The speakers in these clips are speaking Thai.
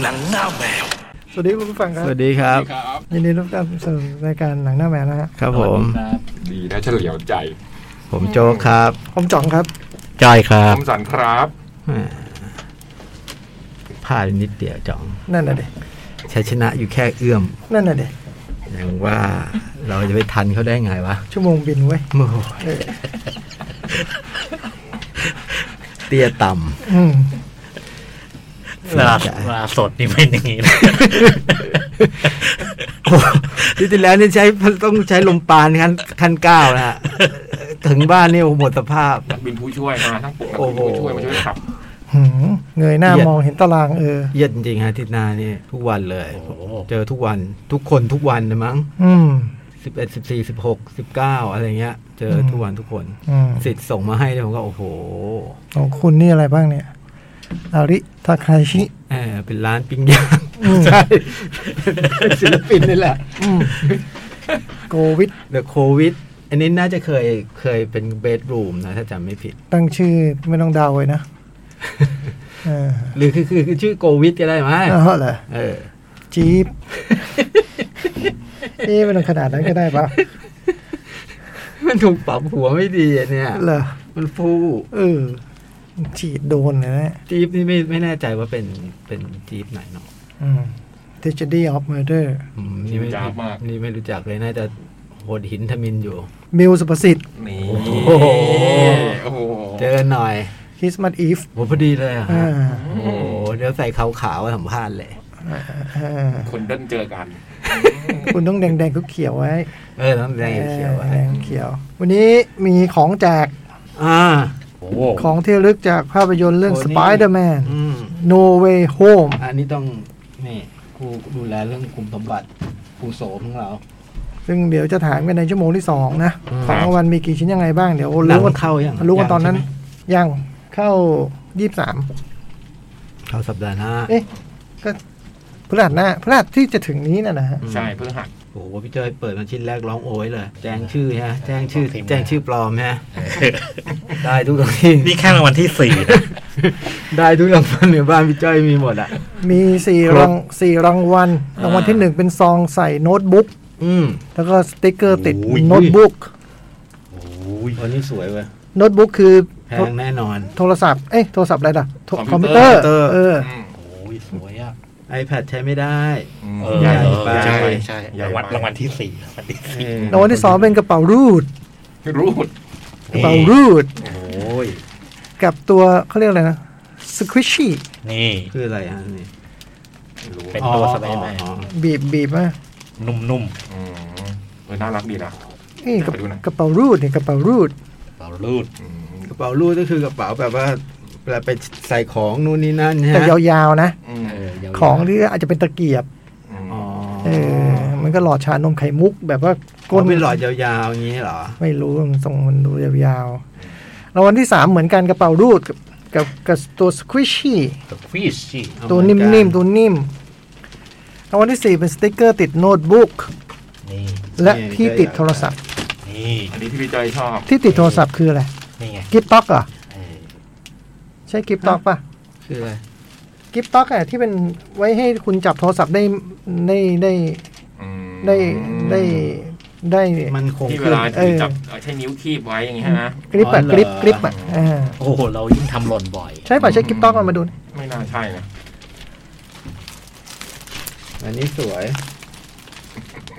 หนังหน้าแมว สวัสดีคุณผู้ฟังครั ส บ วัสดีครับ ยินดีรับการสู่รายการหนังหน้าแมวนะฮะ ครับผม ดีนะเฉลียวใจ ผมโจ๊กครับ ผมจ่องครับ จอยครั ค บ มสันครับ แหม่พลาดนิดเดียวจ่อง นั่นน่ะเด็ ชัยชนะอยู่แค่เอื้อม นั่นน่ะเด็ อย่างว่าเราจะไปทันเขาได้ไงวะ ชั่วโมงบินเว้ย โอ้โห เออ เตี้ยต่ อืม ำ เวลา เสียใจ เวลาสดนี่เป็นอย่างนี้นะ โอ้โหที่ที่แล้วนี่ใช้ต้องใช้ลมปานคันคันก้าวนะฮะถึงบ้านนี่โอ้โหหมดสภาพ นักบินผู้ช่วยมาทั้งปลุกนักโอ้โหบินผู้ช่วยมาช่วยขับ หืมเงยหน้ามองเห็นตารางเออ เหี้ย็ดจริงๆฮะอาทิศนานี่ทุกวันเลย โอ้โห เจอทุกวันทุกคนทุกวันนะมั้ง อืม สิบเอ็ดสิบสี่สิบหกสิบเก้าอะไรเงี้ย เจอทุกวันทุกคน อืม สิทธิ์ส่งมาให้เนี่ยผมก็โอ้โห ของคุณนี่อะไรบ้างเนี่ยอาริทาคาชิ เออเป็นร้านปิ้งย่าง อืม ใช่เป็น ศิลปินนี่แหละ อืมโกวิด The COVID อันนี้น่าจะเคยเคยเป็นเบดรูมนะ ถ้าจำไม่ผิด ตั้งชื่อไม่ต้องเดาเลยนะเออ หรือคือคือคือชื่อโควิดก็ได้ไหม เอาเหรอ เออ จี๊ บนี่ไม่ต้องขนาดนั้นก็ได้ปะ มันถูกปรับหัวไม่ดีอะเนี่ย เหรอ มันฟู เออฉีดโดนเลยนะ จี๊ปนี่ไม่ไม่แน่ใจว่าเป็นเป็นจี๊ปไหนเนาะ เทจดี้ออฟเมอร์เดอร์ อืมนี่ไม่ ยากมาก นี่ไม่รู้จักเลยน่าจะโหดหินทมินอยู่ มิวสุปสิทธิ์ นี่ โอ้โห โอ้โห เจอหน่อย คริสต์มาสอีฟ โหพอดีเลยอะ อ่า โอ้โหเดี๋ยวใส่ขาวๆสัมภาษณ์เลย อ่า คนเดินเจอกัน คุณต้องแดงแดงๆเขียวๆไว้ เออน้ำแดงเขียว อ ไว้ อแดงเขียว วันนี้มีของแจก อ่า โอ้โห ของที่ระลึกจากภาพยนตร์เรื่อง โอ้นี่ Spider-Man อืม No Way Home อันนี้ต้องนี่ครูดูแลเรื่องกลุ่มสมบัติครูโสมของเรา ซึ่งเดี๋ยวจะถามกันในชั่วโมงที่ 2 นะ อืม ถามว่าวันมีกี่ชิ้นยังไงบ้าง เดี๋ยว หนัง รู้ว่า เข้ายัง รู้ว่าตอนนั้น ยังใช่ไหม ยังเข้า 23 เข้าสัปดาห์หน้า เอ๊ะ ก็พฤหัสหน้าพฤหัสที่จะถึงนี้นะนะฮะ ใช่เพื่อหัก โอ้โหพี่เจยเปิดมาชิ้นแรกร้องโอ้ยเลย แจ้งชื่อฮะแจ้งชื่อแจ้งชื่อปลอมฮะได้ทุกรางวัล นี่แค่รางวัลที่สี่นะ ได้ทุกรางวัลในบ้านพี่เจ้ยมีหมดอ่ะ มีสี่ ครบ รางสี่รางวัลรางวัลที่หนึ่งเป็นซองใส่โน้ตบุ๊ก อืม แล้วก็สติกเกอร์ติด โอ้ย โน้ตบุ๊ก โอ้ย คนนี้สวยเว้ย โน้ตบุ๊กคือ แพงแน่นอน โทรศัพท์เอ้ยโทรศัพท์อะไรล่ะโทรคอมพิวเตอร์ คอมพิวเตอร์ เออ โอ้ยสวยอ่ะ iPad ใช้ไม่ได้ ม เออ ใหญ่ไป ใช่ใช่ ใหญ่ ราง ไป วัลรางวัลที่สี่รางวัลที่สี่ รางวัลที่สองเป็นกระเป๋ารูด รูด กระเป๋ารูด โอ้ย กับตัวเขาเรียกอะไรนะสควิชชี่ นี่ คืออะไรฮะนี่ รูด เป็นตัวสไปเดอร์แมน อ๋ออ๋อ บีบบีบมา นุ่ม อืมเออน่ารักดีนะ นี่กระ ไปดูหน่อย กระเป๋ารูดนี่กระเป๋ารูด ๆเราลูด อืม กระเป๋าลูกก็คือกระเป๋าแบบว่าเวลาไปใส่ของนู่นนี่นั่นฮะ แต่ยาวๆนะ อืม เออยาวๆ ของที่อาจจะเป็นตะเกียบ ม อ๋อ เออมันก็หลอดชานมไข่มุกแบบว่า ก้ ก้ น น เป็นหลอดยาวๆอย่างนี้เหรอ ไม่รู้มันทรงมันดูยาวๆรางวัลที่สามเหมือนกันกระเป๋ารูดกับกับกับตัวสควิชชี่ กับควีชชี่ ตัวนิ่มๆ ตัวนิ่มรางวัลที่สี่เป็นสติกเกอร์ติดโน้ตบุ๊ก นี่ และ นี่ ที่ ก็ ติด อยาก โทรศัพท์ นี่ อันนี้ที่พี่จอยชอบ ที่ติดโทรศัพท์คืออะไร นี่ไง กิฟต์ต็อกเหรอ เออ ใช่กิฟต์ต็อกป่ะ คืออะไร กิฟต์ต็อกอะที่เป็นไว้ให้คุณจับโทรศัพท์ได้ได้ได้ อืม ได้ได้ได้ มันคง ที่เว ขึ้น ลาถือจับเอาใช้นิ้วคีบไว้อย่างเงี้ยฮะ กริปอะ อ๋อเหรอ กริปกริปอะอ่า โอ้โหเรายิ่งทำหล่นบ่อย ใช่ป่ะใช่กิฟต์ต็อกมาดูดิ ไม่น่าใช่นะ อันนี้สวย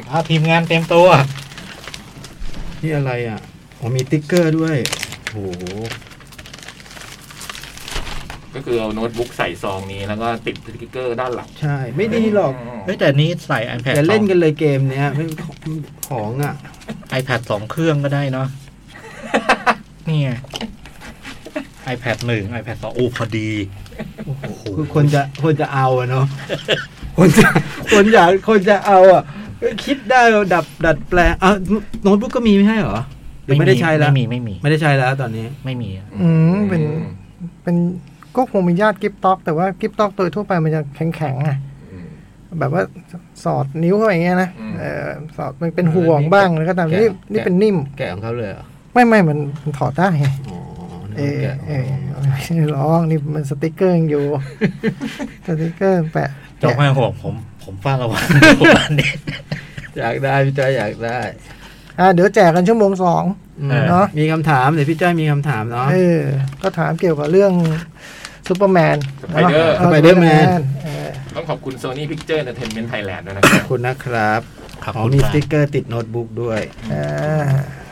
อาทีมงานเต็มตัว นี่อะไรอ่ะอ๋อมีติ๊กเกอร์ด้วย โอ้โห ก็คือเอาโน้ตบุ๊กใส่ซองนี้แล้วก็ติดสติ๊กเกอร์ด้านหลัง ใช่ ไม่ดีหรอก ม เฮ้ยแต่นี้ใส่ iPad อย่าเล่น สอง กันเลยเกมเนี้ยไม่ของอ่ะ iPad สองเครื่องก็ได้เนา ะ นี่ไง iPad หนึ่ง iPad สองโอ้พอดี โอ้โหคือคนจะคนจะเอาอะเนาะ คนจะคนอยากคนจะเอาอ่ะก็คิดได้ว่าดับดัดแปลงอ่ะโน้ตบุ๊กก็มีไม่ใช่เหรอหรือไม่ได้ใช้แล้ว ไม่มีไม่มี ไม่ได้ใช้แล้วตอนนี้ ไม่มี อืมเป็น เป็นก็คงมีญาติกิฟต็อก แต่ว่ากิฟต็อกโดยทั่วไปมันจะแข็งๆอ่ะแบบว่าสอดนิ้วเข้าไปอย่างเงี้ยนะ อืม เออสอดมันเป็นห่วงบ้างแล้วก็ตามนี่ แกะ นี่เป็นนิ่ม แกะของเขาเลยเหรอ ไม่ไม่มันมันถอดได้ไง อ๋อไหน เออเออไม่ใช่ร้องนี่มันสติกเกอร์ยังอยู่ สติกเกอร์แปะ จบไม่ห่วงผมผมฟาดระวังอันนี้ อยากได้พี่จ้อยอยากได้ อ่ะเดี๋ยวแจกกันชั่วโมงสอง อืม เออ เนอะ มีคำถามเดี๋ยวพี่จ้อยมีคำถามเนาะ เออ ก็ถามเกี่ยวกับเรื่องซูเปอร์แมน Spider- ะ Spider-Man เออ ต้องขอบคุณ Sony Picture Entertainment Thailand ด้วยนะครับ ขอบคุณนะครับ ครับ อ๋อ คุณ มี ค ส รับ ติกเกอร์ติดโน้ตบุ๊กด้วย อ่า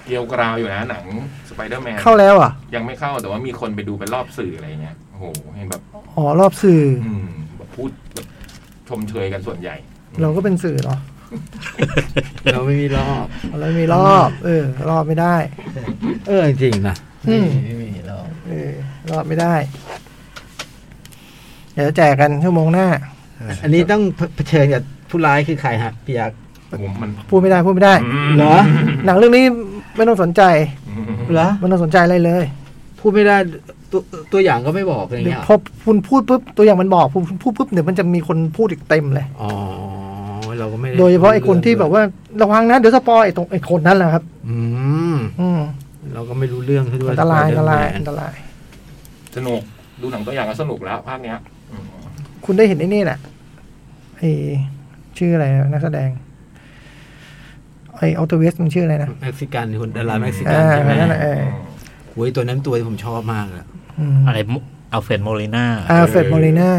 เกรียวกราวอยู่นะหนัง Spider-Man เข้าแล้วเหรอ่ะ ยังไม่เข้าแต่ว่ามีคนไปดูเป็นรอบสื่ออะไรเงี้ยโอ้โหเห็นแบบ อ๋อรอบสื่อ อืมแบบพูดแบบชมเชยกันส่วนใหญ่ อเราก็เป็นสื่อเหรอ เราไม่มีรอบ เรามีรอบ เออ รอบไม่ได้ เออจริงๆนะ อืม ไม่มีแล้ว เออ รอบไม่ได้ เดี๋ยวแจกกันชั่วโมงหน้า อันนี้ต้องเผเผชิญกับผู้ร้ายคือใครฮะพี่ยักษ์ ผมมัน พูดไม่ได้พูดไม่ได้ เหรอ หนังเรื่องนี้ไม่ต้องสนใจ เหรอ ไม่ต้องสนใจอะไรเลย พูดไม่ได้ตัวตัวอย่างก็ไม่บอกอะไรอย่างเงี้ยเหร พ อ อคุณพูดปุ๊บตัวอย่างมันบอกคุณพูดปุ๊บเดี๋ยวมันจะมีคนพูดอีกเต็มเลย อ๋อเราก็ไม่ไ โดยเฉพาะไอ้คนที่แบบว่าระวังนะเดี๋ยวสปอยไอ้ตรงไอ้คนนั้นแหละครับ อืม อืม เราก็ไม่รู้เรื่องเขาด้วย อันตรายอันตราย เ อันตราย สนุกดูหนังตัวอย่างก็สนุกแล้วภาคเนี้ยอืม คุณได้เห็นไอ้นี่แหละไอ้ชื่ออะไรนะนักแสดง ไอ้ออตเวสมันชื่ออะไรนะ ม็กซิกันคนดาราเม็กซิกั อ่าน ใช่ไหม นั่นแหละเออ โอ้ยตัวนั้นตัวที่ผมชอบมากอะ อืม อะไรอัลเฟรดโมลิน่า อาเฟรดมอริน่า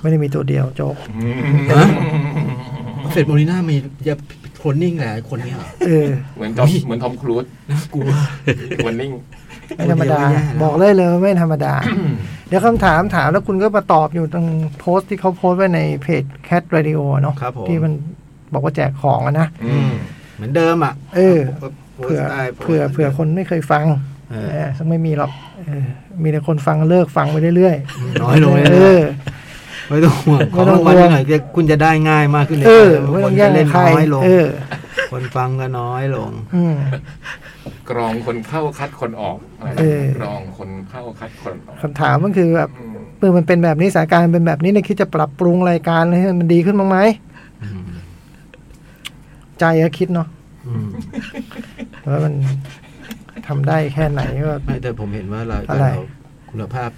ไม่ได้มีตัวเดียวโจ๊ก ฮะเฟรดโมลิน่ามีจะโคลนนิ่งแหละไอ้คนเนี้ยเหรอ เออ เหมือนจอมเหมือนทอมครูซ น่ากลัว วันนิ่ง ไม่ธรรมดา คนเดียวไม่แย่นะ บอกเลยเลยว่าไม่ธรรมดา เดี๋ยวคำถามถามแล้วคุณก็มาตอบอยู่ตรงโพสต์ที่เขาโพสต์ไว้ในเพจ Cat Radio เนาะ ครับผม ที่มันบอกว่าแจกของอะนะ อืม เหมือนเดิมอ่ะ เออ โพส เผื่อ ต์ได้โพสต์ เผื่อเผื่อคนไม่เคยฟัง เอ เอ อ อซึ่งไม่มีหรอกเออมีแต่คนฟังเลิกฟังไปเรื่อยๆ น้อยลงเรื่อยๆ เออ ไม่ต้องห่วงข ไม่ อง ต้อ ราง งวัลห่วง หน่อยจะคุณจะได้ง่ายมากขึ้นเลย เออ นะ ไม่ต้อง คน แย่ง จะเล่น ใคร น้อยลง เออ คนฟังก็น้อยลง อืม กรองคนเข้าคัดคนออกอะไร เออ กรองคนเข้าคัดคนออก คำถามมันคือแบบ อืม เมื่อมันเป็นแบบนี้สถานการณ์มันเป็นแบบนี้เนี่ยคิดจะปรับปรุงรายการให้มันดีขึ้นบ้างไหมใจก็คิดเนาะ อืม ว่ามันทำได้แค่ไหนก็ ไม่แต่ผมเห็นว่าเรา อะไร เราคุณภาพ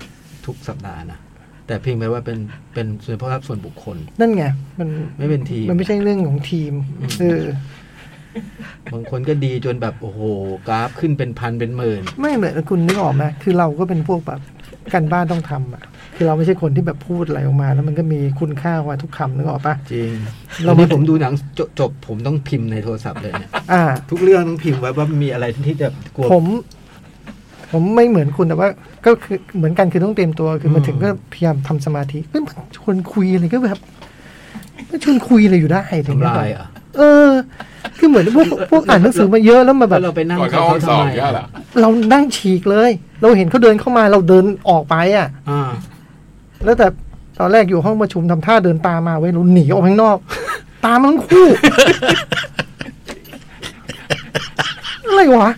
ทุกสัปดาห์นะแต่เพียงแต่ว่าเป็นเป็นส่วนภาพส่วนบุคคล นั่นไง มัน ไม่เป็นทีม มันไม่ใช่เรื่องของทีม อืม เออบ างคนก็ดีจนแบบโอ้โหกราฟขึ้นเป็นพันเป็นหมื่น ไม่เหมือนคุณนึกออกไหมคือเราก็เป็นพวกแบบกันบ้านต้องทำอ่ะ คือเราไม่ใช่คนที่แบบพูดอะไรออกมา แล้วมันก็มีคุณค่ากว่าทุกคำนึกออกปะ จริง เรา เรา มา นี้ผมดูหนังจบจบผมต้องพิมพ์ในโทรศัพท์เลยเนี่ย อ่า ทุกเรื่องต้องพิมพ์ไว้ว่ามีอะไรที่จะกลัว ผม ผมไม่เหมือนคุณแต่ว่า ก็คือเหมือนกันคือต้องเตรียมตัวคือมา อืม ถึงก็พยายามทำสมาธิเอ้ยมันชวนคุยอะไรก็แบบมันชวนคุยอะไรอยู่ได้ถึง ทำ แบบ ลายอ่ะ เออ คือเหมือนพวกพวกอ่านหนังสือมาเยอะแล้วมาแบ แล้ บ วเราไปนั่ง ก่อนเข้า เขา ห้องส ทำ อบ ไม เนี่ยเหรอ เรานั่งฉีกเลย เราเห็นเขาเดินเข้ามาเราเดินออกไปอ่ะ อ่า แล้วแต่ตอนแรกอยู่ห้องประชุมทำท่าเดินตามมาไว้ยเราหนีออกไปข้างนอก ตามมาทั้งคู่ อะไรวะ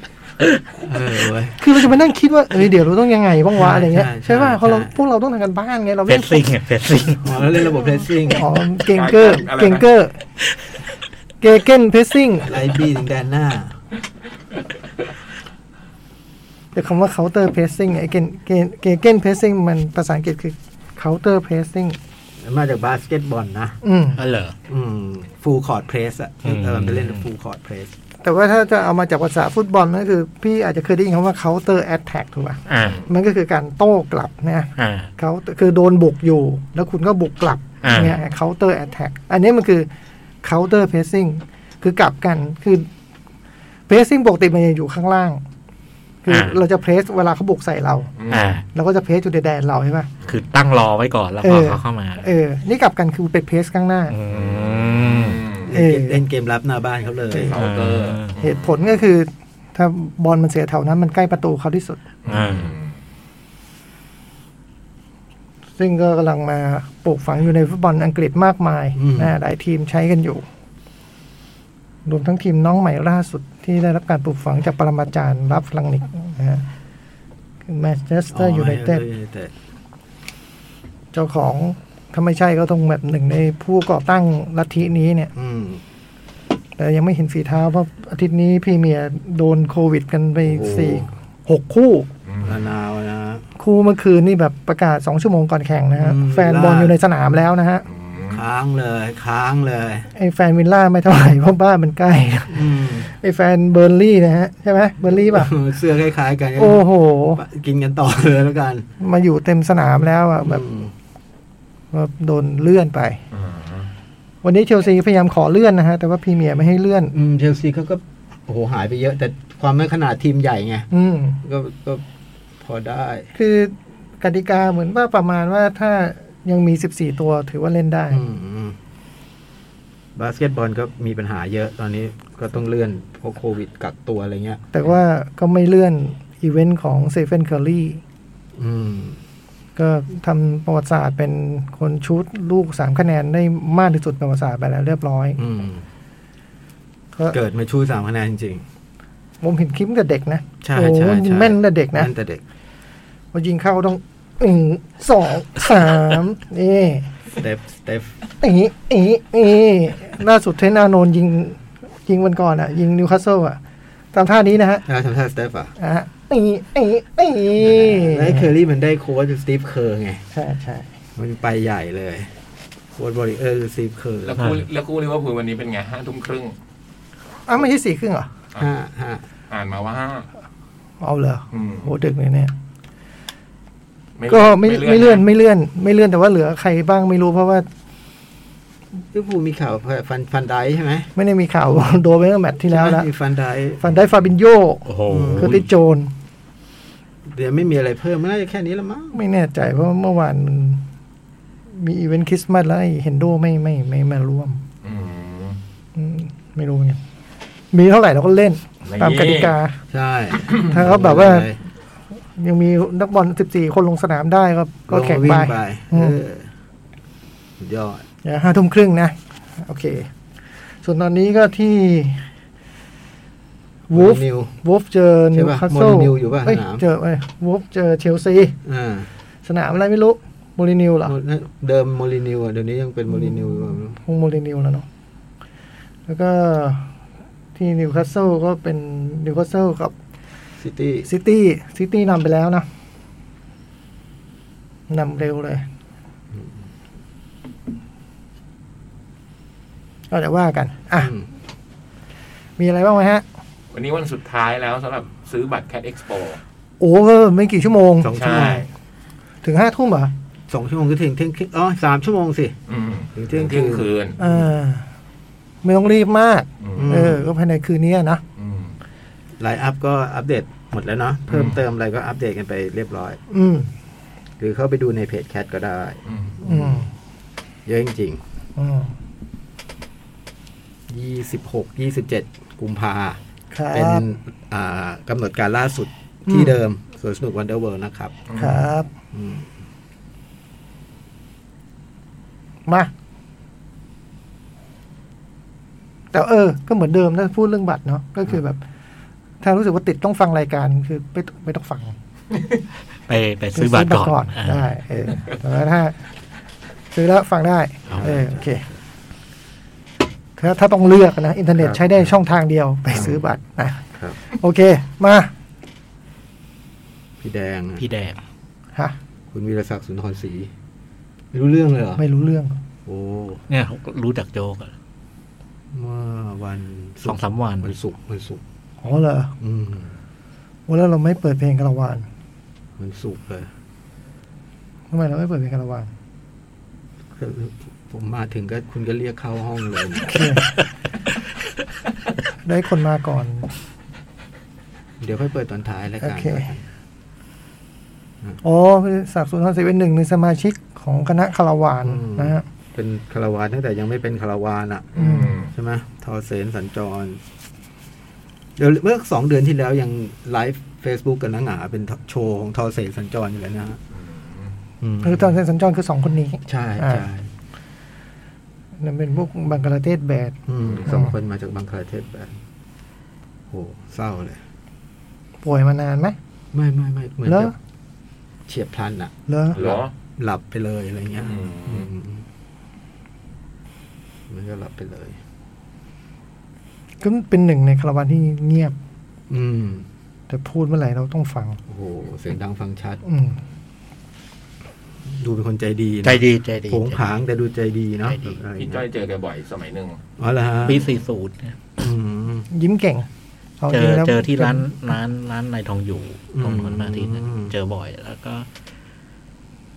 เออเว้ย คือเราจะมานั่งคิดว่าเอ้ยเดี๋ยวเราต้องยังไงบ้างวะ ใช่ อะไรเงี้ย ใช่ ใช่ป่ะ ใช่ เพราะเราพวกเราต้องทำกันบ้านไงเรา เฟ ไม่ สซิ่งเฟสซิ่ง อ๋อแล้วเล่นระบบเพรสซิ่ง อ๋อเกงเกอร์เกงเกอร์เกเกนเพสซิ่ง ไลบี้ถึงแดนหน้า แต่คำว่า counter pressing ไอ้เกนเกนเกเกนเพสซิ่งมันภาษาอังกฤษคือ counter pressing มาจากบาสเกตบอลนะ อืม อ๋อเหรอ อืมฟูลคอร์ดเพรสอะ อืม เออมันจะเล่นฟูลคอร์ดเพรส แต่ว่าถ้าจะเอามาจากภาษาฟุตบอลนั่นคือ พี่อาจจะเคยได้ยินคำว่า counter attack ถูกป่ะ อ่า มันก็คือการโต้กลับนะ อ่า เขาคือโดนบุกอยู่ แล้วคุณก็บุกกลับ อ่า เนี่ย counter attack อันนี้มันคือ counter pressing คือกลับกันคือ pressing ปกติมันจะอยู่ข้างล่าง คืออา เราจะเพรสเวลาเขาบุกใส่เรา อ่า เราก็จะเพรสอยู่ในแดนเราใช่ป่ะ คือตั้งรอไว้ก่อนแล้ว เอ พอ อ เขาเข้ามา เออ นี่กลับกันคือเป็นเพรสข้างหน้า อือืมมเออ เล่นเกมรับหน้าบ้านเขาเลย เคาน์เตอร์ เหตุผลก็คือ ถ้าบอลมันเสียแถวนั้นมันใกล้ประตูเขาที่สุด อ่า ซึ่งก็กำลังมาปลูกฝังอยู่ในฟุตบอลอังกฤษมากมาย อืม นะหลายทีมใช้กันอยู่ รวมทั้งทีมน้องใหม่ล่าสุดที่ได้รับการปลูกฝังจากปรมาจารย์รับฟลังนิกนะฮะคือแมนเชสเตอร์ยูไนเต็ด ด เจ้าของถ้าไม่ใช่ก็ต้องแบบหนึ่งในผู้ก่อตั้งลัทธินี้เนี่ย อืม แต่ยังไม่เห็นฝีเท้าเพราะอาทิตย์นี้พรีเมียร์โดนโควิดกันไป โอ้โห สี่หกคู่ อืม มะนาวนะฮะ คู่เมื่อคืนนี่แบบประกาศสองชั่วโมงก่อนแข่งนะฮะ อืม แฟนบอลอยู่ในสนามแล้วนะฮะ ค้างเลย ค้างเลย ไอ้แฟนวิลล่าไม่เท่าไหร่เพราะบ้านมันใกล้ อืม ไอ้แฟนเบอร์นลี่นะฮะใช่ไหมเบอร์นลี่ป่ะ เสื้อคล้าย ๆ กัน โอ้โห กินกันต่อเลยแล้วกัน มาอยู่เต็มสนามแล้วอะแบบ อืม แบบโดนเลื่อนไป วันนี้เชลซีพยายามขอเลื่อนนะฮะ แต่ว่าพรีเมียร์ไม่ให้เลื่อน อืมเชลซีเขาก็โอ้โหหายไปเยอะ แต่ความไม่ขนาดทีมใหญ่ไง อืม ก็ก็พอได้ คือกติกาเหมือนว่าประมาณว่าถ้ายังมี 14 ตัวถือว่าเล่นได้ อืมอืมบาสเกตบอลก็มีปัญหาเยอะตอนนี้ก็ต้องเลื่อนเพราะโควิดกักตัวอะไรเงี้ย แต่ว่าก็ไม่เลื่อนอีเวนต์ของเซเฟนเคอรี่ อืม ก็ทำประวัติศาสตร์เป็นคนชุดลูก 3 คะแนนได้มากที่สุดประวัติศาสตร์ไปแล้วเรียบร้อย อืม ก็ เกิดมาชูสามคะแนนจริง ผมเห็นคลิปกับเด็กนะ ๆใช่ โอ้โห ใช่ใช่ แม่นแต่เด็กนะ แม่นแต่เด็ก พอยิงเข้าต้องหนึ่งสองสามนี่ สเต็ปสเต็ป เอ๋เอ๋เอ๋ล่าสุดเทรนต์อาโนนท์ยิง ยิงวันก่อนอ่ะ ยิงนิวคาสเซิลอ่ะ ตามท่านี้นะฮะ อ่าทำท่าสเต็ปอ่ะ อ่ะฮะเอ๋เอ๋เอ๋ แล้วไอ้เคอรี่มันได้โค้ชสตีฟเคอร์ไง ใช่ใช่ มันไปใหญ่เลยโค้ชบริเออร์สตีฟเคอร์ แล้วคู่แล้วคู่ลิเวอร์พูลวันนี้เป็นไงห้าทุ่มครึ่ง อ้าวไม่ใช่สี่ครึ่งเหรอ ห้าห้า อ่านมาว่าห้า เอาเหรอ อืม โหดึกเลยเนี่ย ไม่ ก็ไม่ไม่เลื่อน ไม่ ไม่เลื่อน ไม่เลื่อนแต่ว่าเหลือใครบ้างไม่รู้เพราะว่า ลิเวอร์พูลมีข่าวฟันฟันไดใช่ไหม ไม่ได้มีข่าว โดนไปตั้งแต่แมตช์ที่แล้วแล้ว ใช่ไหมมีฟันได ฟันได้ฟาบินโย โอ้โห เคอร์ติสโจนส์ เดี๋ยวไม่มีอะไรเพิ่มมันน่าจะแค่นี้ละมั้ง ไม่แน่ใจเพราะเมื่อวานมันมีอีเวนต์คริสต์มาสแล้วไอ้เฮนโดไม่ไม่ไม่มาร่วม อืม อืมไม่รู้เหมือนกันมีเท่าไหร่เราก็เล่น ไม่ ตามกติกา ใช่ ถ้าเขาแบบว่า ยังมีนักบอล 14 คนลงสนามได้ก็ก็แข่ง วิ่ ไป ไป อื เอ ม อสุดยอด เดี๋ยวห้าทุ่มครึ่งนะ โอเค ส่วนตอนนี้ก็ที่วูฟ Mourinho วูฟเจอ ใช่ นิว ปะ คาสเซิล Mourinho อยู่ปะ เอ้ย สนาม เจอเอ้ยวูฟเจอเชลซี อ่า สนามอะไรไม่รู้โมลินิวเหรอ เดิมโมลินิวอ่ะเดี๋ยวนี้ยังเป็นโมลินิวอยู่อ่ะ คงโมลินิวแล้วเนาะแล้วก็ที่นิวคาสเซิลก็เป็นนิวคาสเซิลกับ ซิตี้ ซิตี้ซิตี้นำไปแล้วนะนำเร็วเลยก็เดี๋ยวว่ากัน อ่ะ อืม มีอะไรบ้างไหมฮะ วันนี้วันสุดท้ายแล้วสำหรับซื้อบัตรแคดเอ็กซ์โป โอ้ก็ไม่กี่ชั่วโมง สองชั่วโมง ถึงห้าทุ่มเหรอ สองชั่วโมงก็ถึงเที่ยงคืนอ๋อสามชั่วโมงสิ อืม ถึงเที่ ถึ ยงคืนงเที่ยงคืน อ่าไม่ต้องรีบมาก อืม ม เออ ก็ภายในคืนนี้อะนะ อืม ไลน์อัพก็อัปเดตหมดแล้วเนาะเพิ่ม อืม เติมอะไรก็อัปเดตกันไปเรียบร้อย อืม หรือเข้าไปดูในเพจแคทก็ได้ อืม อืม เยอะจริง อืม ๆยี่สิบหกยี่สิบเจ็ดกุมภา ครั เป็น บ อ่ากำหนดการล่าสุด อืม ที่เดิมสวนสนุกวันเดอร์เวิลด์นะครับ ครับ อืม มา แต่เออ ก็เหมือนเดิมถ้าพูดเรื่องบัตรเนาะก็คือแบบ ถ้ารู้สึกว่าติดต้องฟังรายการคือไม่ต้องไม่ต้องฟัง ไปไปซื้อบัตรก่อนอ่า ได้เออแล้วถ้า ซื้อแล้วฟังได้ เอา เออโอเคถ้าถ้าต้องเลือกนะอินเทอร์เน็ตใช้ได้ช่องทางเดียวไปซื้อบัตรนะครับ โอเค มา พี่แดงนะ พี่แดง ฮะ คุณวีรศักดิ์สุนทรศรีไม่รู้เรื่องเลยเหรอ ไม่รู้เรื่อง โอ้ เนี่ยรู้จักโจกอะ เมื่อวัน สองสามวัน วันศุกร์วันศุกร์ อ๋อเหรอ อืม วันแล้วเราไม่เปิดเพลงคาราวาน วันศุกร์เลย ทำไมเราไม่เปิดเพลงคาราวาน คือผมมาถึงก็คุณก็เรียกเข้าห้องเลยนะ โอเค ได้คนมาก่อน เดี๋ยวค่อยเปิดตอนท้ายแล้วกัน โอเค อ๋อศักดิ์สุนทรศรีเป็นหนึ่งในสมาชิกของคณะคารวานนะฮะ เป็นคาราวานตั้งแต่ยังไม่เป็นคาราวานอ่ะ อืม ใช่ไหมทอเสนสัญจร เดี๋ยวเมื่อสองเดือนที่แล้วยังไลฟ์ Facebook กันนะหงาเป็นโชว์ของทอเสนสัญจรอยู่แล้วนะฮะม คือตอนเส้นสัญจรคือสองคนนี้ ใช่ใช่ นั่นเป็นพวกบังกลาเทศแบด อืมสองคนมาจากบังคลาเทศแบบโหเศร้าเลย ป่วยมานานไหม ไม่ไม่ไม่เหมือน เหรอ จะเฉียบพลันอะ เหรอ เหรอ หลับไปเลยอะไรเงี้ย อืม อืมมันก็หลับไปเลย ก็เป็นหนึ่งในคาราวานที่เงียบ อืม แต่พูดเมื่อไหร่เราต้องฟัง โอ้โหเสียงดังฟังชัด อืม ดูเป็นคนใจดีนะ ใจดีใจดี โผงผางแต่ดูใจดีเนาะ ใจดี อะไรอย่าง พี่จ้ เงี้ อย ยเจอแกบ่อยสมัยหนึ่ง อ๋อเหรอฮะ ปีสี่ศูนย์เนี่ย อืม ยิ้มเก่งา เจ ริ อง แล้ว เจอที่ร้านร้านร้านนายทองอยู่ตรงนนมาทีนึง อืม เจอบ่อยแล้วก็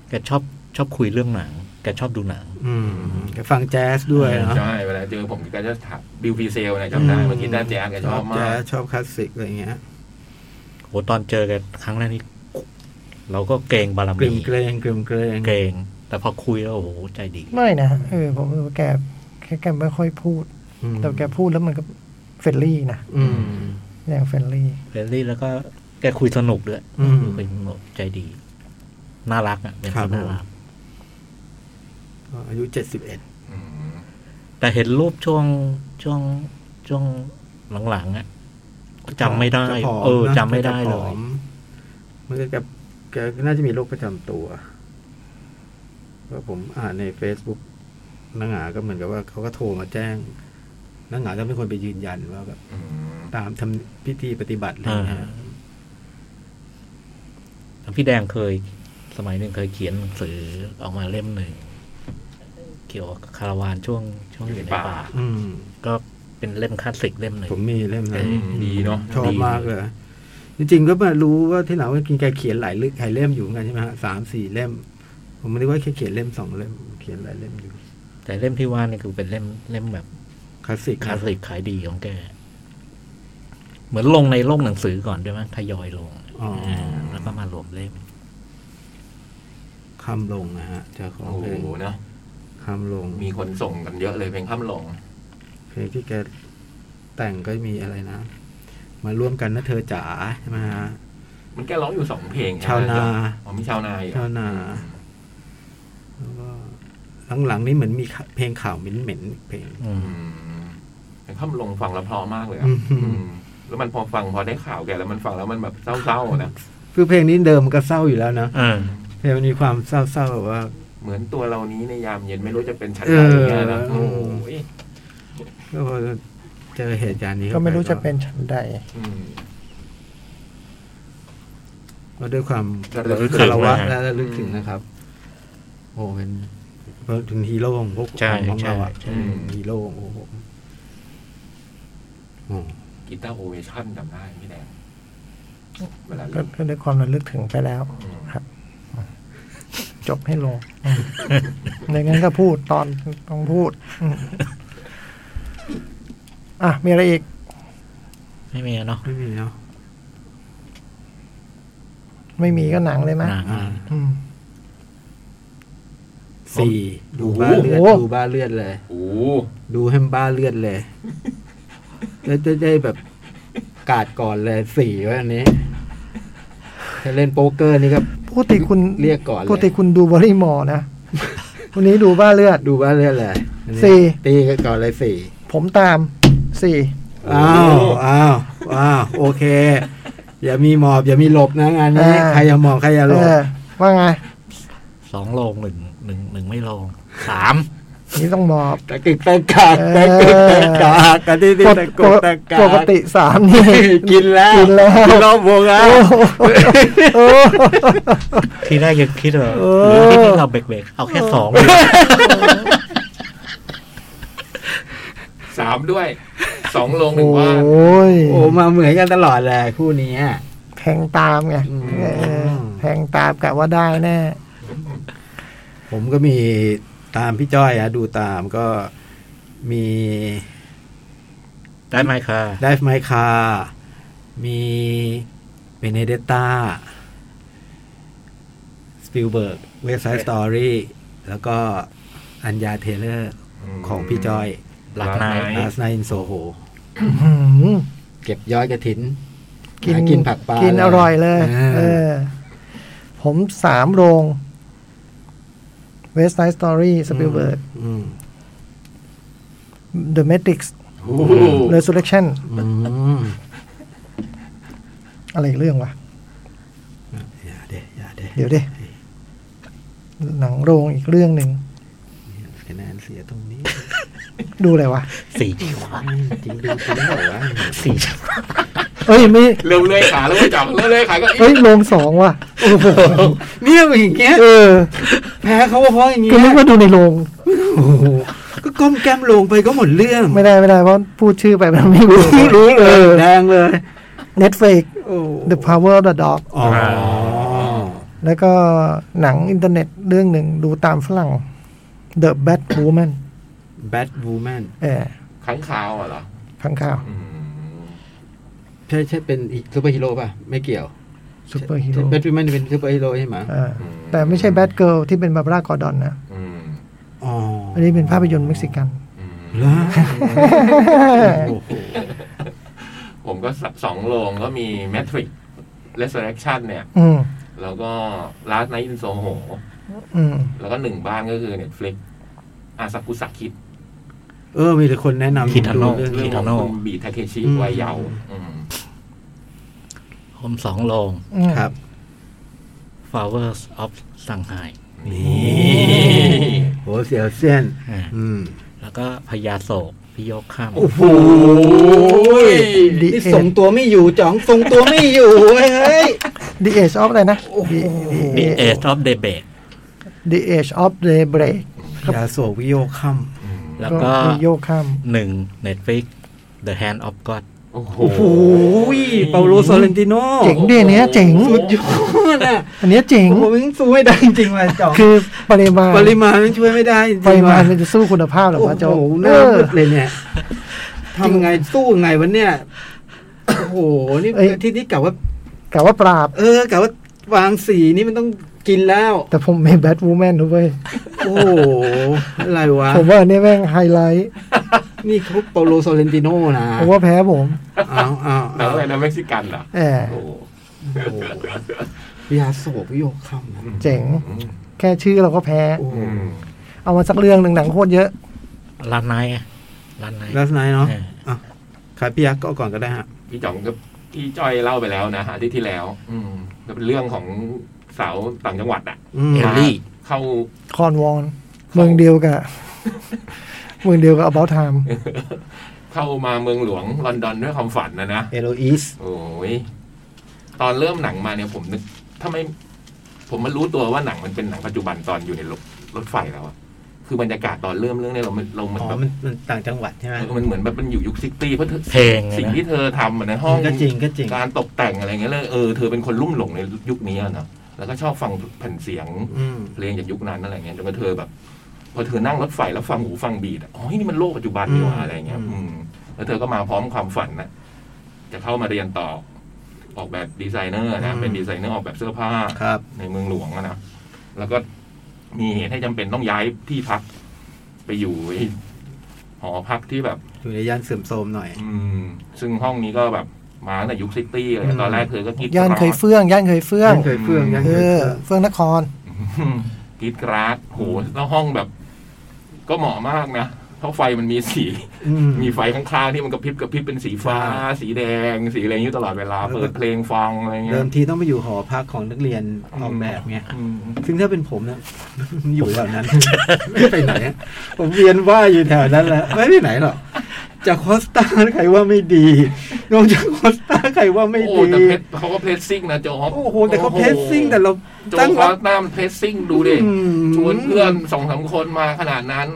แกชอบชอบคุยเรื่องหนังแกชอบดูหนัง อืมแกฟังแจ๊สด้วยเนาะ ใช่เวลาเจอผมแก็จะถามบิวฟีเซลเนี่ยจำได้เมื่อกี้ด้านแจ๊สแกชอบมา แจ๊ ก สชอบคลาสสิกอะไรอย่างเงี้ย โหตอนเจอกันครั้งแรกนี่เราก็เกรงบาร เกร มี งเกรงเกรงเกรง เกรง แต่พอคุยแล้วโอ้โหใจดี ไม่นะเออผมรู้สึกว่าแกแค่แกไม่ค่อยพูด อืม แต่แกพูดแล้วมันก็เฟรนลี่นะ อืม อย่างเฟรนลี่ เฟรนลี่แล้วก็แกคุยสนุกด้วย อืม คุยสนุกใจดี น่ารักอ่ะเป็น ครั ค บ นน่ารัก ก็อายุเจ็ดสิบเอ็ด อืม แต่เห็นรูปช่วงช่วงช่วงหลังๆอ่ะจำไม่ได้ เออจำไม่ได้เลย มันก็แกแกน่าจะมีโรคประจำตัวก็ผมอ่านใน Facebook นังหงาก็เหมือนกับว่าเขาก็โทรมาแจ้งนังหงาจะเป็นคนไปยืนยันว่าแบบ อืม ตามทำพิธีปฏิบัติอะไรอย่างเงี้ย อ่า พี่แดงเคย สมัยหนึ่งเคยเขียนหนังสือออกมาเล่มหนึ่ง เกี่ยวกับคาราวานช่วงช่วงอยู่ในป่า อืม ก็เป็นเล่มคลาสสิกเล่มหนึ่ง ผมมีเล่มนั้น ดีเนาะ ชอบมากเลย จริงๆก็มารู้ว่าที่หลังว่ากินแกเขียนหลายเล่มหลายเล่มอยู่เหมือนกันใช่ไหมฮะสามสี่เล่ม ผมไม่ได้ว่าแค่เขียนเล่มสองเล่ม เขียนหลายเล่มอยู่ แต่เล่มที่ว่านี่คือเป็นเล่มเล่มแบบ คลาสสิก คลาสสิกขายดีของแก เหมือนลงในโลกหนังสือก่อนด้วยมั้งทยอยลง อ๋อ มแล้วก็มารวมเล่ม คำลงนะฮะเจ้าของ โอ้ เพลง โหเนาะ คำลง มีคนส่งกันเยอะเลยเพลงข้ามหลง เพลงที่แกแต่งก็มีอะไรนะ มาร่วมกันนะเธอจ๋าใช่ไหมฮะ มันแกร้องอยู่สองเพลง ชาวนา อ๋อมีชาวนาอยู่ ชาวนา แล้วก็หลังๆนี่เหมือนมีเพลงข่าวเหม็นๆเพลง อื อื ม มแต่ข้ามหลงฟังแล้วเพราะมากเลยอะ อืม อืมแล้วมันพอฟังพอได้ข่าวแกแล้วมันฟังแล้วมันแบบเศร้าๆนะ คือเพลงนี้เดิมมันก็เศร้าอยู่แล้วนะ อ่า เพลงมันมีความเศร้าๆแบบว่า เหมือนตัวเรานี้ในยามเย็นไม่รู้จะเป็นชั้น เอ ไหอนอย่างเงี้ยนะโอ้โห ก็พอเจอเหตุการณ์นี้ ก็ ข้า ไม่รู้จะเป็นฉันใด อืม ก็ด้วยความ ระลึกถึง คารวะและระลึกถึงนะครับ โอ้เป็นถึงฮีโร่ของพวก ใช่ ของ ใช่ เราอ่ะ ใช่ ฮีโร่โอ้โหโอ้ กีตาร์โอเวชั่นจำได้พี่แดงเวลา ก็ก็เล่นด้วยความระลึกถึงไปแล้ว ครับ จบให้ลงในงั้นก็พูดตอนต้องพูดอืมอ่ะ มีอะไรอีก ไม่มีอะเนาะ ไม่มีเนาะ ไม่มีก็หนังเลยไหม หนัง อ่า อืม สี่ดูบ้าเลือด โอ้โห ดูบ้าเลือดเลย โอ้ ดูให้มันบ้าเลือดเลยได้ได้ได้แบบกาดก่อนเลยสี่ไว่าอันนี้ ถ้าเล่นโป๊กเกอร์นี่ก็ ปกติคุณ เรียกก่อนเลย ปกติคุณดูบริมอร์นะ วันนี้ดูบ้าเลือด ดูบ้าเลือดเลยอันนี้ สี่ ตีกันก่อนเลยสี่ ผมตามสี่ อ้าว อ้าว อ้าว โอเค อย่ามีหมอบ อย่ามีหลบนะงานนี้ ใครอย่าหมอบ ใครอย่าหล เอบ อว่าไง สองโลงหนึ่งหนึ่งหนึ่งไม่โลงสาม นี่ต้องมอบ ตะกิกตะกากตะกิกตะกากกันที่ที่ ป ตะ ก กุกตะกาก ปกติสาม นี่ กินแล้ว กินแล้ว กินรอบวงแล้ว โอ้โหโอ้โห ทีแรกยังคิดว่า เออ หรือที่เราเบรกเบรกๆเอาแค่สองเลย สามด้วยสองลงห โอ้ นึ่งว่า ย โอ้มาเหมือนกันตลอดเลยคู่นี้ แทงตามไง อืม เออแทงตามกะว่าได้แน่ ผมก็มีตามพี่จ้อยอะดูตามก็มี ได้ไหมคะ ไดฟ e ไมคามีเ e เนเดต้าสปิลเบิร์กเว s ไซ d ์สตอรี่แล้วก็อัญญาเทเลอร์ของพี่จ้อย หลักนาย ไหน อาสไนอินโซโห อื้อหือ เก็บย้อยกระถิน กิน หากินผักปลา กิน เล อร่อยเลย า เออ ผมสามโรงเวสไ i d ์สตอรี่สปิลเบิร์ก อืม เดอะเมทริกซ์ โอ้โห เรส r เลคชั่น อืม อะไรอีกเรื่องวะ อย่าเดะอย่าเดะ เดี๋ยวดิหนังโรงอีกเรื่องหนึ่ง คะแนนเสียตรง นี้ ดูอะไรวะ สี่จังหวะ จริงดูจริงเหรอวะ สี่จังหวะ เอ้ยไม่ เริ่มเลื่อยขาแล้วก็จับเริ่มเลื่อยขาก็ เอ้ยลงสองว่ะโอ้โห เนี่ยอย่างเงี้ย เออ แพ้เขาก็เพราะอย่างเงี้ คือนึก ย ว่าดูในโรง โอ้โหก็ก้มแก้มลงไปก็หมดเรื่อง ไม่ได้ไม่ได้เพราะพูดชื่อไปมันไม่ รู้ รู้เล อยอ แดงเลย Netflix โอ้ The Power of the Dog อ๋อ แล้วก็หนังอินเทอร์เน็ตเรื่องหนึ่งดูตามฝรั่ง The Bad Woman แบทวูแมน เออ ขังขาวอ่ะเหรอ ข้างข่าว อืม ใช่ใช่เป็นซูเปอร์ฮีโร่ป่ะ ไม่เกี่ยว ซูเปอร์ฮีโร่ แบทวูแมนเป็นซูเปอร์ฮีโร่ใช่ไหม อ่าแต่ไม่ใช่แบดเกิลที่เป็นบาบารากอร์ดอนนะ อืม อ๋อ อั อั นนี้เป็นภาพยนตร์เม็กซิกัน อืม เหรอโอ้โห ผมก็สับสองโรงก็มีแมทริกเ s ส r ร c ชั่นเนี่ย อืม แล้วก็ Last Night in Soho อืม แล้วก็หนึ่งบ้านก็คือเน็ตฟลิกอาซากุสะคิด เออ มีแต่คนแนะนำ คิดทันโน ดูเรื่อง คิด นี้ ทันโน คุณบีทาเคชิ อืม วัยเยาว์อืม ผมสองลง อืม ครับ Flowers of Shanghai นี่ โหเสียวเส้น อ่า อืม แล้วก็พญาโศกพิโยคข้าม โอ้โห ดี นี่ เอ ส่งตัวไม่อยู่จ๋องส่งตัวไม่อยู่เว้ยเฮ้ย ดีเอชออฟอะไรนะ ดีเอทอฟเดเบก ดีเอชออฟเดย์เบรก ยาโศกวิโยค่ แล้วก็ โยกข้าม หนึ่ง Netflix The Hand of God โอ้โห ำโอ้โหเปาโลโซเลนติโน เจ๋งดิอันเนี้ยเจ๋ง สุดยอดอ่ะ อันเนี้ยเจ๋ง ผมยังสู้ไม่ได้จริงๆว่ะจ๋อง คือปริมาณ ปริมาณมันช่วยไม่ได้จริง ปริ ๆ มา ว่ะ ณมันจะสู้คุณภาพเหรอ โอ้ วะโจ โหห เอ น้า อ มืดเลยเนี่ยทำไงสู้ไงวันเนี้ยโอ้โหนี่ เอ้ย ที่นี่กะว่า กล่าวว่าปราบ เออกะว่าวางสีนี่มันต้องกินแล้ว แต่ผมไม่แบทวูแมนด้วย โอ้โหอะไรวะ ผมว่าอันนี้แม่งไฮไลท์ นี่เขาเปาโลโซเลนติโนนะ ผมว่าแพ้ผม เอาเอา แล้ เอา วอะไรนะเม็กซิกันเหรอ แอม โอ้โห โอ้โหยาโศกวิโยค่ำนะ เจ๋ง แค่ชื่อเราก็แพ้ โอ้โห อืม เอามาสักเรื่องหนึ่งหนังโคตรเยอะ ร้านไนท์อะร้านไนท์ ลักษณะเนาะ เออ อ่ะขายพี่ยักษ์ก็ก่อนก็ได้ฮะ พี่จ่องกับพี่จ้อยเล่าไปแล้วนะฮะที่ที่แล้ว อืมก็เป็นเรื่องของสาวต่างจังหวัดอะ อืม เอลลี่ เข้า คอนวอน เมืองเดียวกับ เมืองเดียวกับ about time เข้ามาเมืองหลวงลอนดอนด้วยความฝันนะนะ เอโลอีส โอ้ย ตอนเริ่มหนังมาเนี่ยผมนึก ถ้าไม่ ผมมารู้ตัวว่าหนังมันเป็นหนังปัจจุบันตอนอยู่ในรถรถไฟแล้วอะคือบรรยากาศตอนเริ่มเรื่องเนี่ยเรามันเรามัน อ๋อ แบบ มันมันต่างจังหวัดใช่ไหม เออมันเหมือนแบบมันอยู่ยุคซิตี้เพราะเธอ เพลงไงนะ สิ่งที่เธอทำอะในห้อง ก็จริงก็จริง การตกแต่งอะไรเงี้ยเลยเออเธอเป็นคนลุ่มหลงในยุคนี้อะเนอะแล้วก็ชอบฟังแผ่นเสียง อืม เพลงจากยุคนั้นอะไรเงี้ยจนกระเธอแบบ พอเธอนั่งรถไฟแล้วฟังหูฟังบีดอะอ๋อนี่มันโลกปัจจุบันนี่หว่า อืม อะไรเงี้ย อืม อืมแล้วเธอก็มาพร้อมความฝันนะจะเข้ามาเรียนต่อ ออกแบบดีไซเนอร์นะเป็นดีไซเนอร์ออกแบบเสื้อผ้า ครับ ในเมืองหลวงอะนะ แล้วก็มีเหตุให้จำเป็นต้องย้ายที่พัก ไปอยู่ไอ้หอพักที่แบบ อยู่ในย่านเสื่อมโทรมหน่อย อืม ซึ่งห้องนี้ก็แบบมาตั้งแต่ยุคซิตี้เลย อืม ตอนแรกเธอก็คิด ย่านเคยเฟื่อง ย่านเคยเฟื่อง ย่านเคยเฟื่องย่าน เอ เคยเฟื่ อ อง เฟื่องนคร อืมกรีดกราดโหแล้วห้องแบบ ก็เหมาะมากนะ เพราะไฟมันมีสี อืม มีไฟข้างๆที่มันกระพริบกระพริบเป็นสีฟ้า ใช่ สีแดง สีอะไรอย่างนี้ตลอดเวลา แล้วก็ เปิดเพลงฟังอะไร เดิ เงี้ย มทีต้องไปอยู่หอพักของนักเรียนออกแบบไง อืม ซึ่งถ้าเป็นผมเนี่ย อยู่แถวนั้น ไม่ไปไหนอะผมเวียนว่ายอยู่แถวนั้นแหละไม่ไปไหนหรอกจากคอสตาใครว่าไม่ดีนอกจากคอสตาใครว่าไม่ โอ้ ดี แต่เพชรเขาก็เพลสซิ่งนะโจอ โอ้โหแต่เขาเพสซิ่งแต่เรา โจ ตั้ง คอ รับ สตามเพลสซิ่งดูดิ อืม ชวนเพื่อนสองสามคนมาขนาดนั้น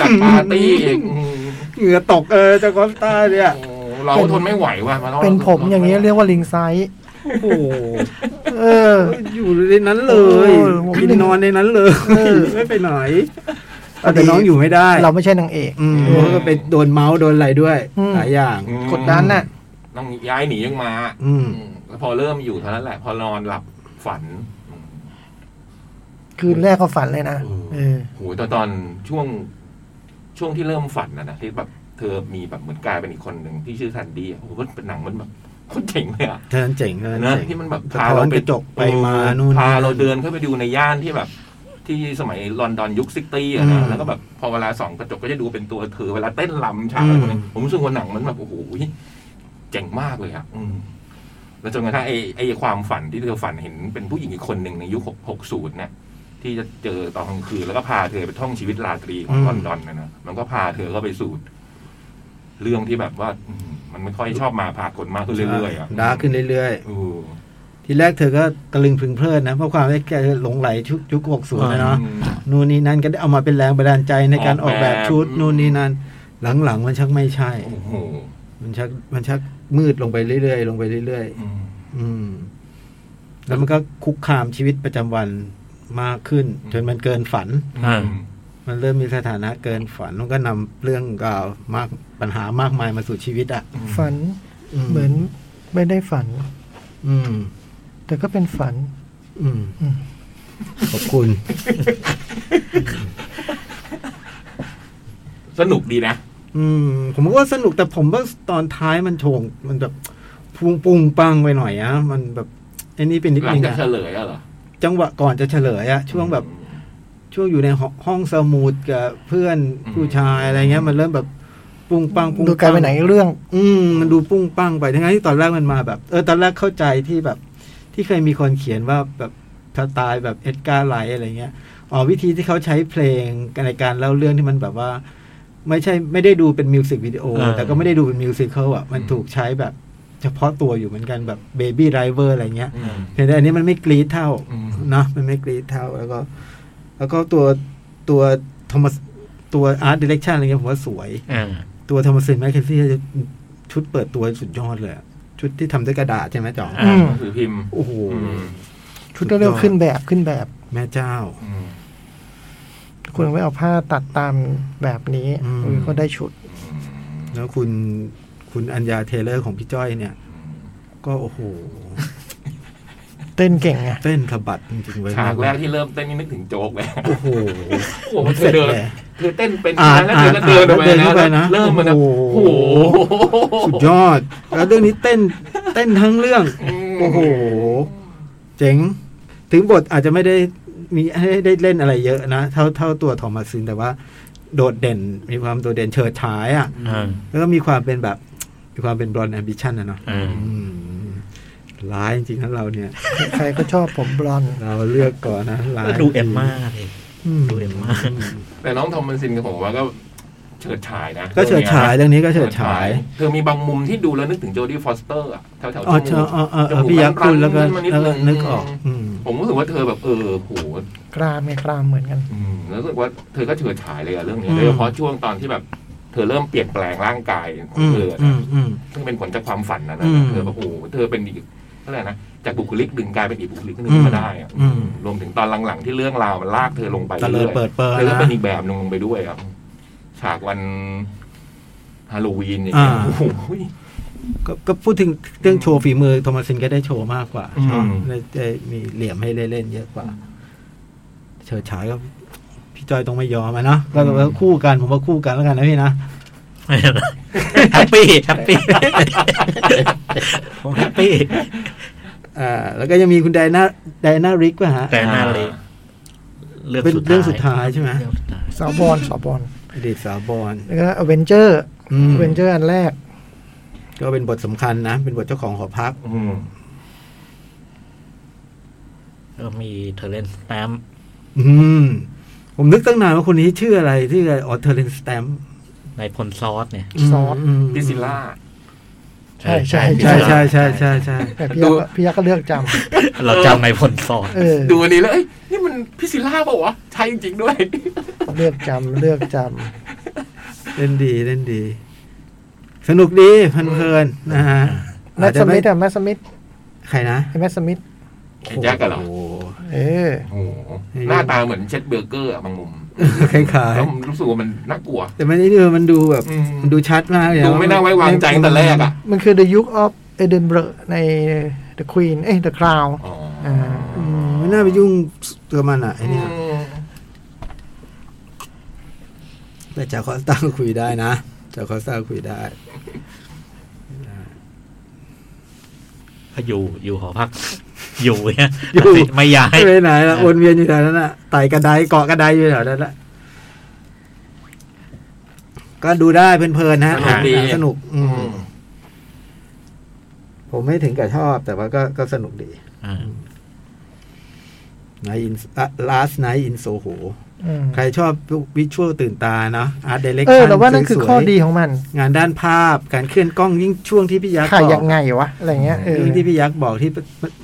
จัดปาร์ตี้อีกอืม เหงื่อตกเออจากคอสตาเนี่ย โอ้เราก็ทนไม่ไหวว่ะาล่า เป็นผมอย่างนี้เรียกว่าลิงไซส์ โอ้โห เออ อยู่ในนั้นเลย โอ้โห กินนอนในนั้นเลย เออ ไม่ไปไหน พอดี แต่น้องอยู่ไม่ได้ เราไม่ใช่นางเอก อืมเพราะก็ไปโดนเมาส์โดนอะไรด้วย อืม หลายอย่าง อืม กดดันน่ะ ต้องย้ายหนียังมา อืม อืมแล้วพอเริ่มอยู่เท่านั้นแหละ พอนอนหลับฝันอืม คืนแรกก็ฝันเลยนะ เออ โหตอนตอนช่วงช่วงที่เริ่มฝันนะนะที่แบบเธอมีแบบเหมือนกลายเป็นอีกคนหนึ่งที่ชื่อซันดี้อะโอ้โหมันเป็นหนังมันแบบโคตรเจ๋งเลยอะ เท่านั้นเจ๋งเท่านั้น นะ เจ๋ง ที่มันแบบ พา พา เรา เรา ไป ไป จกไปมา เออ นู่น พาเราเดินเข้าไปดูในย่านที่แบบ ที่สมัยลอนดอนยุคซิตี้อะ อื นะ ม แล้วก็แบบพอเวลาส่องกระจกก็จะดูเป็นตัวเธอเวลาเต้นลำฉากอะไรพวกนี้ อืม ผมรู้สึกว่าหนังมันแบบโอ้โหเจ๋งมากเลยอะอืม แล้วจนกระทั่งไอ้ไอ้ความฝันที่เธอฝันเห็นเป็นผู้หญิงอีกคนหนึ่งในยุคหกศูนย์เนี่ย ที่จะเจอตอนกลางคืนแล้วก็พาเธอไปท่องชีวิตราตรีของ อืม ลอนดอนนะนะมันก็พาเธอก็ไปสู่เรื่องที่แบบว่าอืมมันไม่ค่อยชอบมาพากลมากขึ้นเรื่อยๆอ่ะ ดาร์กขึ้นเรื่อย โอ้ ๆ ทีแรกเธอก็ตะลึงพรึงเพลินนะ เพราะความที่แกหลงไหลชุกยุคหกศูนย์นะเนาะ อืม นู่นนี่นั่นก็ได้เอามาเป็นแรงบันดาลใจในการออกแบบ ออกแบบ ชุดนู่นนี่นั่น หลังๆ มันชักไม่ใช่ โอ้โห มันชักมันชักมืดลงไปเรื่อยๆ ลงไปเรื่อย อืม ๆ อืม แล้วมันก็คุกคามชีวิตประจำวันมากขึ้น อืม จนมันเกินฝัน อ่า มันเริ่มมีสถานะเกินฝันมันก็นำเรื่องราวมากปัญหามากมายมาสู่ชีวิตอ่ะ ฝันเหมือนไม่ได้ฝัน อืม แต่ก็เป็นฝัน อืม อืม ขอบคุณ สนุกดีนะ อืม ผมว่าสนุกแต่ผมว่าตอนท้ายมันโฉงมันแบบพุงปุงปังไปหน่อยอะมันแบบไอ้นี่เป็นนิด หลัง นึง จาก อะ เฉลยอะเหรอ จังหวะก่อนจะเฉลยอะช่วงแบบช่วงอยู่ในห้องห้องสมุดกับเพื่อนผู้ชายอะไรเงี้ย มันเริ่มแบบปุงปังปุง ดูกลายเป็นหนังอีกเรื่อง อืมมันดูปุ้งปังไปทั้งๆที่ตอนแรกมันมาแบบเออตอนแรกเข้าใจที่แบบ ที่เคยมีคนเขียนว่าแบบสไตล์แบบเอ็ดการ์ไลท์อะไรเงี้ยอ๋อวิธีที่เขาใช้เพลงในการเล่าเรื่องที่มันแบบว่า ไม่ใช่ไม่ได้ดูเป็นมิวสิกวิดีโอ อ่า แต่ก็ไม่ได้ดูเป็นมิวสิคลอ่ะมันถูกใช้แบบเฉพาะตัวอยู่เหมือนกันแบบเบบี้ไรเวอร์อะไรเงี้ย อืม เพียงแต่อันนี้มันไม่กรีดเท่า อืม เนาะมันไม่กรีดเท่าแล้วก็ แล้วก็ตัวตัวโทมัสตัวอาร์ตดิเรกชันอะไรเงี้ยผมว่าสวย อ่า ตัวโทมัสแมคเคนซี่ชุดเปิดตัวสุดยอดเลยอะชุดที่ทำด้วยกระดาษใช่ไหมจ๋อง อ่า หนังสือพิมพ์ โอ้โห อืม ชุดเรื่องขึ้นแบบขึ้นแบบ แม่เจ้า อืม คุณไม่เอาผ้าตัดตามแบบนี้ อืม เออก็ได้ชุด แล้วคุณคุณอัญญาเทเลอร์ของพี่จ้อยเนี่ย ก็โอ้โห เต้นเก่งไง เต้นสะบัดจริงๆเว้ย ฉากแรกที่เริ่มเต้นนี่นึกถึงโจ๊กเลย โอ้โห โอ้โหเธอเดินเธอเต้นเป็น อ่า แล้วเธอก็เดินออกไป อ่าเดิน นะ เข้าไป แล้ว นะ เริ่มมันนะ โอ้ โอ้ โห โห สุดยอด แล้วเรื่องนี้เต้นเต้นทั้งเรื่อง โอ้โห เจ๋ง ถึงบทอาจจะไม่ได้มีให้ได้เล่นอะไรเยอะนะ เท่าเท่าตัวทอมัสซินแต่ว่า โดดเด่นมีความโดดเด่นเฉิดฉายอ่ะ อ่า แล้วก็มีความเป็นแบบ มีความเป็นบรอนแอมบิชันนะเนาะ อ่า อืมร้ายจริงๆนะเราเนี่ย ใครก็ชอบผมบลอนด์ เราเลือกก่อนนะร้าย ก็ดูเอ็มมาเลย อืม ดูเอ็มมา แต่น้องทอมมันซินกับผมว่าก็เฉิดฉายนะ ก็เฉิดฉายเรื่องนี้ก็เฉิดฉาย เธอมีบางมุมที่ดูแล้วนึกถึงโจดี้ฟอสเตอร์อะแถวๆ อ๋อ จ เชิ มู ญ ก อ๋ออ๋อ จ อ๋ มู อก พี่ยักษ์พูดแล้วก็ มันรันนิดแล้วก็นึงนึกออก อืม ผมรู้สึกว่าเธอแบบเออโห กล้ามไงกล้ามเหมือนกัน อืมแล้วรู้สึกว่าเธอก็เฉิดฉายเลยอะเรื่องนี้ อืม โดยเฉพาะช่วงตอนที่แบบ เธอเริ่มเปลี่ยนแปลงร่างกายขอ อื ง ม เธอ อื นะ มอืม ซึ่งเป็นผลจากความฝันนะ อื นะ ม เธอแบบโอ้โหเธอเป็นอีกอะไรนะจากบุคลิกหนึ่งกลายเป็นอีกบุคลิกหนึ่ง อืม มาได้อะ อืม รวมถึงตอนหลังๆที่เรื่องราวมันลากเธอลงไป ตะเลย เรื่อย เปิดเปิด เธอก็ นะ เป็นอีกแบบหนึงลงไปด้วยครับฉากวันฮาโลวีนอย่างเงี้ย อ่า โอ้โห ก็ก็พูดถึงเรื่องโชว์ฝีมือโทมัสซินก็ได้โชว์มากกว่า อืม เนอะได้ได้มีเหลี่ยมให้เล่นๆเยอะกว่า เฉิดฉายก็พี่จอยต้องไม่ยอมอะเนาะก็ก็คู่กันผมว่าคู่กันแล้วกันนะพี่นะ แฮปปี้แฮปปี้ผมแฮปปี้ อ่า แล้วก็ยังมีคุณไดนาไดนาริกป่ะฮะ แต่หน้าเลย เป็นเรื่องสุดท้ายใช่ไหม เรื่องสุดท้าย สาวบอลสาวบอล อดีตสาวบอล แล้วก็อเวนเจอร์ อืม อเวนเจอร์อันแรก ก็เป็นบทสำคัญนะ เป็นบทเจ้าของหอพัก อืม ก็มีเทอร์เลนสแตมป์ อืม ผมนึกตั้งนานว่าคนนี้ชื่ออะไรที่ออะไรออเทอร์เลนสแตมป์ ในพลซอสเนี่ย ซอส ม พิซิลล่า ใช่ใช่ ใช่ใช่ใช่ใช่ใช่ แต่พี่ยักษ์ก็พี่ยักษ์ก็เลือกจำ เราจำในพลซอส เออ ดูอันนี้แล้วเอ้ยนี่มันพิซิลล่าเปล่าวะใช่จริงๆด้วย เลือกจำเลือกจำ เล่นดีเล่นดี สนุกดีเพลินๆนะฮะ แมทสมิธอะแมทสมิธ ใครนะ ไอ้แมทสมิธ ไอ้แจ็คอะเหรอ โโ เออ โอ้โหหน้าตาเหมือนเช็ดเบอร์เกอร์อะบางมุม คล้าย แล้วมันรู้สึกว่ามันน่ากลัว ๆแต่มันนี่ดูมันดูแบบ อืม มันดูชัดมากเลยนะ ดูไม่น่าไว้วางใจตั้งแต่แรกอ่ะ มันคือ The Duke of Edinburgh ใน The Queen เอ้ย The Crown อ๋อ อ่า อืมไม่น่าไปยุ่งตัวมันอ่ะไอเนี่ย อืม แต่จากคอสตาก็คุยได้นะจากคอสตาก็คุยได้ ก็อยู่อยู่หอพัก อยู่เนี่ย อยู่ ไม่ย้าย ไปไหนละวนเวียนอยู่แถวนั้นน่ะไต่กระไดเกาะกระไดอยู่แถวนั้นละก็ดูได้เพลินๆนะ สนุกดี สนุก อื อื ม ม ผมไม่ถึงกับชอบ แต่ว่าก็ก็สนุกดี อ่า ไนอินลาสไนอินโซโห อืม ใครชอบวิชวลตื่นตาเนาะอาร์ตเดเรค เออแต่ว่านั่นคือข้อดีของมัน งานด้านภาพการเคลื่อนกล้องยิ่งช่วงที่พี่ยักษ์ ถ่าย บ ยั อก งไงวะอะไรเงี้ยเออ ยิ่งที่พี่ยักษ์บอกที่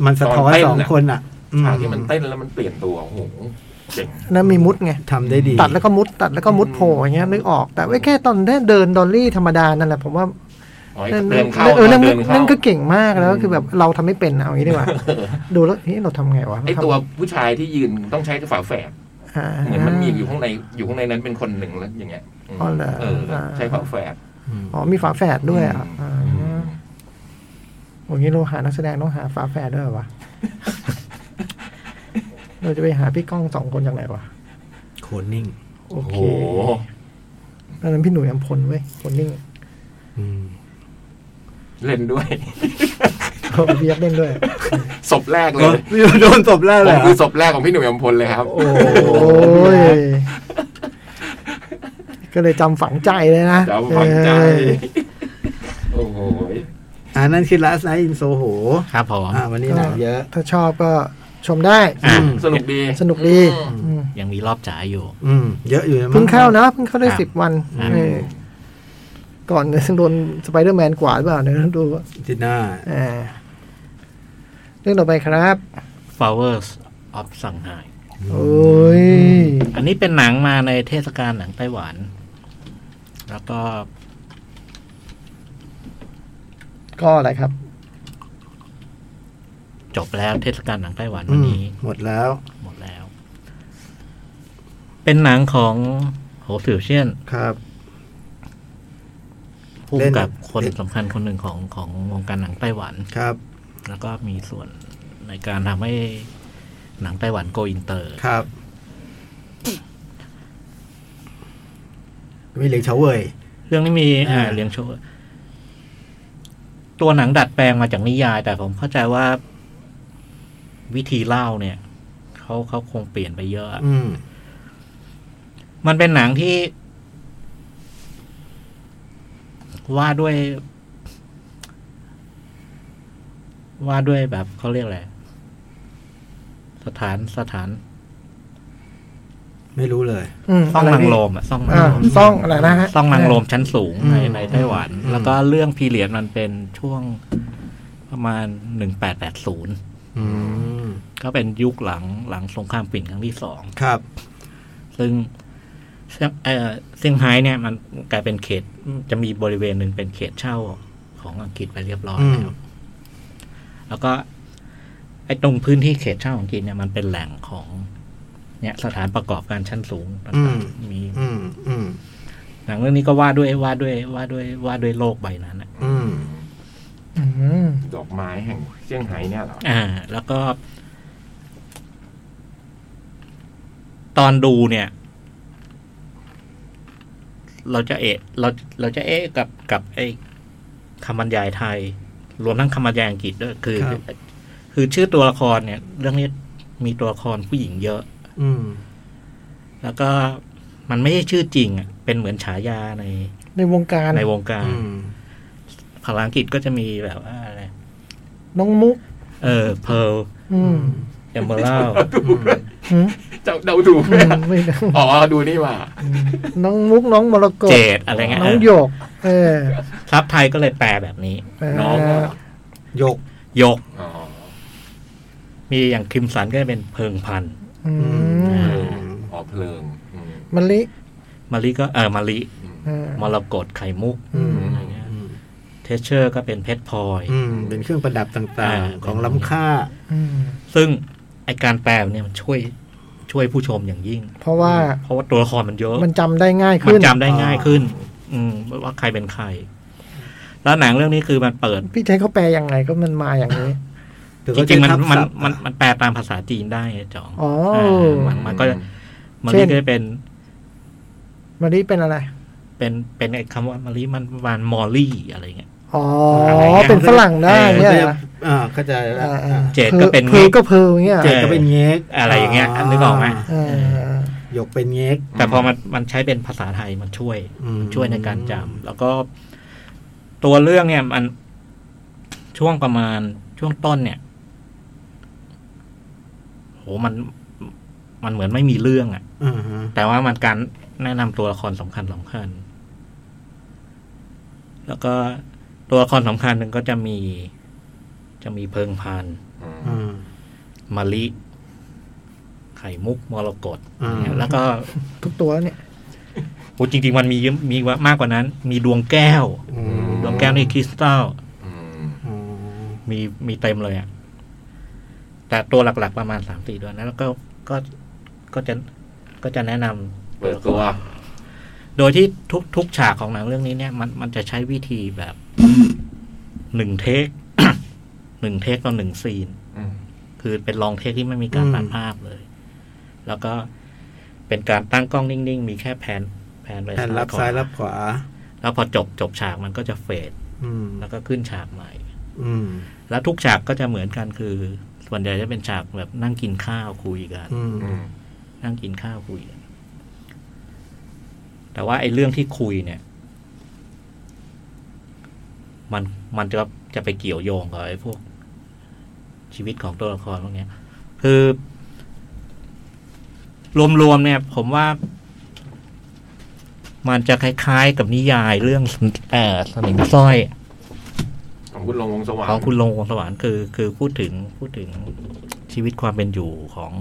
มันสะท้อน ตอนเต้น สอง น่ะ คนอ่ะอืม ฉากที่มันเต้นแล้วมันเปลี่ยนตัวโอ้โหเจ๋ง นั่นมีมุดไง ทำได้ดี ตัดแล้วก็มุดตัดแล้วก็มุด อืม โผล่อย่างเงี้ยนึกออกแต่ว่าแค่ตอนได้เดินดอลลี่ธรรมดานั่นแหละผมว่า อ๋อ นั่น เดินเข้า เออนั่น เดินเข้า นั่นก็เก่งมากแล้ว อืม คือแบบเราทำไม่เป็นเอางี้ ดีกว่า ดูแล้วเฮ้ยเราทำไงวะ ไอตัวผู้ชายที่ยืนต้องใช้ฝาแฝด า เหมือนมันมีอยู่ข้างในอยู่ข้างในนั้นเป็นคนหนึ่งแล้วอย่างเงี้ยม อ๋อเหรอ เออ อ่า ใช้ฝาแฝด อืม อ๋อมีฝาแฝดด้วยอ่ะ อื อ่าม อย่างนี้เราหานักแสดงต้องหาฝาแฝดด้วยเห รอวะ เราจะไปหาพี่ก้องสองคนจากไหนวะ โคนิ่ง โอ โอ้ เค โห ตอนนั้นพี่หนุ่ยอัมพลเว้ยคนนิ่ง อืม เล่นด้วย เอาเบียกเล่นด้วย ศพแรกเล โดน ย โดนตบแล้ว ผ เหร ม อ คือศพแรกของพี่หนุ่ยอมพลเลยครับ โอ้โห โอ้ยก็เลยจำฝังใจเลยนะ จำฝังใจ เออ โอ้โห อ่านั่นคือลาสไนอินโซโห ครับผม อ่าวันนี้หนังเยอะ ถ้าชอบก็ชมได้ อ่ะ อืม สนุกดี สนุกดี อืม อืม ยังมีรอบจ่ายอยู่ อืมเยอะอยู่นะมั้ เพิ่งเข้านะเพิ่งเข้าได้ ครับ สิบวัน อืม เออก่อนโดนสไปเดอร์แมนกวาดหรือเปล่าเดี๋ยวดูว่า อาที่หน้า เออเรื่องต่อไปครับ Flowers of Shanghai โอ้ย อันนี้เป็นหนังมาในเทศกาลหนังไต้หวัน แล้วก็ ก็อะไรครับ จบแล้วเทศกาลหนังไต้หวันวันนี้ หมดแล้ว หมดแล้ว เป็นหนังของโหสิวเชียน ครับ ผู้ เล่น กำกับคน เล่น สำคัญคนหนึ่งของของวงการหนังไต้หวัน ครับ แล้วก็มีส่วนในการทำให้หนังไต้หวันโกอินเตอร์ ครับมีเหลียงเฉาเว่ย เรื่องนี้มีอ่า อ่า เลี้ยงโชว์ตัวหนังดัดแปลงมาจากนิยาย แต่ผมเข้าใจว่า วิธีเล่าเนี่ยเขาเขาคงเปลี่ยนไปเยอะ อืม มันเป็นหนังที่ ว่าด้วย ว่าด้วยแบบเขาเรียกอะไร สถานสถาน ไม่รู้เลย อืม ซ่อะงไร นาง พี่ โลมอะซ่องนาง อ่า โลม ซ่องอะไรนะฮะ ต้องนางลมชั้นสูงใน อืม ในไต้หวัน อืม แล้วก็เรื่องพีเรียดมันเป็นช่วงประมาณหนึ่งแปดแปดศูนย์ อืม ก็เป็นยุคหลังหลังสงครามปิ่นครั้งที่สอง ครับ ซึ่งเซี่ยงเอ่อเซี่ยงไฮ้เนี่ยมันกลายเป็นเขตจะมีบริเวณหนึ่งเป็นเขตเช่าของอังกฤษไปเรียบร้อย อืม แล้วแล้วก็ไอ้ตรงพื้นที่เขตเช่าของอังกฤษเนี่ยมันเป็นแหล่งของ เนี่ยสถานประกอบการชั้นสูงต่างๆมี อืม อืม หนังเรื่องนี้ก็ว่าด้วยว่าด้วยว่าด้วยว่าด้วยโลกใบนั้นอะ อืม อืม ดอกไม้แห่งเซี่ยงไฮ้เนี่ยเหรอ อ่า แล้วก็ ตอนดูเนี่ย เราจะเอะเราเราจะเอะกับกับไอ้คำบรรยายไทย รวมทั้งคำบรรยายอังกฤษด้วยคือ ครับ คือชื่อตัวละครเนี่ย เรื่องนี้มีตัวละครผู้หญิงเยอะ อืม แล้วก็มันไม่ใช่ชื่อจริงอ่ะเป็นเหมือนฉายาใน ในวงการ ในวงการ อืม ภาษาอังกฤษก็จะมีแบบว่าอะไร น้องมุก เออเพล อืม เอเมอ รัล หืม เจ้าเดาดูไหม อืม อะ ไม่ได้ อ๋อ ดูนี่ว่า น้องมุกน้องมรกต เจดอะไรเงี้ย น้อง เออ หยก เออ ซับไทยก็เลยแปลแบบนี้ เออ น้องเหรอ ยก ยก อ๋อ มีอย่างคิมสันก็จะเป็นเพิงพันธุ์ อืม เอออ๋อเพลิงอืม มะลิ มาริก็เออมาริ อืม เออ มรกตไข่มุก อืม อะไรเงี้ยเทสเชอร์ก็เป็นเพชรพลอย อืม เป็นเครื่องประดับต่างๆ ของล้ำค่า อืม ซึ่งไอการแปลแบบเนี่ยมันช่วยช่วยผู้ชมอย่างยิ่ง เพราะว่า เพราะว่าตัวละครมันเยอะ มันจำได้ง่าย มั ขึ้น จำได้ง่ายขึ้น อืมว่าใครเป็นใคร แล้วหนังเรื่องนี้คือมันเปิด พี่ใช้เขาแปลยังไงก็มันมาอย่างนี้ จริงๆมันมันมันมันแปลตามภาษาจีนได้ไงจ๋อง อ๋ออ่ ามันมันก็มันก็จะเป็น มะลิเป็นอะไร เป็นเป็นไอ้คำว่ามะลิมันวานมอลลี่อะไรเงี้ย อ๋อ อะไรอย่างเงี้ย เป็นฝรั่งได้ เออ เนี่ย เรียกเหรอ อ่าเข้าใจแล้ว อ่าอ่า เจดก็เป็น เพลก็เพลอย่างเงี้ยเหร เจดอก็เป็นเง็ก อะไรอย่างเงี้ยนึกออกไหม เออ ยกเป็นเง็ก แต่พอมันมันใช้เป็นภาษาไทยมันช่วย อืม ช่วยในการจำแล้วก็ ตัวเรื่องเนี่ยมันช่วงประมาณช่วงต้นเนี่ยโหมัน มันเหมือนไม่มีเรื่องอ่ะ อ่าฮะ แต่ว่ามันการแนะนำตัวละครสำคัญสำคัญ แล้วก็ตัวละครสำคัญหนึ่งก็จะมี จะมีเพิงพาน อืม อ่า มะลิ ไข่มุกมรกต อืม เนี่ยแล้วก็ ทุกตัวแล้วเนี่ย โหจริง ๆ มันมีเยอะมีว่ามากกว่านั้น มีดวงแก้ว อืม ดวงแก้วนี่คริสตัล อืม อ๋อ มีมีเต็มเลยอะ่ะ แต่ตัวหลักๆประมาณสามสี่ตัวนั้นแล้วก็ก็ก็จะก็จะแนะนำ เปิดตัว โดยที่ทุกทุกฉากของหนังเรื่องนี้เนี่ย มันมันจะใช้วิธีแบบหนึ่งเทค หนึ่งเทคต่อหนึ่งซีน อืม คือเป็นลองเทคที่ไม่มีการตัดภาพเลย แล้วก็เป็นการตั้งกล้องนิ่ง ๆ มีแค่แผนแผนไป แอนรับ ขว ซ้ายรับขวา แล้วพอจบจบฉากมันก็จะเฟด อืม แล้วก็ขึ้นฉากใหม่ อืม แล้วทุกฉากก็จะเหมือนกันคือส่วนใหญ่จะเป็นฉากแบบนั่งกินข้าวคุยกัน อืม อืม นั่งกินข้าวคุยกันแต่ว่าไอ้เรื่องที่คุยเนี่ย มันมันจะจะไปเกี่ยวโยงกับไอ้พวก ชีวิตของตัวละครพวกเนี้ย คือ รวมๆเนี่ย ผมว่า มันจะคล้ายๆกับนิยายเรื่องเอ่อสมิงสร้อย ของคุณลงวงสว่าง ของคุณลงวงสวรรค์คือ คือพูดถึงพูดถึงชีวิตความเป็นอยู่ของ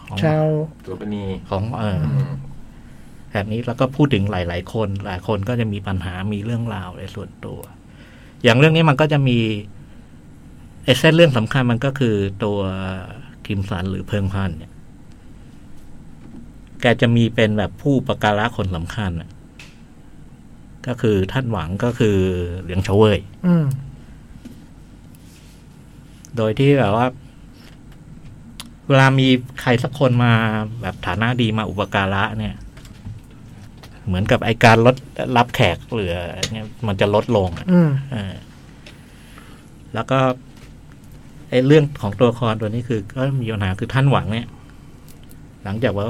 ของ ชาว ตัวปนี ของเออ อืม แบบนี้แล้วก็พูดถึงหลาย ๆ คน หลายคนก็จะมีปัญหามีเรื่องราวในส่วนตัว อย่างเรื่องนี้มันก็จะมีไอ้เส้นเรื่องสำคัญมันก็คือตัวคิมสันหรือเพิงพันธุ์เนี่ย แกจะมีเป็นแบบผู้ประการะคนสำคัญน่ะก็คือท่านหวังก็คือเหลียงเฉาเวย อืม โดยที่แบบว่า เวลามีใครสักคนมาแบบฐานะดีมาอุปการะเนี่ย เหมือนกับไอการลดรับแขกเหลือเนี่ยมันจะลดลงอะ อืม เออแล้วก็ไอเรื่องของตัวละครตัวนี้คือ ก็มีปัญหาคือท่านหวังเนี่ย หลังจากว่า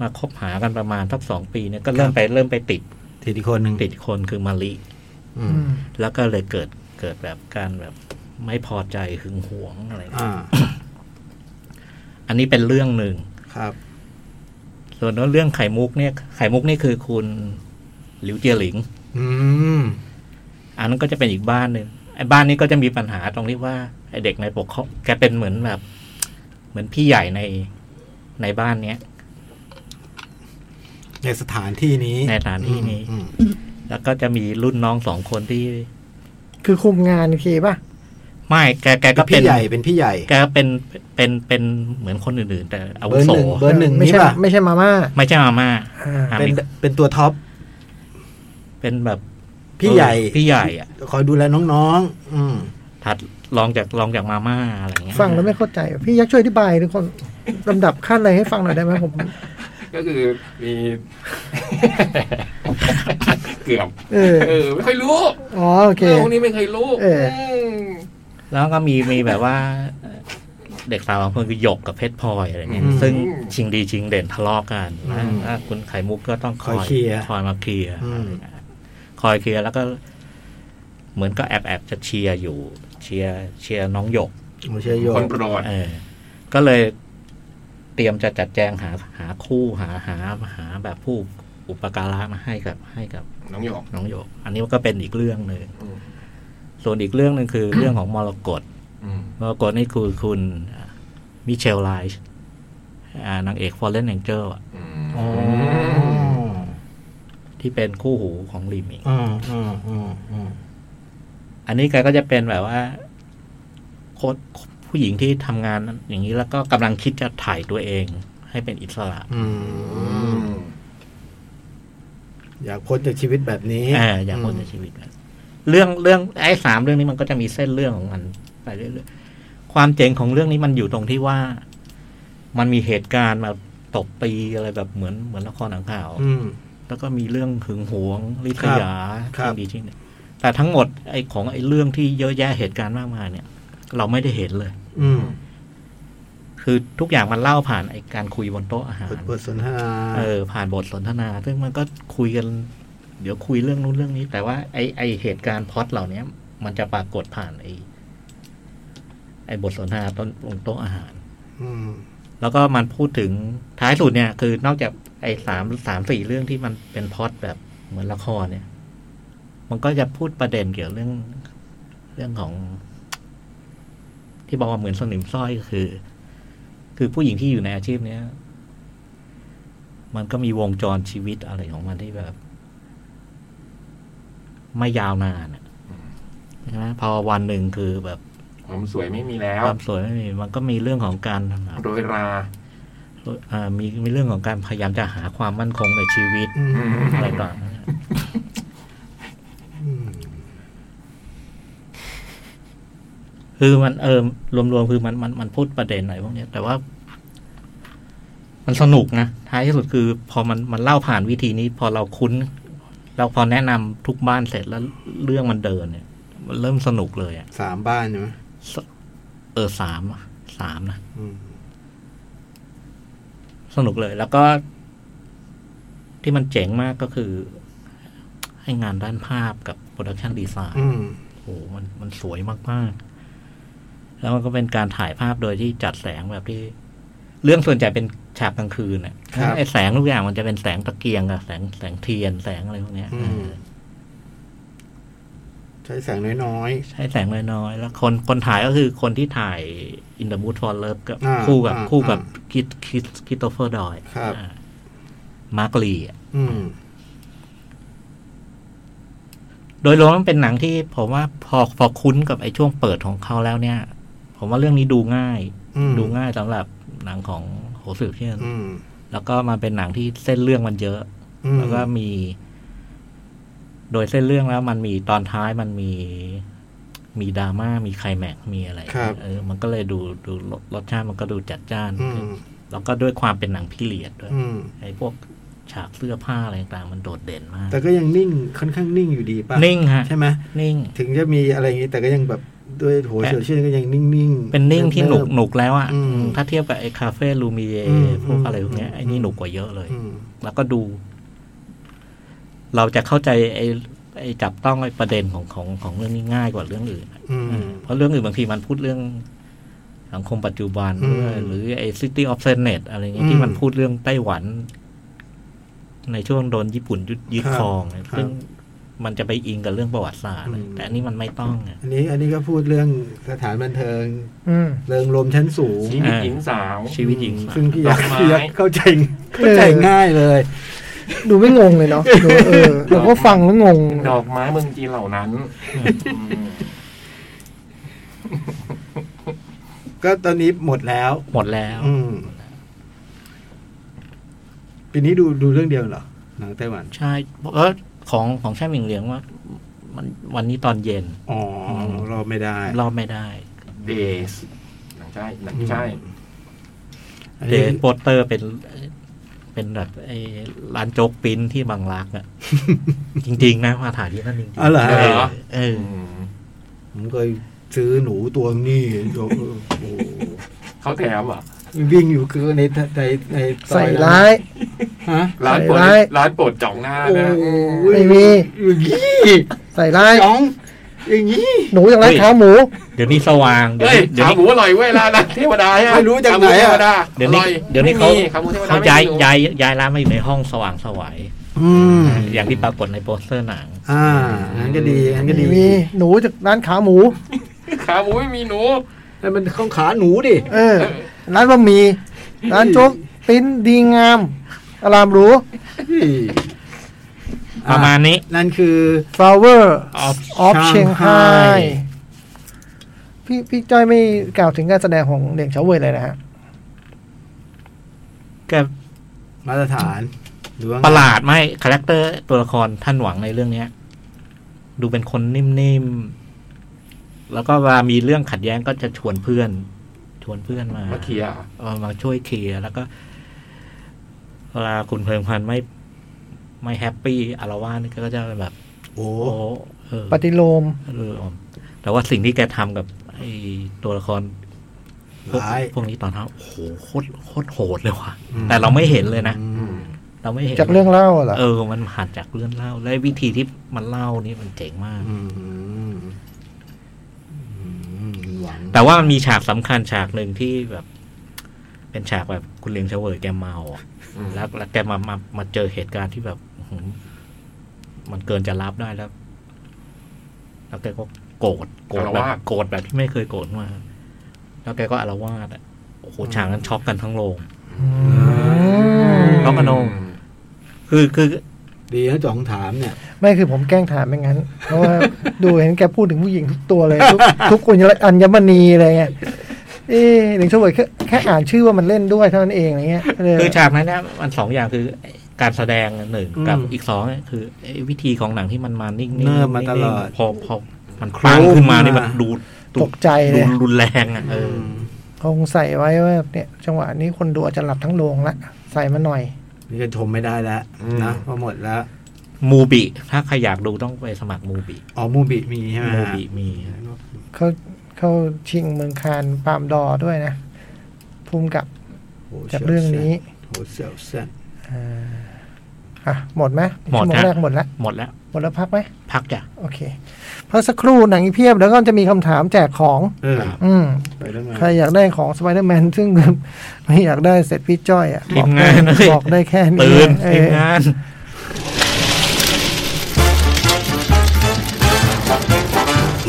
มาคบหากันประมาณทักสองปีเนี่ยก็เริ่มไปเริ่มไปติด ทีอีกคนหนึ่ง ติดคนคือมาริ อื อื ม ม แล้วก็เลยเกิดเกิดแบบการแบบไม่พอใจหึงหวงอะไรอย่างเงี้ย อ่า อันนี้เป็นเรื่องหนึ่ง ครับ ส่วนเรื่องไข่มุกเนี่ย ไข่มุกนี่คือคุณหลิวเจียหลิง อืม อันนั้นก็จะเป็นอีกบ้านหนึ่งไอ้บ้านนี้ก็จะมีปัญหาตรงที่ว่าไอ้เด็กในปกครองแกเป็นเหมือนแบบ เหมือนพี่ใหญ่ในในบ้านเนี้ย ในสถานที่นี้ ในสถานที่นี้ อืม แล้วก็จะมีรุ่นน้องสองคนที่ คือคุมงานโอเคป่ะ ไม่แกแก อืม ก็ เป็น เป็ พี่ น ใหญ่เป็นพี่ใหญ่ แกก็เป็นเป็นเป็นเหมือนคนอื่นๆ แต่อา เบ วุ อร์ โส หนึ่งเบอร์หนึ่ง ไม่ นี่ ใช่ ป่ะ ไม่ใช่มาม่า ไม่ใช่มาม่า อ่า อ่า เป็น มี เป็นตัวท็อป เป็นแบบ พี่ใหญ่ เออพี่ใหญ่อะ คอยดูแลน้องๆอืม ถัดลองจากลองจากมาม่าอะไรอย่างเงี้ย ฟังแล้วไม่เข้าใจ พี่ยักษ์ช่วยอธิบายทุกคนลำดับขั้นอะไรให้ฟังหน่อยได้ไหมผม ก็คือมี เกือบ เออ เออไม่ค่อยรู้ อ๋อโอเค เรื่องพวกนี้ไม่เคยรู้ เอออื ม แล้วก็มีมีแบบว่าเอ่อเด็กสาวบางคนคือหยกกับเพชรพลอยอะไรเงี้ยซึ่งชิงดีชิงเด่นทะเลาะกันนะแล้วคุณไข่มุกก็ต้องคอยคอยมาเคลียร์คอยเคลียร์แล้วก็ เหมือนก็แอบแอบจะเชียร์อยู่ เชียร์เชียร์น้องหยก โมเชยโย คนโปรด เออ ก็เลยเตรียมจะจัดแจงหาหาคู่หาหาหาแบบผู้อุปการะมาให้กับให้กับ น้องหยก น้องหยก อันนี้ก็เป็นอีกเรื่องหนึ่ง อืม ส่วนอีกเรื่องหนึ่งคือ เรื่องของมรกต อืม ปรากฏนี่คือคุณมิเชลไลช์อ่านางเอกฟอร์เรนแองเจล อืม อ๋อ ที่เป็นคู่หูของลีมิง อืมอืมอืมอืม อันนี้แกก็จะเป็นแบบว่าโค้ชผู้หญิงที่ทำงานอย่างนี้แล้วก็กำลังคิดจะถ่ายตัวเอง ให้เป็นอิสระ อื อื ม ม อยากพ้นจากชีวิตแบบนี้ เอออยากพ้นจากชีวิตนั้นเรื่องเรื่องไอ้สามเรื่องนี้มันก็จะมีเส้นเรื่องของมันไปเรื่อยๆความเจ๋งของเรื่องนี้มันอยู่ตรงที่ว่า มันมีเหตุการณ์มาตบตีอะไรแบบเหมือนเหมือนละครหนังข่าว อืม แล้วก็มีเรื่องหึงหวงริษยา ครับ จริงดีจริงเนี่ยแต่ทั้งหมดไอ้ของไอ้เรื่องที่เยอะแยะเหตุการณ์มากมายเนี่ย เราไม่ได้เห็นเลย อืม คือทุกอย่างมันเล่าผ่านไอ้การคุยบนโต๊ะอาหาร บทบทสนทนา เออผ่านบทสนทนา ซึ่งมันก็คุยกัน เดี๋ยวคุยเรื่องนู้นเรื่องนี้ แต่ว่าไอ้ไอ้เหตุการณ์พล็อตเหล่าเนี้ย มันจะปรากฏผ่านไอ้ไอ้บทสนทนาต้นบนโต๊ะอาหาร ม แล้วก็มันพูดถึงท้ายสุดเนี่ย คือนอกจากไอ้สามสามสี่เรื่องที่มันเป็นพล็อดแบบเหมือนละครเนี่ย มันก็จะพูดประเด็นเกี่ยวเรื่อง เรื่องของ ที่บอกว่าเหมือนสนิมสร้อยก็คือ คือผู้หญิงที่อยู่ในอาชีพเนี้ย มันก็มีวงจรชีวิตอะไรของมันที่แบบ ไม่ยาวนานอะใช่ไหมพอวันหนึ่งคือแบบ ความสวยไม่มีแล้ว ความสวยไม่มีมันก็มีเรื่องของการ โดยรา อ่ามีมีเรื่องของการพยายามจะหาความมั่นคงในชีวิต อืม อืม อะไรต่าง อืม ๆคือมันเออรวมๆคือมันมันมันพูดประเด็นอะไรพวกเนี้ย แต่ว่า มันสนุกนะท้ายที่สุดคือ พอมันมันเล่าผ่านวิธีนี้ พอเราคุ้น เราพอแนะนำทุกบ้านเสร็จแล้วเรื่องมันเดินเนี่ย มันเริ่มสนุกเลยอะ่ะ สามบ้านใช่ไหม สเออสามอะสามนะ อืม สนุกเลย แล้วก็ ที่มันเจ๋งมากก็คือ ให้งานด้านภาพกับโปรดักชันดีไซน์ อืม โอ้โหมันมันสวยมาก ๆ แล้วมันก็เป็นการถ่ายภาพโดยที่จัดแสงแบบที่ เรื่องส่วนใหญ่เป็นฉากกลางคืนน่ะไอ้แสงทุกอย่างมันจะเป็นแสงตะเกียงกับแสงแสงเทียนแสงอะไรพวกเนี้ย อืมใช้แสงน้อย ใช้แสงน้อยๆ แล้วคนคนถ่ายก็คือคนที่ถ่าย In the Mood for Love กับ อ่า คู่กับ อ่า คู่กับคิดคิดคิดโตเฟอร์ดอย ครับ มาร์กลี ๆ อืม โดยรวมมันเป็นหนังที่ผมว่าพอพอคุ้นกับไอ้ช่วงเปิดของเขาแล้วเนี่ย ผมว่าเรื่องนี้ดูง่าย อืม ดูง่ายสำหรับหนังของโหสืบเช่น อืม แล้วก็มาเป็นหนังที่เส้นเรื่องมันเยอะ อืม แล้วก็มี โดยเส้นเรื่องแล้วมันมีตอนท้ายมันมี มีดราม่ามีไคลแม็กซ์มีอะไร ครับ เออ มันก็เลยดูดูรสรสชาติมันก็ดูจัดจ้าน อื ขึ้น ม แล้วก็ด้วยความเป็นหนังพิเรียดด้วย อืม ไอ้พวกฉากเสื้อผ้าอะไรต่างๆมันโดดเด่นมาก แต่ก็ยังนิ่งค่อนข้างนิ่งอยู่ดีป่ะ นิ่งฮะ ใช่ไหม นิ่ง ถึงจะมีอะไรอย่างนี้ แต่ก็ยังแบบด้วยโหเฉียวเชื่อก็ยังนิ่งๆ เป็นนิ่งที่หนุกหนุกแล้วอ่ะ อืม อืมถ้าเทียบกับไอ้คาเฟ่ลูมิเย อืม พวก อืม อะไรพวกเนี้ย อืม ไอ้นี่หนุกกว่าเยอะเลย อืม แล้วก็ดู เราจะเข้าใจไอ้ไอ้จับต้องไอ้ประเด็นของของของเรื่องนี้ง่ายกว่าเรื่องอื่นอะ อืม เพราะเรื่องอื่นบางทีมันพูดเรื่องสังคมปัจจุบัน อืม ด้วยหรือไอ้ City of s e n e t อะไรเงี้ย อืม ที่มันพูดเรื่องไต้หวัน ในช่วงโดนญี่ปุ่นยึดยึด ครับ ครองอะ ครับ ซึ่งมันจะไปอิงกับเรื่องประวัติศาสตร์อะ อืม แต่อันนี้มันไม่ต้องอะ อันนี้อันนี้ก็พูดเรื่องสถานบันเทิง อืม เริงรมชั้นสูง ชีวิต อ่า หญิงสาว ชีวิตหญิง ซึ่งพี่ยักษ์ ดอกไม้ พี่ยักษ์เข้าใจเข้าใจ เออ ง่ายเลย ดูไม่งงเลยเนาะดูเออเราก็ฟังแล้วงง ดอกไม้เมืองจีนเหล่านั้นอืม ก็ตอนนี้หมดแล้ว หมดแล้ว อืมปีนี้ดูดูเรื่องเดียวเหรอหนังไต้หวัน ใช่เออของของแช่หมิงเหลียงว่า มันวันนี้ตอนเย็น อ๋ออ ม เราไม่ได้ รอบไม่ได้ เดสหนังใช่หนังใช่ อัน เด นี้ โปสเตอร์เป็นเป็นแบบไอ้ร้านโจ๊กปิ้นที่บางรักอะ จริง ๆ นะมาถ่ายที่นั่นจริง อ๋อเหรอ ๆเอ เหร อ อ เออ อืม ผมเคยซื้อหนูตัวนี้โอ้โห เขาแถมเหรอ่ะ วิ่งอยู่คือในในในซ ใส่ อยนั้น ร้าย ฮะ ร้านโปรด ใส่ร้าย ร้านโปรดจ่องหน้า โอ้ นะ ไม่มี อย่างนี้ ใส่ร้าย จ้องอย่างนี้ หนูอย่างไรขาหมู เดี๋ยวนี้สว่าง เดี๋ยว เฮ้ย นี้เดี๋ยว ขา นี้ หมูอร่อยเว้ยร้านนะเทวดาฮะ ไม่รู้จากไหนอะ ขมูเทวดา เดี๋ยว อร่นี้อย เดี๋ยวนี้เขา ไม่มีขาหมูเทวดา เขา ไม่ ย้าย มี ย้ายย้ายร้านมาอยู่ในห้องสว่างสวย อืม อย่างที่ปรากฏในโปสเตอร์หนัง อ่างั้นก็ดีงั้นก็ดี มีหนูจากร้านขาหมู ขาหมูไม่มีหนู นั่นมันข้องขาหนูดิ เออ ร้านบะหมี่ร้านโจ๊กปิ้นดีงามอารามหรู ประมาณนี้ นั่นคือ ฟลาเวอร์ Of ออฟเชียงไฮ Shanghai พี่พี่จ้อยไม่กล่าวถึงการแสดงของเหลียงเฉาเว่ยเลยนะฮะ แก็ มาตรฐานหรือว่า ประหลาดไหมคาแรคเตอร์ตัวละครท่านหวังในเรื่องเนี้ย ดูเป็นคนนิ่มๆ แล้วก็เวลามีเรื่องขัดแย้งก็จะชวนเพื่อน ชวนเพื่อนมา มาเคลียร์ เอ่อมาช่วยเคลียร์แล้วก็เวลาคุณเพลิงพันธุ์ไม่ไม่แฮปปี้อารวาสนี่ก็จะแบบ โอ้ โอ้เออ ปฏิโลม เออแต่ว่าสิ่งที่แกทำกับไอ้ตัวละครพวก ร้าย พวกนี้ตอนนั้นโอ้โหโคตรโคตรโหดเลยว่ะ อืม แต่เราไม่เห็นเลยนะ อืม เราไม่เห็น จากเรื่องเล่าเหรอ เออ มันผ่านจากเรื่องเล่า และวิธีที่มันเล่านี่มันเจ๋งมาก อืมอืมหวัง แต่ว่ามันมีฉากสำคัญฉากหนึ่งที่แบบ ไป เป็นฉากแบบคุณเลียงเฉวยแกเมาอะ อืม แล้วแล้วแกมามามาเจอเหตุการณ์ที่แบบอื้อหือมันเกินจะรับได้แล้วแล้วแกก็โกรธโกรธ อา แบ ละ บ วาด โกรธแบบที่ไม่เคยโกรธมาแล้วแกก็อารวาสอ่ะโอ้โหฉากนั้นช็อกกันทั้งโรง น้องอโนง คือคือ ดีนะจ่องถามเนี่ย ไม่คือผมแกล้งถามไม่งั้น เพราะว่า ดูเห็นแกพูดถึงผู้หญิงทุกตัวเลย ทุกทุกคนอัญมณีอะไรเงี้ยเอ๊ะหลิงเฉวยแค่แค่อ่านชื่อว่ามันเล่นด้วยเท่านั้นเองอะไรเงี้ยก็เลย คือฉากนั้นเนี่ยมันสองอย่างคือการแสดงหนึ่ง อืม กับอีกสองเนี่ยคือไอ้วิธีของหนังที่มันมานิ่งๆ เนิบมาตลอด นิ่งๆพอพอมันคลั่งขึ้นมานี่มัน มา ดูดู ตกใจเล ดู ย รุนแรงอ่ะเอออ เขาคงใส่ไว้ว่าเนี่ยจังหวะนี้คนดูอาจจะหลับทั้งโรงละใส่มาหน่อย นี่ก็ชมไม่ได้แล้ว อืม นะเพอหมดแล้ว มูบิ ถ้าใครอยากดูต้องไปสมัครมูบิ อ๋อมูบิมีใช่ไหม มูบิมี เขาเขาชิงเมืองคานปาล์มดอร์ด้วยนะภูมิกับ โอ้โห จากเรื่องนี้ โอ้โหเสียวเส้น อ่าอ่ะหมดไหม หมด ชั่วโง ฮะ แรกหมดละ หมดแล้ว หมดแล้วพักไหม พักจ้ะ โอเคพักสักครู่หนังอีกเพียบแล้วก็จะมีคำถามแจกของ เออ ครับ อืม ไปเรื่อง ใครอยากได้ของสไปเดอร์แมนซึ่ง ไม่อยากได้เสร็จพี่จ้อยอ่ะ ที บอ ม ก งา ได้ นเอ้ย บอกได้แค่นี้ ตื่น เอ ทีม อง าน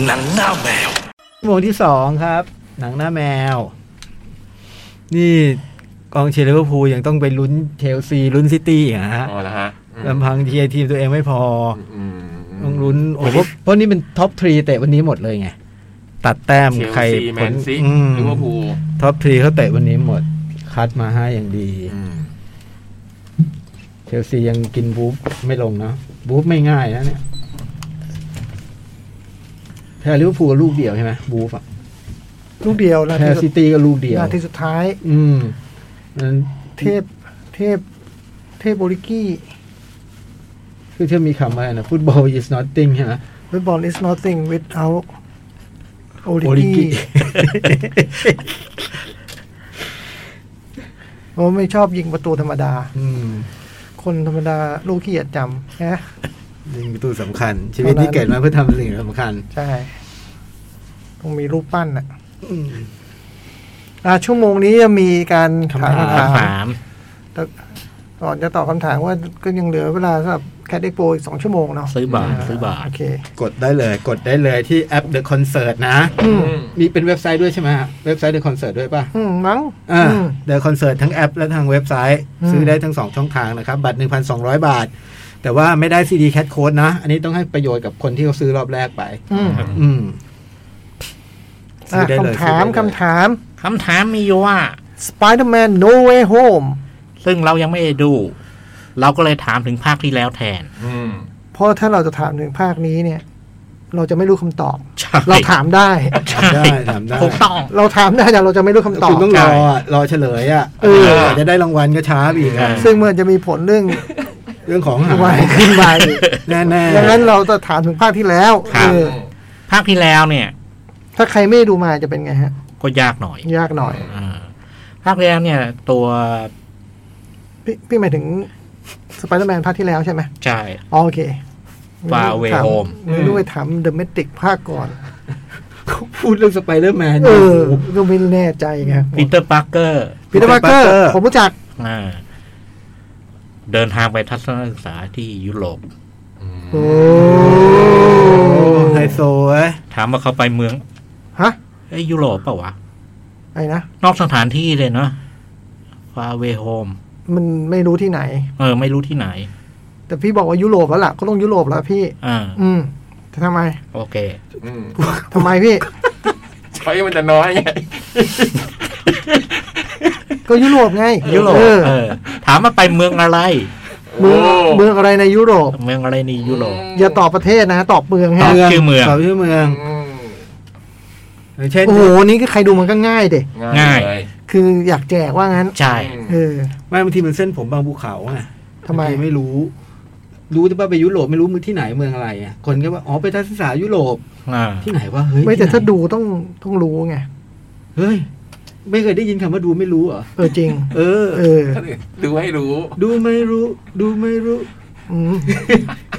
หนังหน้าแมว หมวดที่สองครับ หนังหน้าแมว นี่กองเชียร์ลิเวอร์พูลยังต้องไปลุ้นเชลซีลุ้นซิตี้อีกนะฮะ อ๋อแล้วฮะอืม ลำพังเชียร์ทีมตัวเองไม่พอ อืม ต้องลุ้นโอ้โหเพราะนี่เป็นท็อปทรีเตะวันนี้หมดเลยไง ตัดแต้ม เชล ใคร ซีแมนซี อืม ลิเวอร์พูล ท็อปทรีเขาเตะวันนี้หมด คัดมาให้อย่างดี อืม เชลซียังกินบูฟไม่ลงเนาะบูฟไม่ง่ายนะเนี่ยแพ้ลิเวอร์พูลก็ลูกเดียวใช่ไหมบูฟอะ ลูกเดียวนา แพ้ ที ซิ สุด ตี้ก็ลูกเดียว นาทีสุดท้าย อืมนั้น เทพ เทพ เทพโบริกี้ คือเชื่อมีคำว่าอะไรนะฟุตบอล is nothing ใช่ไหม football is nothing without โอ โอลิ ลิ กิ กี้ ผมไม่ชอบยิงประตูธรรมดา อืม คนธรรมดาลูกขี้เกียจจำนะ ยิงประตูสำคัญ ชีวิตที่เกิดมาเพื่อทำสิ่งสำคัญ ใช่ต้องมีรูปปั้นอ่ะ อืม อ่ะชั่วโมงนี้จะมีการ คำถาม ถามคำถาม สาม ก่อนจะตอบคำถามว่าก็ยังเหลือเวลาสำหรับแคดเด็กโปรอีกสองชั่วโมงเนาะ ซื้อบาท า ซื้อบาท โอเค กดได้เลย กดได้เลยที่แอป The Concert นะ อืม อืม มีเป็นเว็บไซต์ด้วยใช่ไหมฮะเว็บไซต์ The Concert ด้วยป่ะ อืมมั้ง อ่า อืม The Concert ทั้งแอปและทางเว็บไซต์ อืม ซื้อได้ทั้ง 2 ช่องทางนะครับ บัตร 1,200 บาท แต่ว่าไม่ได้ซีดีแค d โค้ดนะ อันนี้ต้องให้ประโยชน์กับคนที่เขาซื้อรอบแรกไป อืม อืม อ่ะ เลยซื้อได้เลยคำถามคำถาม คำถามมีอยู่ว่า Spider-Man No Way Home ซึ่งเรายังไม่ได้ดู เราก็เลยถามถึงภาคที่แล้วแทน อืม เพราะถ้าเราจะถามถึงภาคนี้เนี่ย เราจะไม่รู้คำตอบ ใช่ เราถามได้ ใช่ ได้ถามได้ ถูกต้อง เราถามได้แต่เราจะไม่รู้คำตอ คุ บ ณต้องรออะรอเฉลยอ่ะ เออ กว่าจะได้รางวัลก็ช้าไปอีกอะ ใช่ ซึ่งมันจะมีผลเรื่อง เรื่องของหา วัย ย ขึ้นไป แน่ ดังนั้นเราจะถามถึงภาคที่แล้ว ครับ เออ ภาคที่แล้วเนี่ย ถ้าใครไม่ดูมาจะเป็นไงฮะ ก็ยากหน่อย ยากหน่อย อ่าภาคที่แล้วเนี่ย ตัว พี่พี่หมายถึงสไปเดอร์แมนภาคที่แล้วใช่ไหม ใช่ อ๋อโอเค Far Away Home ไม่รู้ไปถามเดอะเมติกภาคก่อน ๆเขาพูดเรื่องสไปเดอร์แมน เออ ก็ไม่แน่ใจไง ปีเตอร์ปาร์เกอร์ พีเตอ Peter ร์พาร์เกอร์ Parker ผมรู้จัก อ่าเดินทางไปทัศนศึกษาที่ยุโรป โอ้ ไฮโซเว้ย ถามว่าเขาไปเมือง ฮะ เอ้ยยุโรปเปล่าวะ ไอ้นะ นอกสถานที่เลยเนาะฟาเวโฮม มันไม่รู้ที่ไหน เออ ไม่รู้ที่ไหน แต่พี่บอกว่ายุโรปแล้วล่ะ ก็ต้องยุโรปแล้วพี่ อ่า อืมแต่ทำไม โอเค อืม ทำไมพี่ ใช้มันจะน้อยไง ก็ยุโรปไง ยุโรป เออ เออ ถามว่าไปเมืองอะไร เมือง โ เมืองอะไรในยุโรป เมืองอะไรในยุโรป อย่าตอบประเทศนะ ตอบเมือง ตอ ฮะ บชื่อเมือง ตอบชื่อเมือง อืม อย่างเช่น โอ้โหนี่ก็ใครดูมันก็ง่ายเด็ ง่าย เลย คืออยากแจกว่างั้น ใช่ เออ ไม่บางทีมันเส้นผมบางภูเขาไง ทำไม บางไม่รู้ รู้แต่ว่าไปยุโรปไม่รู้มือที่ไหนเมืองอะไรอ่ะคนก็ว่าอ๋อไปทัศนศึกษายุโรป อ่า ที่ไหนวะเฮ้ย ไม่แต่ ที่หน ถ้าดูต้องต้องรู้ไง เฮ้ย ไม่เคยได้ยินคำว่าดูไม่รู้เหรอ เออจริง เออ เออ ดูให้รู้ ดูไม่รู้ ดูไม่รู้ อืม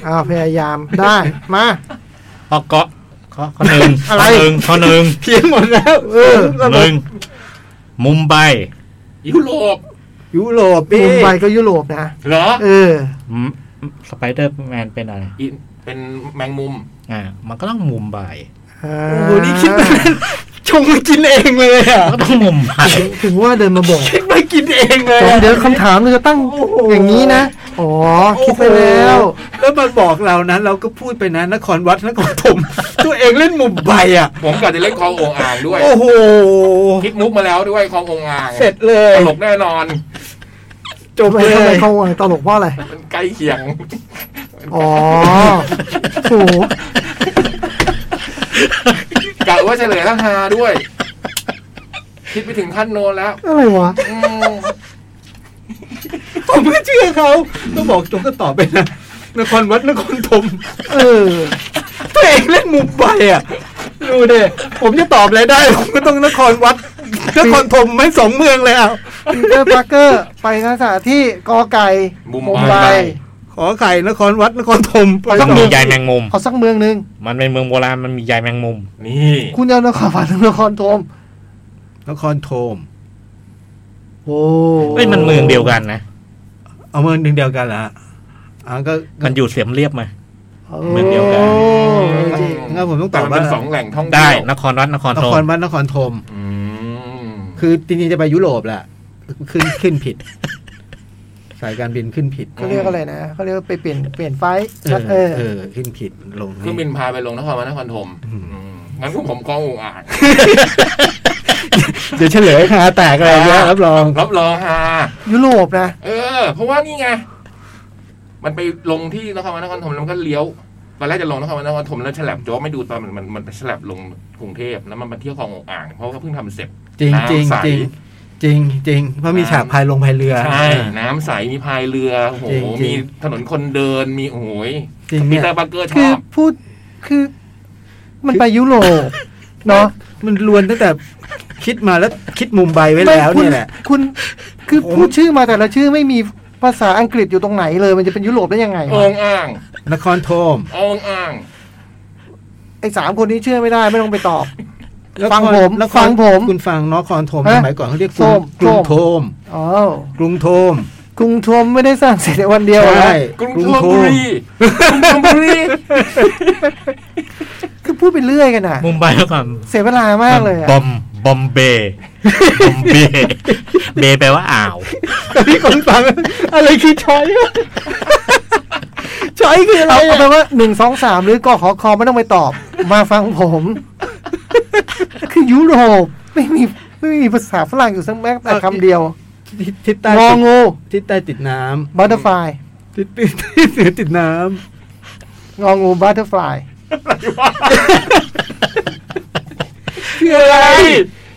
อ้าวพยายามได้ มา ข้อเกาะข้อข้อหนึ่ง อะไร ข้อหนึ่งข้อหนึ่ง เพี้ยนหมดแล้ว เออ หนึ่งมุมไบ ยุโรป ยุโรป มุ พี่ มไบก็ยุโรปนะ เหรอ เออ สไปเดอร์แมนเป็นอะไร อิเป็นแมงมุม อ่า มันก็ต้องมุมไบ อ่า โอ้โหนี่คิดไปชงมากินเองเลยอ่ะ มันก็ต้องมุมไบ ถึงว่าเดินมา บอก คิดมากินเองเลย เดี๋ยว อะ เดี๋ยวคำถามเราจะตั้ง โอ้โห อย่างนี้นะ อ๋อ คิดไปแล้ว โอ้โหแล้วมันบอกเรานั้น เราก็พูดไปนะนครวัดนครถม ตัวเองเล่นมุมใบอ่ะ ผมกับจะเล่นคลององอ่างด้วย โอ้โห คิดมุกมาแล้วด้วยคลององอ่าง เสร็จเล ต ย ลกแน่นอน จบ ทำไม เล ทำไม ย เขาตลกว่าอะไร มันใกล้เคียง อ๋อโห กะว่าเฉลยทั้งฮาด้วย คิดไปถึงขั้นโนนแล้ว อะไรวะ อืม ผมไม่เชื่อเขาก็บอกตรงก็ตอบไปนะนครวัดนครธม เออ ตัวเองเล่นมุมใบอ่ะดูเด้ผมจะตอบอะไรได้ ผมก็ต้องนครวัดนครธมไม่สองเมืองเลยอ่ะ ปีเตอร์ปาร์เกอร์ ไปนักษาที่กอไก่ มุม มุม ไบ ไบ ขอไข่นครวัดนครธมไป ต้อง ต่ มี อ ใยแมงมุม เอาสักเมืองหนึ่ง มันเป็นเมืองโบราณมันมีใยแมงมุม นี่ คุณเอานครพนมนครธม นครธม โอ้ เฮ้ยมันเมืองเดียวกันนะ เอาเมืองหนึ่งเดียวกันละอ่ะก็ก็ มันอยู่เสียมเรียบมา โ เมืองเดียวกัน โอ้จริง งั้นผมต้องต แต่ อบว่ามันเป็นสองแหล่งท่องเที่ยว ได้ นครวัดนคร น ธ ค ม รวัดนครธม อืม คือจริงๆจะไปยุโรปแหละขึ้นขึ้นผิด สายการบินขึ้นผิด เขาเรียกอะไรนะเขาเรียกว่าไปเปลี่ยนเปลี่ยนไฟล์ เออ เออ เออขึ้นผิดลง เครื่องบินพาไปลงนครวัดนครธมอืมงั้นพวกผมคลององอ่าง เดี๋ยวเฉลยค่ะแตกอะไรเงี้ยรับรอง รับรองฮา ยุโรปนะ เออ เพราะว่านี่ไง มันไปลงที่นครวัดนครธมแล้วมันก็เลี้ยวตอนแรกจะลงนครวัดนครธมแล้วฉลับโจ๊กไม่ดูตอนมันมันมันฉลับลงกรุงเทพแล้วมันมาเที่ยวคลององอ่าง เพราะว่าเพิ่งทำเสร็จ จริงจริง น้ำใส จริงจริงจริงเพราะมีฉากพายลงพายเรือ ใช่น้ำใสมีพายเรือโอ้โห จริ มี ง ถนนคนเดินมีโอ้ย จริง ปี เนี่ย เตอร์บัคเกอร์ช คือ อบ พูดคือมันไปยุโรปเนาะ มันลวนตั้งแต่คิดมาแล้วคิดมุมไบไว้แล้ว คุณ เนี่ยแหละ คุณคือ ผม พูดชื่อมาแต่ละชื่อไม่มีภาษาอังกฤษอยู่ตรงไหนเลย มันจะเป็นยุโรปได้ยังไง อ วะ งอ่าง นครโทม องอ่าง ไอ้สามคนนี้เชื่อไม่ได้ไม่ต้องไปตอบ แล้ว ฟังผม แล้ว ฟังผม คุณฟังนครโทม ฮะ สมัยก่อนเขาเรียกกรุง โทม กรุงโท โท ม อ๋อ กรุงโทม กรุงธมไม่ได้สร้างเสร็จในวันเดียวนะ ใช่ กรุงธนบุรีกรุงธนบุรี คือพูดไปเรื่อยกันอ่ะ มุมไบแล้วก่อน เสียเวลามากเลยอะ บอมบอมเบย์บอมเบย์เบย์แปลว่าอ่าว แต่พี่คนฟัง อะไรคือช้อยอะช้อยคืออะไร เอา อะ เอาแปลว่าหนึ่งสองสามหรือก็ขอคอไม่ต้องไปตอบ มาฟังผม คือยุโรปไม่มีไม่มีภาษาฝรั่งอยู่สักแม้แต่คำเดียว ทิศทิศใต้ งอ ติด งู ทิศใต้ติดน้ บัตเตอร์ฟลาย ำทิศทิศทิศเหนือติดน้ งองูบัตเตอร์ฟลาย ำคืออะไร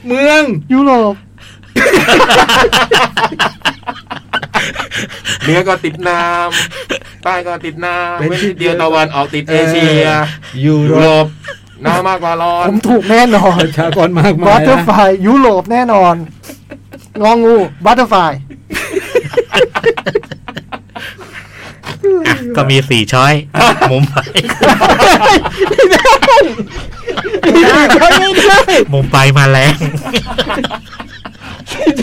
เมือง ยุโรป เหนือก็ติดน้ำใต้ก็ติดน้ำเว้นที่เดียวตะวันออกติดเอเชีย ยุ ยุ โร โร ป ปหน้ามากกว่าร้อ ผ น มถูกแน่นอน ประชากรมากมา บั ย ตเตอร์ฟ นะ ลายยุโรปแน่นอน งองูบัตเตอร์ฟลาย ก็มีสี่ช้อย มุมไบ ไม่ได้ มุมไบมาแรง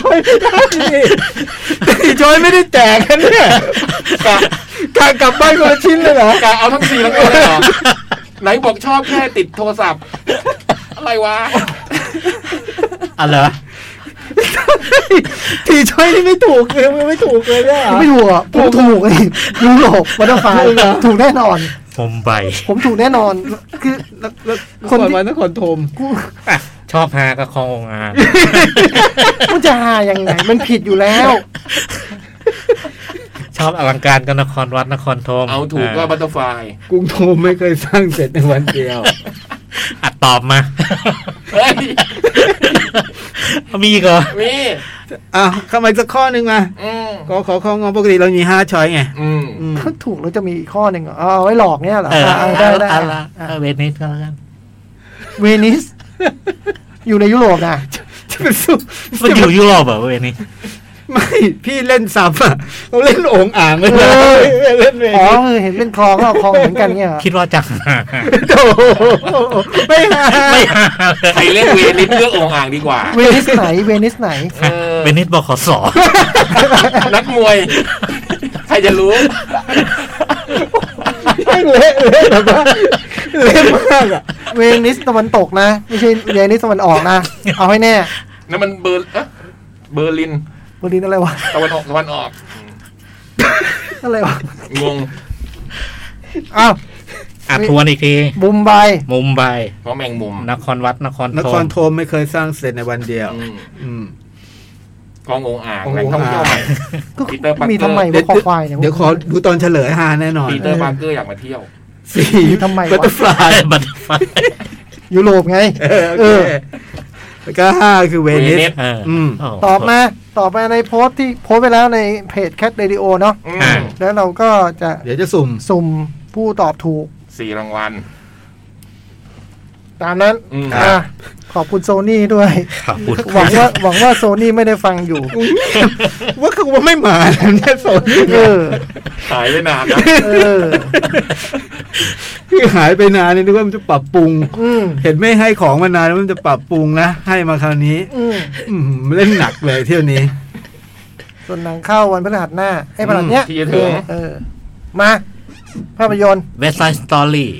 จอยไม่ได้นี่จอยไม่ได้แจกกันเนี่ยกะกะกลับบ้านคนละชิ้นเลยเหรอก ะเอาทั้งสี่ทั้งตัวเลยเหรอ ไหนบอกชอบแค่ติดโทรศัพท์ อะไรวะ อะไรวะ ทีจอยนี่ไม่ถูกเลยมันไม่ถูกเลยเนี่ยเหรอ ไม่ถูกอ่ะผมถูกไอ้ยุโรปบัตเตอร์ฟลาย ถูกเหรอ ถูกแน่นอน มุมไบ ผมถูกแน่นอนคือ แล้วแล้ว ค คน น ที่ วันนครธม อ่ะชอบฮากับคององอ่าง มันจะหายังไง มันผิดอยู่แล้ว ชอบอลังการกับนครวัดนครธม เอาถูกก็บัตเตอร์ฟลาย กรุงโทมไม่เคยสร้างเสร็จในวันเดียว อ่ะตอบมา เฮ้ย มีอีก็ มี อ่ะเข้ามาอีกสักข้อหนึ่งมา อืม ก็ขอข้องอปกติเรามีห้าช้อยไง อืม อืม ถูกแล้วจะมีอีกข้อหนึ่งเหรออ๋อเอาไว้หลอกเนี่ยเหรอ เออ เอา เอา ได้ได้ เอาละเอาเวนิสก็แล้วกัน เวนิส อยู่ในยุโรปนะ จะเป็นสู้ มันอยู่ยุโรปเหรอเวนิส ไม่พี่เล่นซับอ่ะเราเล่นโอ่งอ่างเลยนะเล่นเว อ๋อ ที เออเห็นเป็นคลองก็เอาคลองเหมือนกันเนี่ยเหรอ คิดว่าจะฮา โถ่ไม่ฮา ไม่ฮาเลย ใครเล่นเวนิสเลือกองอ่างดีกว่า เวนิสไหน เวนิสไหน เออ เบนิสบขส นักมวย ใครจะรู้ เละเละแบบว่าเละมากอะเวนิสตะวันตกนะ ไม่ใช่เวนิสตะวันออกนะ เอาให้แน่ นั่นมันเบอร์เอ๊ะเบอร์ลิน เบอร์ลินอะไรวะ ตะวันออกตะวันออก อะไรวะ งง อ้าว อ่ะทวนอีกที บุมไบ มุมไบ เพราะแมงมุม นครวัดนคร น ธ คร ม ธมไม่เคยสร้างเสร็จในวันเดียว อืม อืม กององอ่าง กอง แหล่ง องอ่าง ท่องเที่ยวใหม่ ก็ ปีเตอร์ปักเกอร์ มีทำไมวะคอควายเนี่ย เดี๋ยวขอดูตอนเฉลยฮาแน่นอน ปีเตอร์ปาร์เกอร์อยากมาเที่ยว สี มีทำไม บัต วะ เตอร์ฟลาย บัตรไฟ ยุโรปไง เออโอ เอ เค อ แล้วก็ห้าคือเวนิส เวนิส เอออ ม โโห ตอบมาตอบมาในโพสต์ที่โพสต์ไปแล้วในเพจแคทเรดิโอเนาะ อืม อ่า แล้วเราก็จะ เดี๋ยวจะสุ่ม สุ่มผู้ตอบถูก สี่รางวัล ตามนั้น อืม อ่ะขอบคุณโซนี่ด้วย ขอบคุณ หวังว่าหวังว่าโซนี่ไม่ได้ฟังอยู่ ว่าคือว่าไม่มาแล้วเนี่ยสน เออ หายไปนานนะ เออ ที่หายไปนานนี่นึกว่ามันจะปรับปรุง อืม เห็นไม่ให้ของมานานแล้วมันจะปรับปรุงนะ ให้มาคราวนี้ อืม อืมเล่นหนักเลยเที่ยวนี้ ส่วนหนังเข้าวันพฤหัสหน้าไอ้ยพฤหัสเนี้ย ที่จะถึง เออ มาภาพยนตร์ เว็บไซต์สตอรี่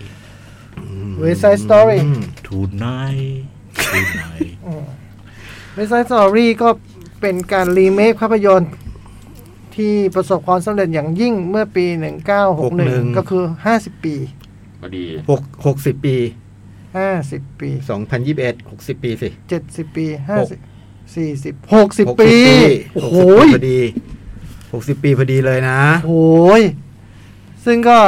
West Side Story อืม tonight tonight เวสไซส์สอรี่ก็เป็นการรีเมคภาพยนตร์ที่ประสบความสำเร็จอย่างยิ่งเมื่อปี 1961 61 ก็คือ 50 ปี พอดี หกหกสิบปี 50 ปี สองพันยี่สิบเอ็ดหกสิบปีสิ 70 ปี หก 50 40 60 ปี ห โอ้ ก โห สิบปีพอยดีหกสิบปีพอดีเลยนะ โอ้โหยซึ่งก็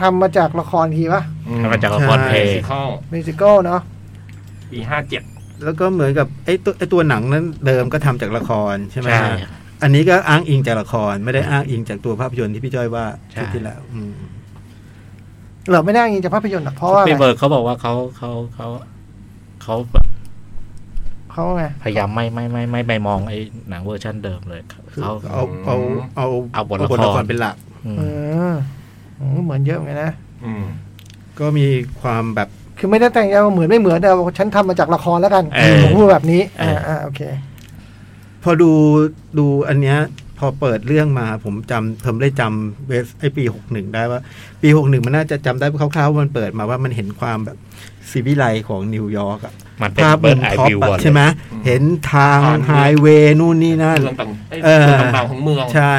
ทำมาจากละครทีปะ ทำมาจากละครเพล เอง เข้า มิวสิควลเนาะ ปีห้าเจ็ด แล้วก็เหมือนกับไอ้ตัวไอ้ตัวหนังนั้นเดิมก็ทำจากละครใช่ไหม ใช่ อันนี้ก็อ้างอิงจากละคร ไม่ได้อ้างอิงจากตัวภาพยนตร์ที่พี่จ้อยว่า ใช่ ที่ที่แล้วอืม เหลือไม่ได้ยินจากภาพยนตร์หรอกเพราะว่าอะ พี่ ไร เบิร์กเขาบอกว่าเขาเขาเขาเขาแบบ เขาไง พยายามไม่ไม่ไม่ไม่ไปมองไอ้หนังเวอร์ชันเดิมเลย คือ เขา เอาเอาเอา เอาบทละคร ละครเป็นหลัก อืม เอออืมเหมือนเยอะเหมือนกันนะ อืม ก็มีความแบบ คือไม่ได้แต่งใจว่าเหมือนไม่เหมือนแต่ว่าฉันทำมาจากละครแล้วกัน เออ ผมพูดแบบนี้ เอ อ่า ออ่ อ่าโอเค พอดูดูอันเนี้ยพอเปิดเรื่องมาผมจำผมได้จำเวสไอปีหกหนึ่งได้ว่า ปีหกหนึ่งมันน่าจะจำได้คร่าวๆว่ามันเปิดมาว่ามันเห็นความแบบสีวิไลของนิวยอร์กอะ มันเป็น ภาพ เบิร์ดไอ ท็อป วิว อะ ก่อน ใช่ไหมเห็นทางไฮเวย์นู่นนี่นั่น เมืองต่างเอ้ย เออ เมืองต่างๆของเมือง ใช่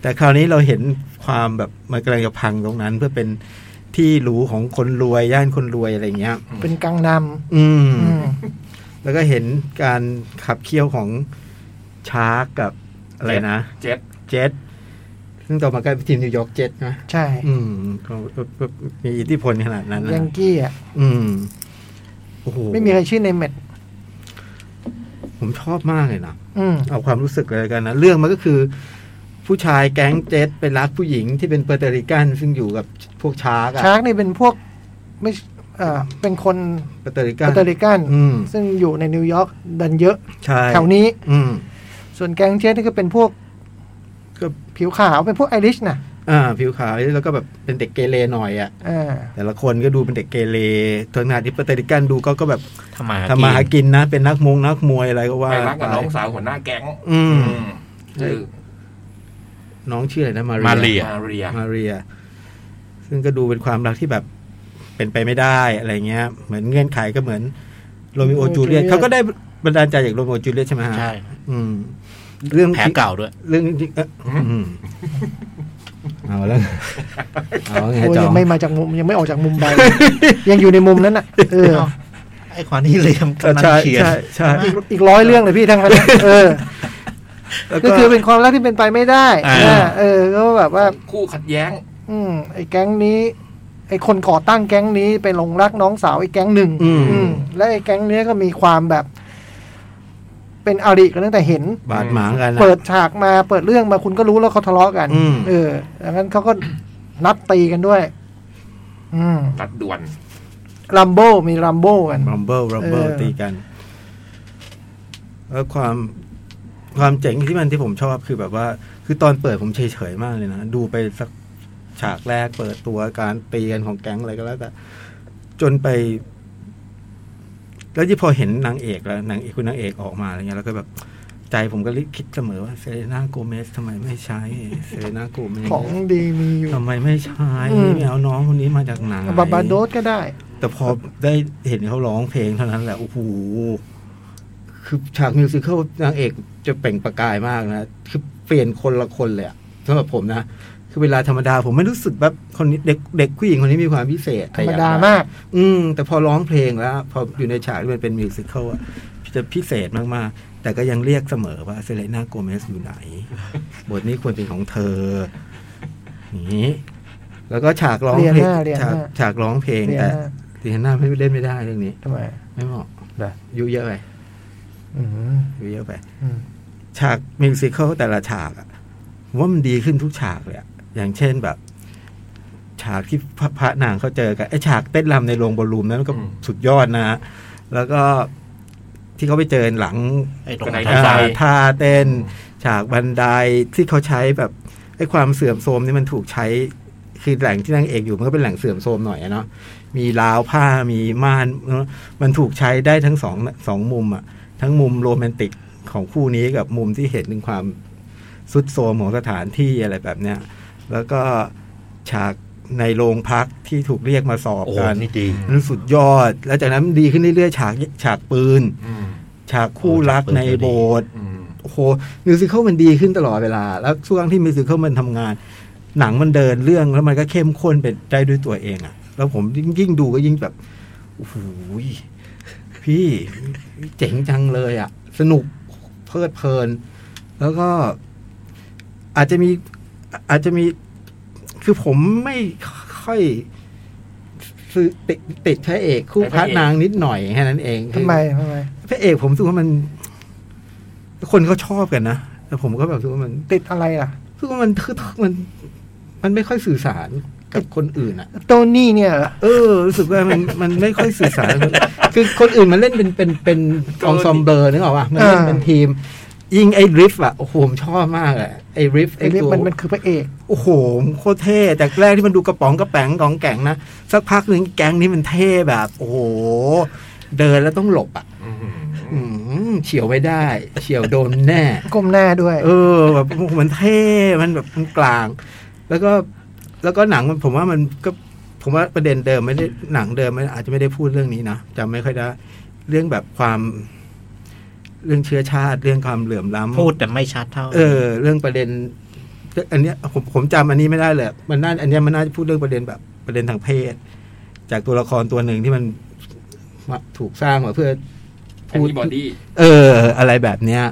แต่คราวนี้เราเห็นความแบบมันกำลังจะพังตรงนั้น เพื่อเป็นที่หรูของคนรวยย่านคนรวยอะไรอย่างเงี้ย เป็นกังน อืม ำอืม แล้วก็เห็นการขับเคี่ยวของชาร์กกับอะไรนะ เจ็ด เจ็ตซึ่งต่อมาก็เป็นทีมนิวยอร์กเจ็ตนะ ใช่ อืมก็ก็ก็มีอิทธิพลขนาดนั้น ยั นะ งกี้อ่ะ อืมโอ้โห ไม่มีใครชื่อในเม็ด ผมชอบมากเลยนะ อืม เอาความรู้สึกเลยกันนะ เรื่องมันก็คือ ผู้ชายแก๊งเจ็ตไปรักผู้หญิงที่เป็นเปอร์เตริกันซึ่งอยู่กับพวกชาร์กอะ ชาร์กนี่เป็นพวกไม่เอ่อเป็นคน เปอร์เตริกั ปั น ตเตอริกัน อืม ซึ่งอยู่ในนิวยอร์กดันเยอะ ใช่ แถวนี้ อืม ส่วนแก๊งเจสนี่ก็เป็นพวก ก็ ผิวขาวเป็นพวกไอริชนะ อ่า ผิวขาวแล้วก็แบบเป็นเด็กเกเรหน่อยอะ อ่า แต่ละคนก็ดูเป็นเด็กเกเรทางนาที่เปอร์เตริกันดูก็ก็แบบ ทำมา ทำมาหา หากิน กินนะ เป็นนักมงนักมวยอะไรก็ว่า ไปรักกับน้อง ไป สาวหัวหน้าแก๊ง อืม อืมคือ น้องชื่ออะไรนะมา มา เรี เรีย มาเรีย มาเรีย ซึ่งก็ดูเป็นความรักที่แบบเป็นไปไม่ได้อะไรเงี้ย เหมือนเงื่อนไขก็เหมือนโรมิโอจูเลียตเขาก็ได้บันดาลใจจากโรมิโอจูเลียตใช่ไหมฮะ ใช่ อืม เรื่อง แผลเก่าด้วย เรื่องที่เอ๊ะอืมเอาแล้วเอาแล้วไง โอ้ย จอ ยังไม่มาจากมุมยังไม่ออกจากมุมใบ ยังอยู่ในมุมนั้นน่ะเออ ไอ้ความนี่เลีย ม เออก ำลัง ใช่ เขียน ใช่ใช่ อีกอีกร้อยเรื่องเลยพี่ทั้งนั้น นะเออ แล้วก็ ก็คือเป็นความรักที่เป็นไปไม่ได้ อ่า นะเออ ก็แบบว่า คู่ขัดแย้ง อืม ไอ้แก๊งนี้ ไอ้คนก่อตั้งแก๊งนี้ไปหลงรักน้องสาวไอ้แก๊งหนึ่ง อืม อืม และไอ้แก๊งเนี้ยก็มีความแบบ เป็นอาริกันตั้งแต่เห็น บาดหมางกันนะ เปิดฉากมาเปิดเรื่องมาคุณก็รู้แล้วเขาทะเลาะกัน อืม เออดังนั้นเขาก็นัดตีกันด้วย อืม ตัดด่วน ลัมโบ้มีลัมโบ้กัน รัมเบิลรัมเบิล เออ ตีกันแล้วความความเจ๋งที่มันที่ผมชอบคือแบบว่า คือตอนเปิดผมเฉยๆมากเลยนะ ดูไปสักฉากแรกเปิดตัวการตีกันของแก๊งอะไรก็แล้วแต่จนไป แล้วที่พอเห็นนางเอกแล้วนางเอกคุณนางเอกออกมาอะไรเงี้ยแล้วก็แบบ ใจผมก็คิดเสมอว่าเซเลนาโกเมสทำไมไม่ใช้เซเลนาโกเมส ของดีมีอยู่ ทำไมไม่ใช้ อืม ไม่เอาน้องคนนี้มาจากไหน บาบาโดสก็ได้ แต่พอได้เห็นเขาร้องเพลงเท่านั้นแหละโอ้โหคือฉากมิวสิควลนางเอกจะเปล่งประกายมากนะ คือเปลี่ยนคนละคนเลยอะสำหรับผมนะ คือเวลาธรรมดาผมไม่รู้สึกแบบคนนี้เด็กเด็กผู้หญิงคนนี้มีความพิเศษ ธรรมดามาก อืม แต่พอร้องเพลงแล้ว พออยู่ในฉากที่มันเป็นมิวสิควลอะจะพิเศษมากๆ แต่ก็ยังเรียกเสมอว่าเซเลน่าโกเมสอยู่ไหน บทนี้ควรเป็นของเธออย่างนี้ แล้วก็ฉากร้องเพลง เรียนหน้าเรียนหน้า ฉากฉากร้องเพลง เนี่ย แต่ ตีฮันน่าไม่เล่นไม่ได้เรื่องนี้ ทำไม ไม่เหมาะ เหรอ อายุเยอะไป อืม อายุเยอะไป อืม ฉากมิวสิควลแต่ละฉากอะผมว่ามันดีขึ้นทุกฉากเลยอะอย่างเช่นแบบ ฉากที่พระพระนางเขาเจอกันไอฉากเต้นรำในโรงบอลลูมนั้นมันก็ อืม สุดยอดนะฮะแล้วก็ที่เขาไปเจอหลัง ไอ้ตรง กระได นั้น ทางใจ อ่าท่าเต้น ฉากบันไดที่เขาใช้แบบไอ้ความเสื่อมโทรมนี่มันถูกใช้คือแหล่งที่นางเอกอยู่มันก็เป็นแหล่งเสื่อมโทรมหน่อยอะเนาะมีราวผ้ามีม่านเนอะมันถูกใช้ได้ทั้งสองสองมุมอะทั้งมุมโรแมนติกของคู่นี้กับมุมที่เห็นถึงความสุดโทรมของสถานที่อะไรแบบเนี้ยแล้วก็ฉากในโรงพักที่ถูกเรียกมาสอบ โอ้โห กัน นี่ดี นั่นสุดยอด แล้วจากนั้นดีขึ้นเรื่อยๆฉากฉากปืน ฉากคู่รักในโบสถ์ โอ้โหมิวสิควลมันดีขึ้นตลอดเวลา แล้วช่วงที่มิวสิควลมันทำงาน หนังมันเดินเรื่องแล้วมันก็เข้มข้นไปได้ด้วยตัวเองอะแล้วผมยิ่งยิ่งดูก็ยิ่งแบบโอ้โหพี่เจ๋งจังเลยอะสนุกเพลิดเพลิน แล้วก็อาจจะมีอาจจะมี คือผมไม่ค่อยซื้อติดติดพระเอกคู่พระนางนิดหน่อยแค่นั้นเองคือ ทำไมทำไม พระเอกผมรู้สึกว่ามัน คนเขาชอบกันนะแต่ผมก็แบบรู้สึกว่ามัน ติดอะไรล่ะ รู้สึกว่ามันคือมัน มันไม่ค่อยสื่อสารกับคนอื่นอ่ะ โตนี่เนี่ยเหรอ เออรู้สึกว่ามันมันไม่ค่อยสื่อสารกับคนคือคนอื่นมันเล่นเป็นเป็นเป็นองซอมเบอร์นึกออกป่ะมันเล่นเป็นทีม ยิงไอ้ริฟอ่ะโอ้โหผมชอบมากอะไอ้ริฟ ไอ้ ไอ้ เรียก ตัว มันมันคือพระเอก โอ้โหโคตรเท่แต่แรกที่มันดูกระป๋องกระแป๋งกองแก่งนะสักพักหนึ่งแก๊งนี้มันเท่แบบ โอ้โหเดินแล้วต้องหลบอ่ะ อืมเฉียวไม่ได้ เฉียวโดนแน่ ก้มหน้าด้วย เออแบบโอ้โหมันเท่มันแบบมันกลาง แล้วก็แล้วก็หนังมันผมว่ามันก็ผมว่าประเด็นเดิมไม่ได้หนังเดิมมันอาจจะไม่ได้พูดเรื่องนี้นะจำไม่ค่อยได้เรื่องแบบความ เรื่องเชื้อชาติ เรื่องความเหลื่อมล้ำ พูดแต่ไม่ชัดเท่า เออ เรื่องประเด็น อันเนี้ยผมผมจำอันนี้ไม่ได้เลยมันน่าอันเนี้ยมันน่าจะพูดเรื่องประเด็นแบบประเด็นทางเพศ จากตัวละครตัวหนึ่งที่มันมาถูกสร้างมาเพื่อ พูดบอดี้ เออ อะไรแบบเนี้ย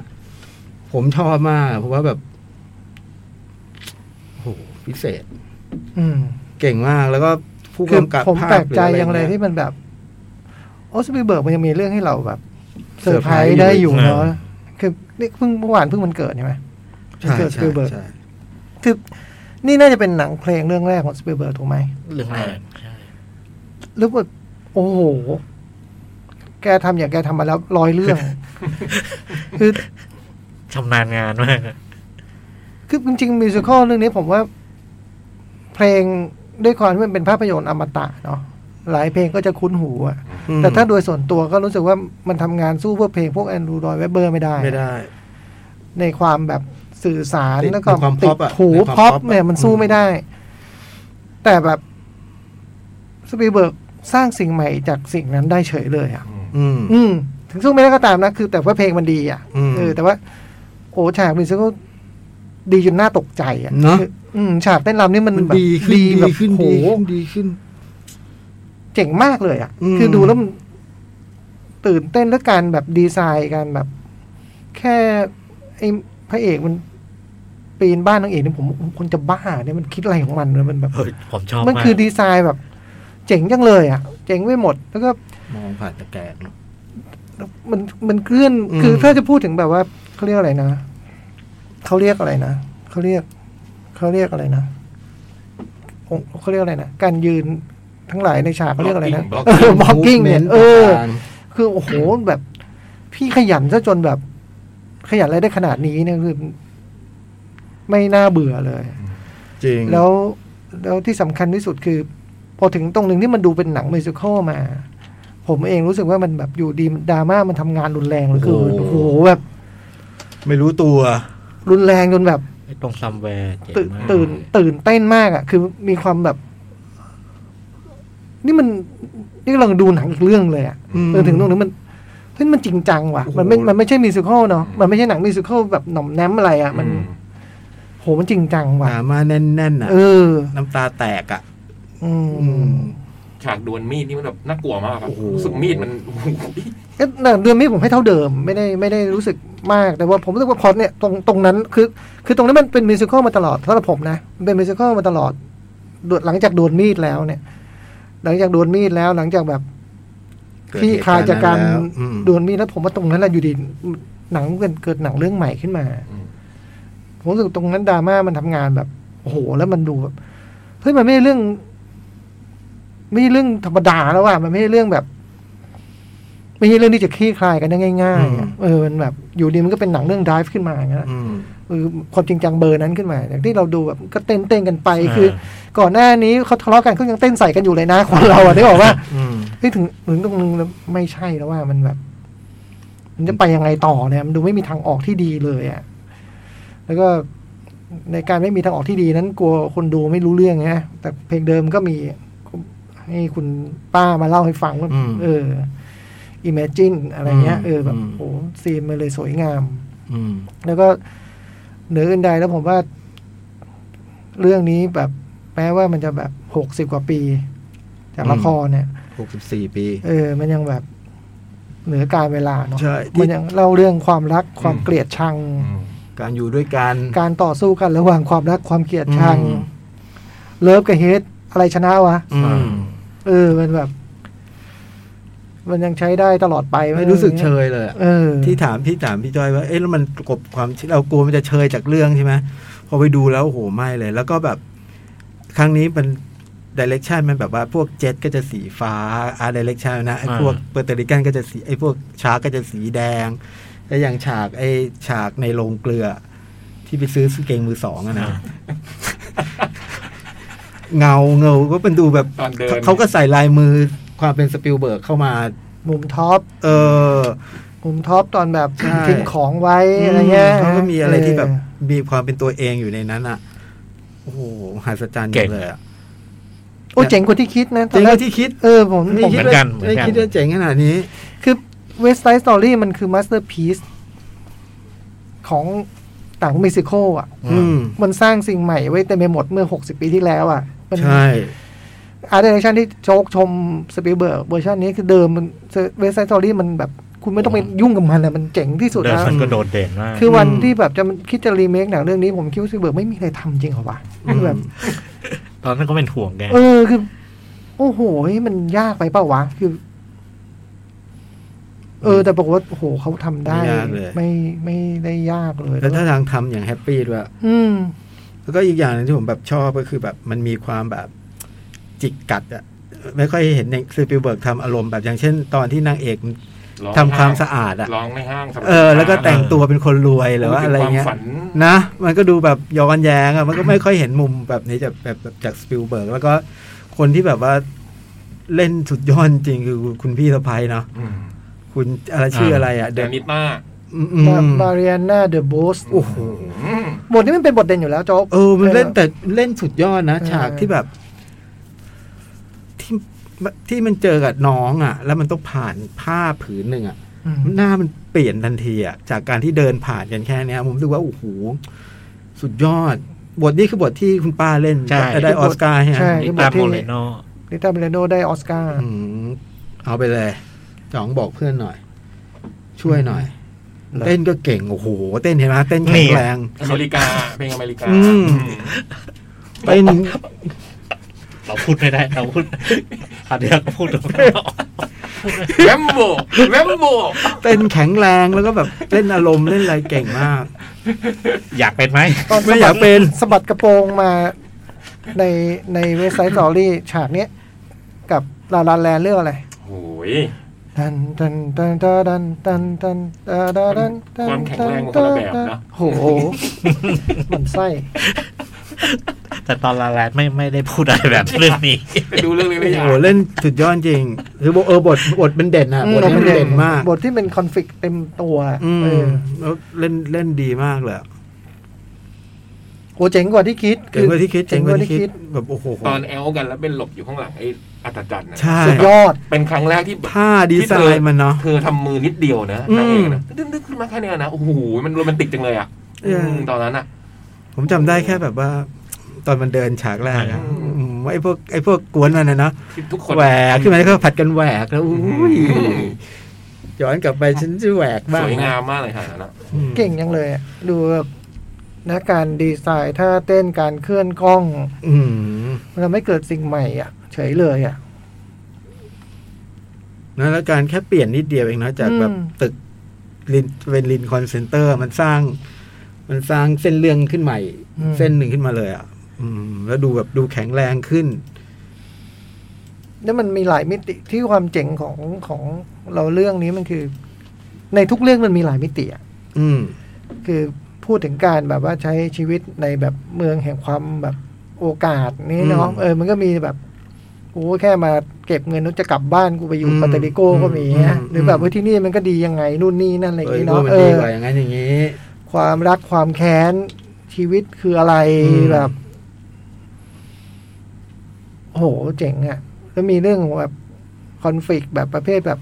ผมชอบมากเพราะว่าแบบโอ้โหพิเศษ อืม เก่งมากแล้วก็ผู้ คือก ำกับ ผม ภาพ แปลกใจ ห อย่างไร อะ ที่ เ มันแบบ โอสปีเบิร์กมันยังมีเรื่องให้เราแบบเซ เซ อ อร์ ร์ไพ ไพ ร รส์ ส์ได้อยู่ อยู่ เนาะคือนี่เพิ่งเมื่อวานเพิ่งมันเกิดใช่ไหม ใช่ เกิดส ใช่ ปีเบิร์ก ใช่ คือนี่น่าจะเป็นหนังเพลงเรื่องแรกของสปีเบิร์กถูกไหม เรื่องแรกใช่ หรือว่าโอ้โห แกทำอย่างแกทำมาแล้วร้อยเรื่อง คือ ชำนาญงานมาก คือจริงๆมิวสิควลเรื่องนี้ผมว่า เพลงด้วยความที่มันเป็นภาพยนตร์อมตะเนาะหลายเพลงก็จะคุ้นหูอะ อืม แต่ถ้าโดยส่วนตัวก็รู้สึกว่ามันทำงานสู้พวกเพลงพวกแอนดรูดอยเวเบอร์ไม่ได้ ไม่ได้ ในความแบบสื่อสาร ติด แล้วก็ ในความ ติด pop อะ หู ในความ พอป pop อะ เนี่ยมันสู้ อืม ไม่ได้ แต่แบบสปีเบิร์กสร้างสิ่งใหม่จากสิ่งนั้นได้เฉยเลยอ่ะ อืม อืม ถึงสู้ไม่ได้ก็ตามนะ คือแต่ว่าเพลงมันดีอ่ะ อืม เออแต่ว่า โอ้ฉากมิวสิควลดีจนน่าตกใจอ่ะ เนอะ คืออืม ฉากเต้นรำนี่มัน มัน แบบ ดีขึ้น ดีแบบ ดีขึ้น โห ดีขึ้นดีขึ้น เจ๋งมากเลยอ่ะ อืม คือดูแล้วมันตื่นเต้นแล้วการแบบดีไซน์การแบบ แค่ไอ้พระเอกมัน ปีนบ้านนางเอกนี่ผมคนจะบ้าเนี่ยมันคิดอะไรของมันเนี่ยมันแบบ เฮ้ยผมชอบ มัน มาก คือดีไซน์แบบ เจ๋งจังเลย อ่ะ เจ๋งไม่หมดแล้วก็ มองผ่านตะแกรง มันมันเคลื่อน อืม คือถ้าจะพูดถึงแบบว่าเขาเรียกอะไรนะเขาเรียกอะไรนะเขาเรียกเขาเรียกอะไรนะองค์เขาเรียกอะไรนะการยืนทั้งหลายในฉากเขาเรียกอะไรนะ บ เอ ล็อกกิ้ง อบล็อกกิ้งเนี่ยเออ ต่าง คือโอ้โหแบบ พี่ขยันซะจนแบบ ขยันอะไรได้ขนาดนี้เนี่ยคือไม่น่าเบื่อเลย ๆจริง แล้วแล้วที่สำคัญที่สุดคือ พอถึงตรงหนึ่งที่มันดูเป็นหนังมิวสิควลมา ผมเองรู้สึกว่ามันแบบอยู่ดีดราม่ามันทำงานรุนแรงเหลือเกินโอ้โหแบบ ไม่รู้ตัว รุนแรงจนแบบ ไอ้ตรงซัมแวร์เจ๋ง ตื่น มาก ตื่นตื่นเต้นมากอ่ะ คือมีความแบบ นี่มันนี่เราดูหนังอีกเรื่องเลยอ่ะ อืม จนถึงตรงนี้มันเฮ้ยมันจริงจังว่ะ โอ้โห มันไม่มันไม่ใช่มิวสิควลเนาะมันไม่ใช่หนังมิวสิควลแบบหน่อมแนมอะไรอ่ะ มัน อืม โหมันจริงจังว่ะ หามาแน่นๆอ่ะ เออ น้ำตาแตกอ่ะ อืม อืม ฉากดวลมีดนี่มันแบบน่ากลัวมากครับ โอ้โห รู้สึกมีดมัน โอ้โห เอ๊ะแต่เดือนนี้ผมให้เท่าเดิม ไม่ได้ไม่ได้รู้สึกมาก แต่ว่าผมรู้สึกว่าพล็อตเนี่ยตรงตรงนั้นคือ คือตรงนั้นมันเป็นมิวสิควลมาตลอดสำหรับผมนะมันเป็นมิวสิควลมาตลอดดหลังจากโดนมีดแล้วเนี่ย หลังจากโดนมีดแล้ว หลังจากแบบ เกิด พี่ เหตุ คลายจากการ นั้นแล้วอืม โดนมีดแล้วผมว่าตรงนั้นแหละอยู่ดีหนังเกิดเกิดหนังเรื่องใหม่ขึ้นมา ผมรู้สึกตรงนั้นดราม่ามันทำงานแบบโอ้โหแล้วมันดูแบบเฮ้ยมันไม่ใช่เรื่อง ไม่ใช่เรื่องธรรมดาแล้วอ่ะมันไม่ใช่เรื่องแบบ ไม่ใช่เรื่องที่จะคลี่คลายกันได้ง่ายๆอะเออมันแบบ อยู่ดีมันก็เป็นหนังเรื่อง drive ขึ้นมาอย่างเงี้ยนะ อืม เออความจริงจังเบอร์นั้นขึ้นมาอย่างที่เราดูแบบก็เต้นเต้นๆกันไปคือ ก่อนหน้านี้เขาทะเลาะกันเขายังเต้นใส่กันอยู่เลยนะคนเราอ่ะได้บอกว่า อืม เฮ้ยถึงถึงตรงนึงแล้วไม่ใช่แล้วว่ามันแบบ มันจะไปยังไงต่อเนี่ยมันดูไม่มีทางออกที่ดีเลยอะ่ะแล้วก็ในการไม่มีทางออกที่ดีนั้น กลัวคนดูไม่รู้เรื่องนะแต่เพลงเดิมก็มีให้คุณป้ามาเล่าให้ฟังว่าเออ imagine อะไรเงี้ยเออแบบโอ้ซีนมันเลยสวยงาม อืม แล้วก็เหนืออื่นใดแล้วผมว่า เรื่องนี้แบบแม้ว่ามันจะแบบหกสิบกว่าปี จากละครเนี่ย หกสิบสี่ปี เออ มันยังแบบเหนือการเวลาเนาะ ใช่ มันยังเล่าเรื่องความรักความเกลียดชัง การอยู่ด้วยกัน การต่อสู้กันระหว่างความรักความเกลียดชัง อืม เลิฟกับเฮดอะไรชนะวะ อืม เออ มันแบบ มันยังใช้ได้ตลอดไป ไม่รู้สึกเชยเลยอะ เออ ที่ถามที่ถามพี่จอยว่าเอ๊ะแล้วมันกลบความที่เรากลัวมันจะเชยจากเรื่องใช่ไหมพอไปดูแล้วโอ้โหไม่เลย แล้วก็แบบ ครั้งนี้มันดิเรกชันมันแบบว่าพวกเจ็ตก็จะสีฟ้าอาร์ดิเรกชันนะไอ้พวกเปอร์เตริกันก็จะสีไอ้พวกชาร์กก็จะสีแดง แล้วอย่างฉากไอ้ฉากในโรงเกลือ ที่ไปซื้อสเกงมือสองอะนะ เงาเงาก็เป็นดูแบบ ตอนเดิน เขาก็ใส่ลายมือความเป็นสปิลเบิร์กเข้ามา มุมท็อป เออ มุมท็อปตอนแบบ ใช่ ทิ้งของไว้อะไรเงี้ย เขาก็มีอะไรที่แบบ เ มีความเป็นตัวเองอยู่ในนั้นอ่ะ โอ้โหมหัศจรรย์อยู่เลยอ่ะ โอ้เจ๋งกว่าที่คิดนะต เจ๋ องกนแรก ว่าที่คิด เออผม ไม่ ผม คิด เหมือนกั ว่าน เหมือนกัน ไม่คิดว่าเจ๋งขนาดนี้ คือเวสไซส์สตอรี่มันคือมาสเตอร์พี e ของต่างมิวสิควลอ่ะ อืม มันสร้างสิ่งใหม่ไว้เต็มไปหมดเมื่อ 60 ปีที่แล้วอ่ะมัน ใช่ อาร์ตเดเรชันที่โชคชมสปีเบิร์กเวอร์ชันนี้คือเดิมมันเวสไซต์สตอรี่มันแบบ คุณไม่ต้องไปยุ่งกับมันอะมันเจ๋งที่สุด เดิม แล้ว มันก็โดดเด่นมาก คือวัน อืม ที่แบบจะมันคิดจะรีเมคหนังเรื่องนี้ผมคิดว่าสปีเบิร์กไม่มีใครทำจริงเหรอวะ อื คือ ม แบบ ตอนนั้นก็เป็นห่วงแก เออคือ โอ้โหเฮ้ยมันยากไปเปล่าวะ คือ เออ แต่บอกว่าโอ้โหเขาทำได้ ไม่ยากเลย ไม่ไม่ได้ยากเลย แล้วถ้าทางทำอย่างแฮปปี้ด้วย อืม แล้วก็อีกอย่างหนึงที่ผมแบบชอบก็คือแบบมันมีความแบบจิกกัดอะไม่ค่อยเห็นในสปิลเบิร์กทำอารมณ์แบบอย่างเช่น ตอนที่นางเอก ร้อง ทำความ ไห้ สะอาดอะ ร้องในห้างสรรพสินค้า เออ แล้วก็แต่งตัวเป็นคนรวยหรือว่าอะไร พูดถึ เงี้ ค ย วามฝัน นะมันก็ดูแบบย้อนแย้งอะมันก็ไม่ค่อยเห็นมุมแบบนี้จากแบบแบบจากสปิลเบิร์กแล้วก็คนที่แบบว่าเล่นสุดยอดจริงคือคุณพี่สะพายเนาะ อืม คุณอะไรชื่ออะไรอะ เด เด็ก นิต้า อืม มาเรียนาเดอะบูส โอ้โห อืม บทนี้มันเป็นบทเด่นอยู่แล้วโจ๊ก เออ มันเล่นแต่เล่นสุดยอดนะ เออ ฉากที่แบบ ที่ที่มันเจอกับน้องอะแล้วมันต้องผ่านผ้าผืนหนึ่งอะ อืม หน้ามันเปลี่ยนทันทีอะจากการที่เดินผ่านกันแค่เนี้ยผมรู้สึกว่าโอ้โหสุดยอด บทนี้คือบทที่คุณป้าเล่น ใช่ ได้ออสการ์ใช่ไหม ใช่ นิตาโมเลโน ลิต้าเบลโดได้ออสการ์ อืมเอาไปเลยจ๋องบอกเพื่อนหน่อย ช่วยหน่อย เต้นก็เก่งโอ้โหเต้นเห็นไหมเต้น นี่ แข็งแรง อเมริกาเพลงอเมริกา อืม อืม เต้น เราพูดไม่ได้เราพูด อันนี้เราพูดตรง แรมโบแรมโบ เต้นแข็งแรงแล้วก็แบบเล่นอารมณ์เล่นอะไรเก่งมาก อยากเป็นไหม ตอนสะ ไม่อ บั ยา ด กเป็น สะบัดกระโปรงมาในในเว็บไซต์สอรี่ฉากเนี้ย กับลาลาแลนเรื่องอะไร โอ้ย ดันดันดันดันดันดันดันดันดันดัน ความแข็งแรงมันคนละแบบนะ โห มันไส้ แต่ตอนลาแลนด์ไม่ไม่ได้พูดอะไรแบบเรื่องนี้ ไปดูเรื่องนี้ไม่ โอ้ ยา โห ก เล่นสุดยอดจริงคือบทเออบทบทมันเด่นอะ อื บ ม ทมันเด่นมาก บทที่เป็นคอนฟ lict เต็มตัว อืม เออ แล้วเล่นเล่นดีมากเลยอะ โอ้เจ๋งกว่าที่คิด เจ๋งกว่าที่คิดเจ๋งกว่าที่คิดแบบโอ้โห ตอนแอลกันแล้วเป็นหลบอยู่ข้างหลังไอ้อัตจันทร์นะ ใช่ สุดยอด เป็นครั้งแรกที่แบบ ท่าดีไซน์มันเนาะ เธอทำมือนิดเดียวนะนางเอกนะดึ๊กๆขึ้นมาแค่เนี้ยนะโอ้โหมันโรแมนติกจังเลยอ่ะ เอออื มตอนนั้นอ่ะ ผมจำได้แค่แบบว่า ตอนมันเดินฉากแรกอะ อืม อืมไอ้พวกไอ้พวกกวนมันนะเนาะ ที่ทุกคน แหวกขึ้นมาแล้วก็ผัดกันแหวกแล้ว อื อุ้ย ม ย้อนกลับไปฉันจะแหวกบ้า ส ง วยงามมากเลยค่ะอันนั้นอะ อืม เก่งยังเลยอะดูแบบนะการดีไซน์ท่าเต้นการเคลื่อนกล้อง อืม มันทำให้เกิดสิ่งใหม่อ่ะ เฉยเลยอ่ะ นะแล้วการแค่เปลี่ยนนิดเดียวเองนะจาก อืม แบบตึกลินเป็นลินคอนเซนเตอร์ มันสร้าง มันสร้างเส้นเรื่องขึ้นใหม่ อืม เส้นหนึ่งขึ้นมาเลยอ่ะอืม แล้วดูแบบดูแข็งแรงขึ้น แล้วมันมีหลายมิติที่ความเจ๋งของของเราเรื่องนี้มันคือ ในทุกเรื่องมันมีหลายมิติอ่ะ อืม คือพูดถึงการแบบว่าใช้ชีวิตในแบบเมืองแห่งความแบบโอกาสนี้เนาะ อืม เออ มันก็มีแบบกูแค่มาเก็บเงินนู้จะกลับบ้านกูไปอยู่ อืม ปาเตริโกก็มี อืม นะหรือแบบ อืม ว่าที่นี่มันก็ดียังไงนู่นนี่นั่นอะไรอย่าง เอ้ย งี้ ว่า เนาะ มัน เอ ดี อ กว่าอย่างนั้นอย่างนี้ ความรักความแค้นชีวิตคืออะไร อืม แบบโหเจ๋งอะ่ะ แล้วมีเรื่องของแบบคอนฟ lict แบบประเภทแบบ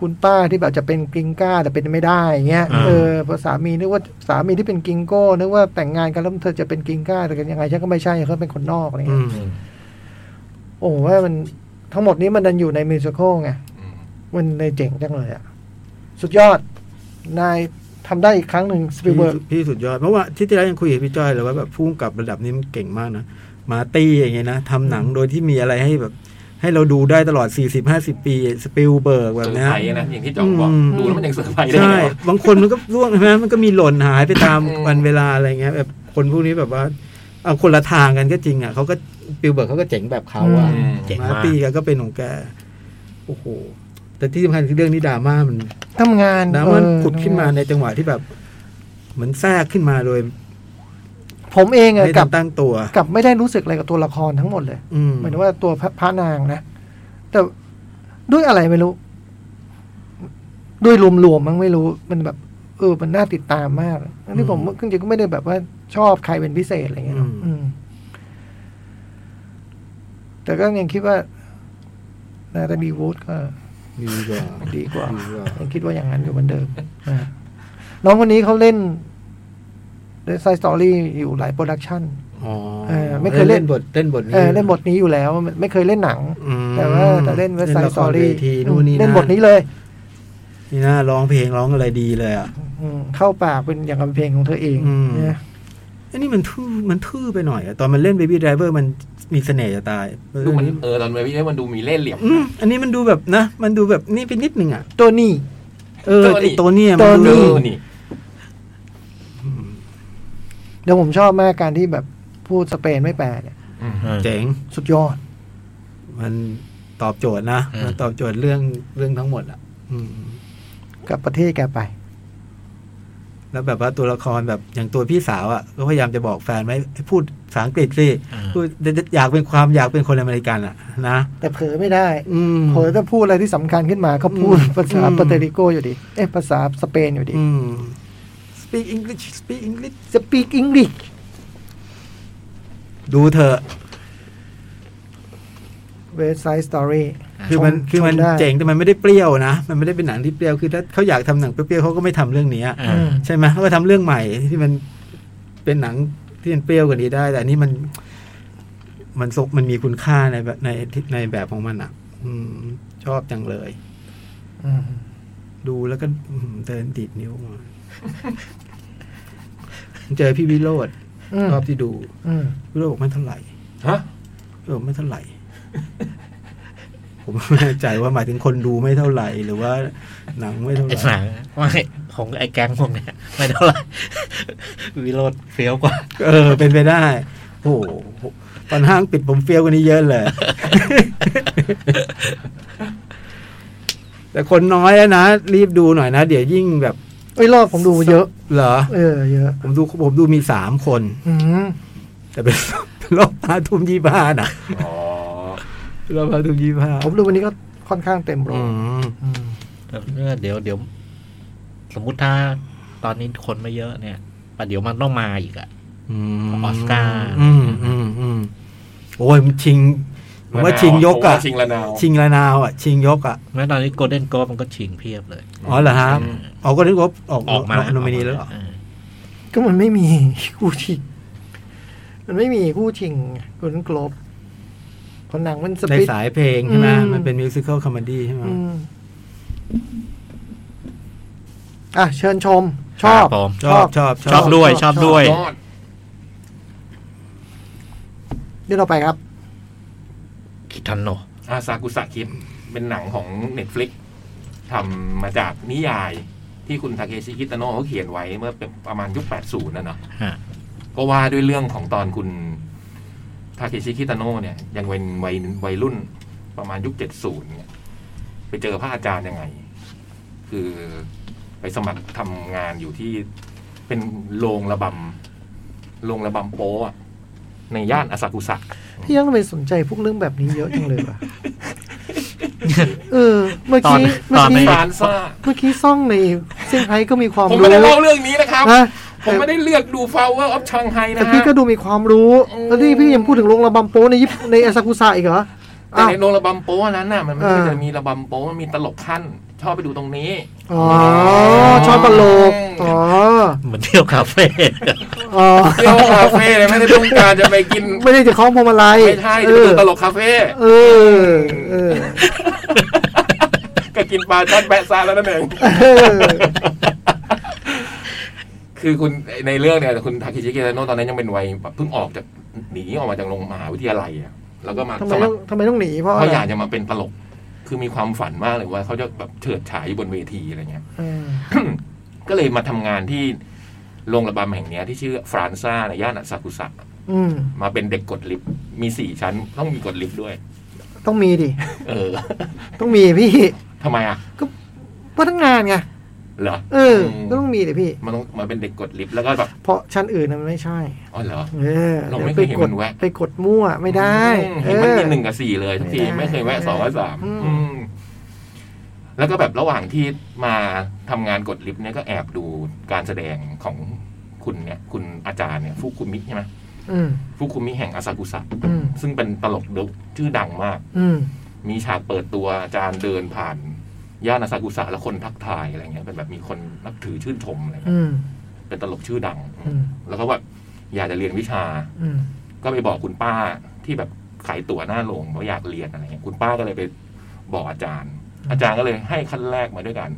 คุณป้าที่แบบจะเป็นกิงก้า แต่เป็นไม่ได้เงี้ย อ่า เออเพราะสามีนึกว่าสามีที่เป็นกิงโก้นึกว่าแต่งงานกันแล้วเธอจะเป็นกิงก้าแต่กันยังไงฉันก็ไม่ใช่เขาเป็นคนนอกอะไร อื เงี้ย ม โอ้โหว่ามันทั้งหมดนี้มันดันอยู่ในมิวสิควลไง อืม มันเลยเจ๋งจังเลยอะ่ะ สุดยอด นายทำได้อีกครั้งหนึ่งสปี พี่ เบิร์ พี่สุดยอด เพราะว่าที่ที่แล้วยังคุยกับพี่จ้อยเลยว่าแบบพุ่งกับระดับนี้มันเก่งมากนะ มาร์ตี้อย่างเงี้ยนะทำหนังโดยที่มีอะไรให้แบบ ให้เราดูได้ตลอด 40-50 ปีสปิลเบิร์ก เซ แบ อบร์ เนี้ย ไพรส์นะอย่างที่จองบอก อืม ดูแล้วมันยังเซอร์ไพรส์ได้ ใช่ ไงวะ บางคนมันก็ร่วงใช่ไหมมันก็มีหล่นหายไปตาม อืม วันเวลาอะไรเงี้ยแบบคนพวกนี้แบบว่า เอาคนละทางกันก็จริงอ่ะเขาก็ปิลเบิร์กเขาก็เจ๋งแบบเขาอ่ะ อื อืม เจ๋ง มาร์ มาก ตี้แกก็เป็นของแกโอ้โห แต่ที่สำคัญคือเรื่องนี้ดราม่ามัน ทำงาน ดราม่า เออ ผุดขึ้นมา ทำง ในจังหวะที่แบบ เหมือนแทรกขึ้นมาโดย นผมเองอะ ไม่ ก ทั ลับ นตั้งตัว กลับไม่ได้รู้สึกอะไรกับตัวละครทั้งหมดเลย อืม เหมือนว่าตัวพระพระนางนะ แต่ด้วยอะไรไม่รู้ ด้วยรวมๆมั้งไม่รู้ มันแบบ เออ มันน่าติดตามมากทั้งที่ผมจริงๆก็ไม่ได้แบบว่าชอบใครเป็นพิเศษอะไรอย่างเงี้ยเนอะอืมแต่ก็ยังคิดว่านาตาลีวูดก็ ดีกว่า ดีกว่า ดีกว่า ยังคิดว่าอย่างนั้นอยู่เหมือนเดิมอ่าน้องคนนี้เขาเล่นเล่นไซสตอรี่อยู่หลายโปรดักชัน อ๋อ เออไม่เคยเล่น บทเล่นบท เออเล่นบทนี้อยู่แล้ว ไม่เคยเล่นหนัง อืม แต่ว่าแต่เล่นเว็บไซ ละ ต์ส ค ตอ เว รี่ ทีนู่นนี่ เล่น นั่น บทนี้เลย นี่น่าร้องเพลงร้องอะไรดีเลยอ่ะ อืมเข้าปากเป็นอย่างกับเพลงของเธอเอง อืม นะ อันนี้มันทื่อมันทื่อไปหน่อยอะตอนมันเล่น Baby Driver มันมีเสน่ห์จะตาย ดูมัน อั เออตอนเวทีนี้มันดูมีเล่ห์เหลี่ยม อืมอันนี้มันดูแบบนะ มันดูแบบนี่ไปนิดนึงอ่ะ ตัวนี้ เออไอ ตั ตัว ว นี่ เนี่ย ตั มั วน นี่ เอ ดู อนี่ เดี๋ยวผมชอบมากการที่แบบพูดสเปนไม่แปลเนี่ย เจ๋ง สุดยอด มันตอบโจทย์นะ อืม มันตอบโจทย์เรื่องเรื่องทั้งหมดอ่ะ อืม กับประเทศแกไป แล้วแบบว่าตัวละครแบบอย่างตัวพี่สาวอ่ะ ก็พยายามจะบอกแฟนไว้ให้พูดภาษาอังกฤษสิพูดอยากเป็นความอยากเป็นคนอเมริกันอ่ะ นะ แต่เผลอไม่ได้ อืม เผลอถ้าพูดอะไรที่สำคัญขึ้นมาก็พูด อืม ภาษา อืม ปาเตริโกอยู่ดี เอ๊ะภาษาสเปนอยู่ดี อืม speak English speak English speak English ดูเถอะ เว็บไซต์สตอรี่ คือมัน ชม คือมัน ชมได้ เจ๋งแต่มันไม่ได้เปรี้ยวนะ มันไม่ได้เป็นหนังที่เปรี้ยวคือถ้าเขาอยากทำหนังเปรี้ยวๆเขาก็ไม่ทำเรื่องนี้อะ อ่า ใช่ไหมเขาก็ทำเรื่องใหม่ที่มันเป็นหนังที่มันเปรี้ยวกว่านี้ได้ แต่อันนี้มัน มันซกมันมีคุณค่าในแบบในในแบบของมันอ่ะ อืม ชอบจังเลย ดูแล้วก็อืมเดินติดนิ้วมาเจอพี่วิโรดรอบที่ดูวิโรดบอกไม่เท่าไหร่ ฮะ เออไม่เท่าไหร่ ผมไม่แน่ใจว่าหมายถึงคนดูไม่เท่าไหร่ หรือว่าหนังไม่เท่าไห ไอ้ ร่ หนังไม่ของไอ้แก๊งพวกเนี้ยไม่เท่าไหร่วิโรดเฟี้ยวกว่า เออ เป็นไปได้ โอ้โหตอนห้างปิดผมเฟี้ยวกว่านี้เยอะเลย แต่คนน้อยแล้วนะ รีบดูหน่อยนะ เดี๋ยวยิ่งแบบ เอ้ยรอบผมดูเยอะ เหรอ เออ เยอะ ผมดูผมดูมีสามคน อืม แ แต่เป็น เป็นรอบห้าทุ่มยี่ห้านะ อ๋อ รอบห้าทุ่มยี่ห้า ผมดูวันนี้ก็ค่อนข้างเต็มโร อื ง ม อืม เดี๋ยวเดี๋ยว สมมุติถ้าตอนนี้คนไม่เยอะเนี่ยประเดี๋ยวมันต้องมาอีกอ่ะ ออสการ์ อืมอืมอืมโอ้ยมันชิงผมว่าชิงยกอะ ผมว่าชิงละนาว ชิงละนาวอะชิงยกอะ แม้ตอนนี้โกลเด้นโกมันก็ชิงเพียบเลย อ๋อเหรอฮะเอาก็นึกว่าออก ออกมา โนมินีแล้วเหรอ เออ ก็มันไม่มี คู่ชิงมันไม่มีคู่ชิงคุณกลบเพราะหนังมันส ใน ปิด สายเพลงใช่ไหม อืม มันเป็นมิวสิควลคอมเมดี้ใช่ไหม อืมอ่ะเชิญชม ชอบ ครับผม ชอบชอบ ชอบด้วยชอบด้วย ยอด เดี๋ยวเราไปครับ คิทันโน อาซากุสะคิดเป็นหนังของ Netflix ทำมาจากนิยาย ที่คุณทาเคชิคิตาโนะเขาเขียนไว้เมื่อประมาณยุค 80นะเนาะ ก็ว่าด้วยเรื่องของตอนคุณทาเคชิคิตาโนะเนี่ย ยังเป็นวัยวัยรุ่นประมาณยุคเจ็ดศูนย์เนี่ยไปเจอพระอาจารย์ยังไง คือไปสมัครทำงานอยู่ที่เป็นโรงระบำโรงระบำโป๊ะในย่านอาซากุสะ พี่ยังทำไมสนใจพวกเรื่องแบบนี้เยอะจังเลยวะ เออ เมื่อกี้เมื่ ต อ อน กี้ ต ฟ อ รานซ่า เมื่อกี้ซ่องในเซี่ยงไฮ้ก็มีความ ผม รู้ ไม่ได้เล่าเรื่องนี้นะครับ นะ ผมไม่ได้เลือกดู Flower of Shanghai แต่ นะ พี่ ฮะ ก็ดูมีความรู้ อืม แล้วที่พี่ยังพูดถึงโรงระบำโป๊ในญี่ปุ่นในอาซากุสะอีกเหรอ แต่ อ้าว ในโรงระบำโป๊ะนั้นน่ะมันไม่ได้จะมีระบำโป๊ะมันมีตลกขั้น ชอบไปดูตรงนี้ อ๋อ ชอบตลก อ๋อ เหมือนเที่ยวคาเฟ่ อ๋อ เที่ยวคาเฟ่เลยไม่ได้ต้องการจะไปกิน ไม่ได้จะคล้องพวงมาลัย ไม่ใช่ เออจะไปดูตลกคาเฟ่ เออ เอ อ ก็กินปลาจัดแปะซาแล้วนั่นเอง เออ คือคุณในเรื่องเนี่ยคุณทาคิชิเกะโนะตอนนั้นยังเป็นวัยแบบเพิ่งออกจากหนีออกมาจากโรงมหาวิทยาลัยอะแล้วก็มา ทำไม สมั ต้อ ค ง ร ทำไมต้องหนีเพราะอะ เขา ไร อยากจะมาเป็นตลก คือมีความฝันมากเลยว่าเขาจะแบบเฉิดฉายอยู่บนเวทีอะไรเงี้ย เออ ก็เลยมาทำงานที่โรงระบำแห่งเนี้ยที่ชื่อฟรานซ่าในย่านอาซากุสะ อืม มาเป็นเด็กกดลิฟต์มีสี่ชั้น ต้องมีกดลิฟต์ด้วย ต้องมีดิ เออ ต้องมีพี่ ทำไมอ่ะ พนักงานไง เหรอ เออ ก็ต้องมีดิพี่ มันต้องมาเป็นเด็กกดลิฟต์แล้วก็แบบ เพราะชั้นอื่นน่ะมันไม่ใช่ อ๋อเหรอ เออ เรา ดี๋ ไม่ ว เคยเห็น ก มั ด นแวะ ไปกดมั่วไม่ได้ อืม เอ เห็นมัน อ มีหนึ่งกับสี่เลยทุกที ไม่ได้ ไม่เคยแวะสองกับสาม อืม อืมแล้วก็แบบระหว่างที่มาทำงานกดลิฟต์เนี่ยก็แอบดูการแสดงของคุณเนี่ย คุณอาจารย์เนี่ยฟุคุมิใช่ไหม อืม ฟุคุมิแห่งอาซากุสะ อืม ซึ่งเป็นตลกดุชื่อดังมาก อืม มีฉากเปิดตัวอาจารย์เดินผ่าน ย่านอาซากุสะแล้วคนทักทายอะไรเงี้ยเป็นแบบมีคนนับถือชื่นชมอะไรเงี้ย อืม เป็นตลกชื่อดัง อืม แล้วก็แบบอยากจะเรียนวิชา อืม ก็ไปบอกคุณป้าที่แบบขายตั๋วหน้าโรงว่าอยากเรียนอะไรเงี้ยคุณป้าก็เลยไปบอกอาจารย์ อาจารย์ก็เลยให้ขั้นแรกมาด้วยกัน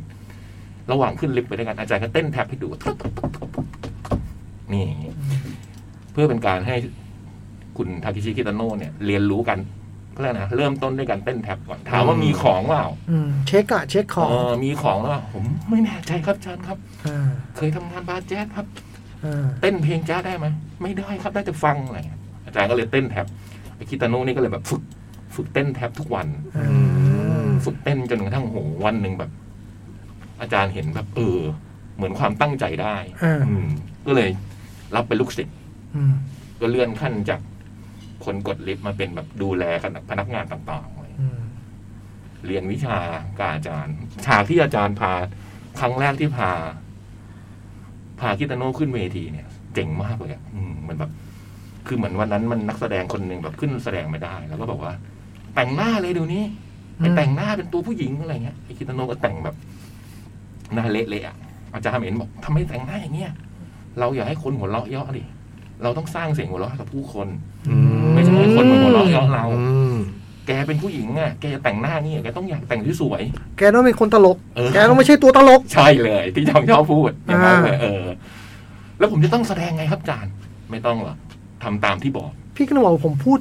ระหว่างขึ้นลิฟต์ไปด้วยกันอาจารย์ก็เต้นแท็บให้ดูตุ๊บตุ๊บตุ๊บตุ๊บตุ๊บนี่อย่างงี้เพื่อเป็นการให้คุณทาคิชิคิตาโนะเนี่ยเรียนรู้กันก็แล้วนะเริ่มต้นด้วยการเต้นแท็บก่อนถามว่ามีของเปล่า อืม เช็คอะเช็คของ เออมีของแล้วผมไม่แน่ใจครับอาจารย์ครับ อ่า เคยทำงานบาร์แจ๊สครับ อ่า เต้นเพลงจ้าได้ไหมไม่ได้ครับได้แต่ฟังอะไรเงี้ยอาจารย์ก็เลยเต้นแท็บไอคิตาโน่นี่ก็เลยแบบฝึก ฝึกเต้นแท็บทุกวัน อ่า ฝึกเต้นจนกระทั่งโหวันหนึ่งแบบ อาจารย์เห็นแบบ เออ เหมือนความตั้งใจได้ อ่า อืมก็เลยรับเป็นลูกศิษย์ อืม ก็เลื่อนขั้นจากคนกดลิฟต์มาเป็นแบบดูแลกันพนักงานต่างๆเลย อืม เรียนวิชากับอาจารย์ ฉากที่อาจารย์พา ครั้งแรกที่พา พาคิตาโน่ขึ้นเวทีเนี่ย เจ๋งมากเลยอะอืมมันแบบ คือเหมือนวันนั้นมันนักแสดงคนหนึ่งแบบขึ้นแสดงไม่ได้ แล้วก็บอกว่า แต่งหน้าเลยเดี๋ยวนี้ไปแต่งหน้าเป็นตัวผู้หญิงอะไรเงี้ยไอ้คิตาโน่ก็แต่งแบบหน้าเละๆอะอาจารย์เห็นบอกทำไมแต่งหน้าอย่างเงี้ยเราอย่าให้คนหัวเราะเยาะดิเราต้องสร้างเสียงหัวเราะให้กับผู้คน อื ไม่ใช่ให้คนมาหัวเราะเยาะเรา อืม แกเป็นผู้หญิงอ่ะแกจะแต่งหน้านี่อะแกต้องอยากแต่งที่สวย แกต้องเป็นคนตลก เออ แกต้องไม่ใช่ตัวตลก ใช่เลย ที่จองชอบพูดอย่างนั้นเลย อ่า เออ แล้วผมจะต้องแสดงไงครับอาจารย์ไม่ต้องหรอกทำตามที่บอก พี่ก็นึกว่าผมพูด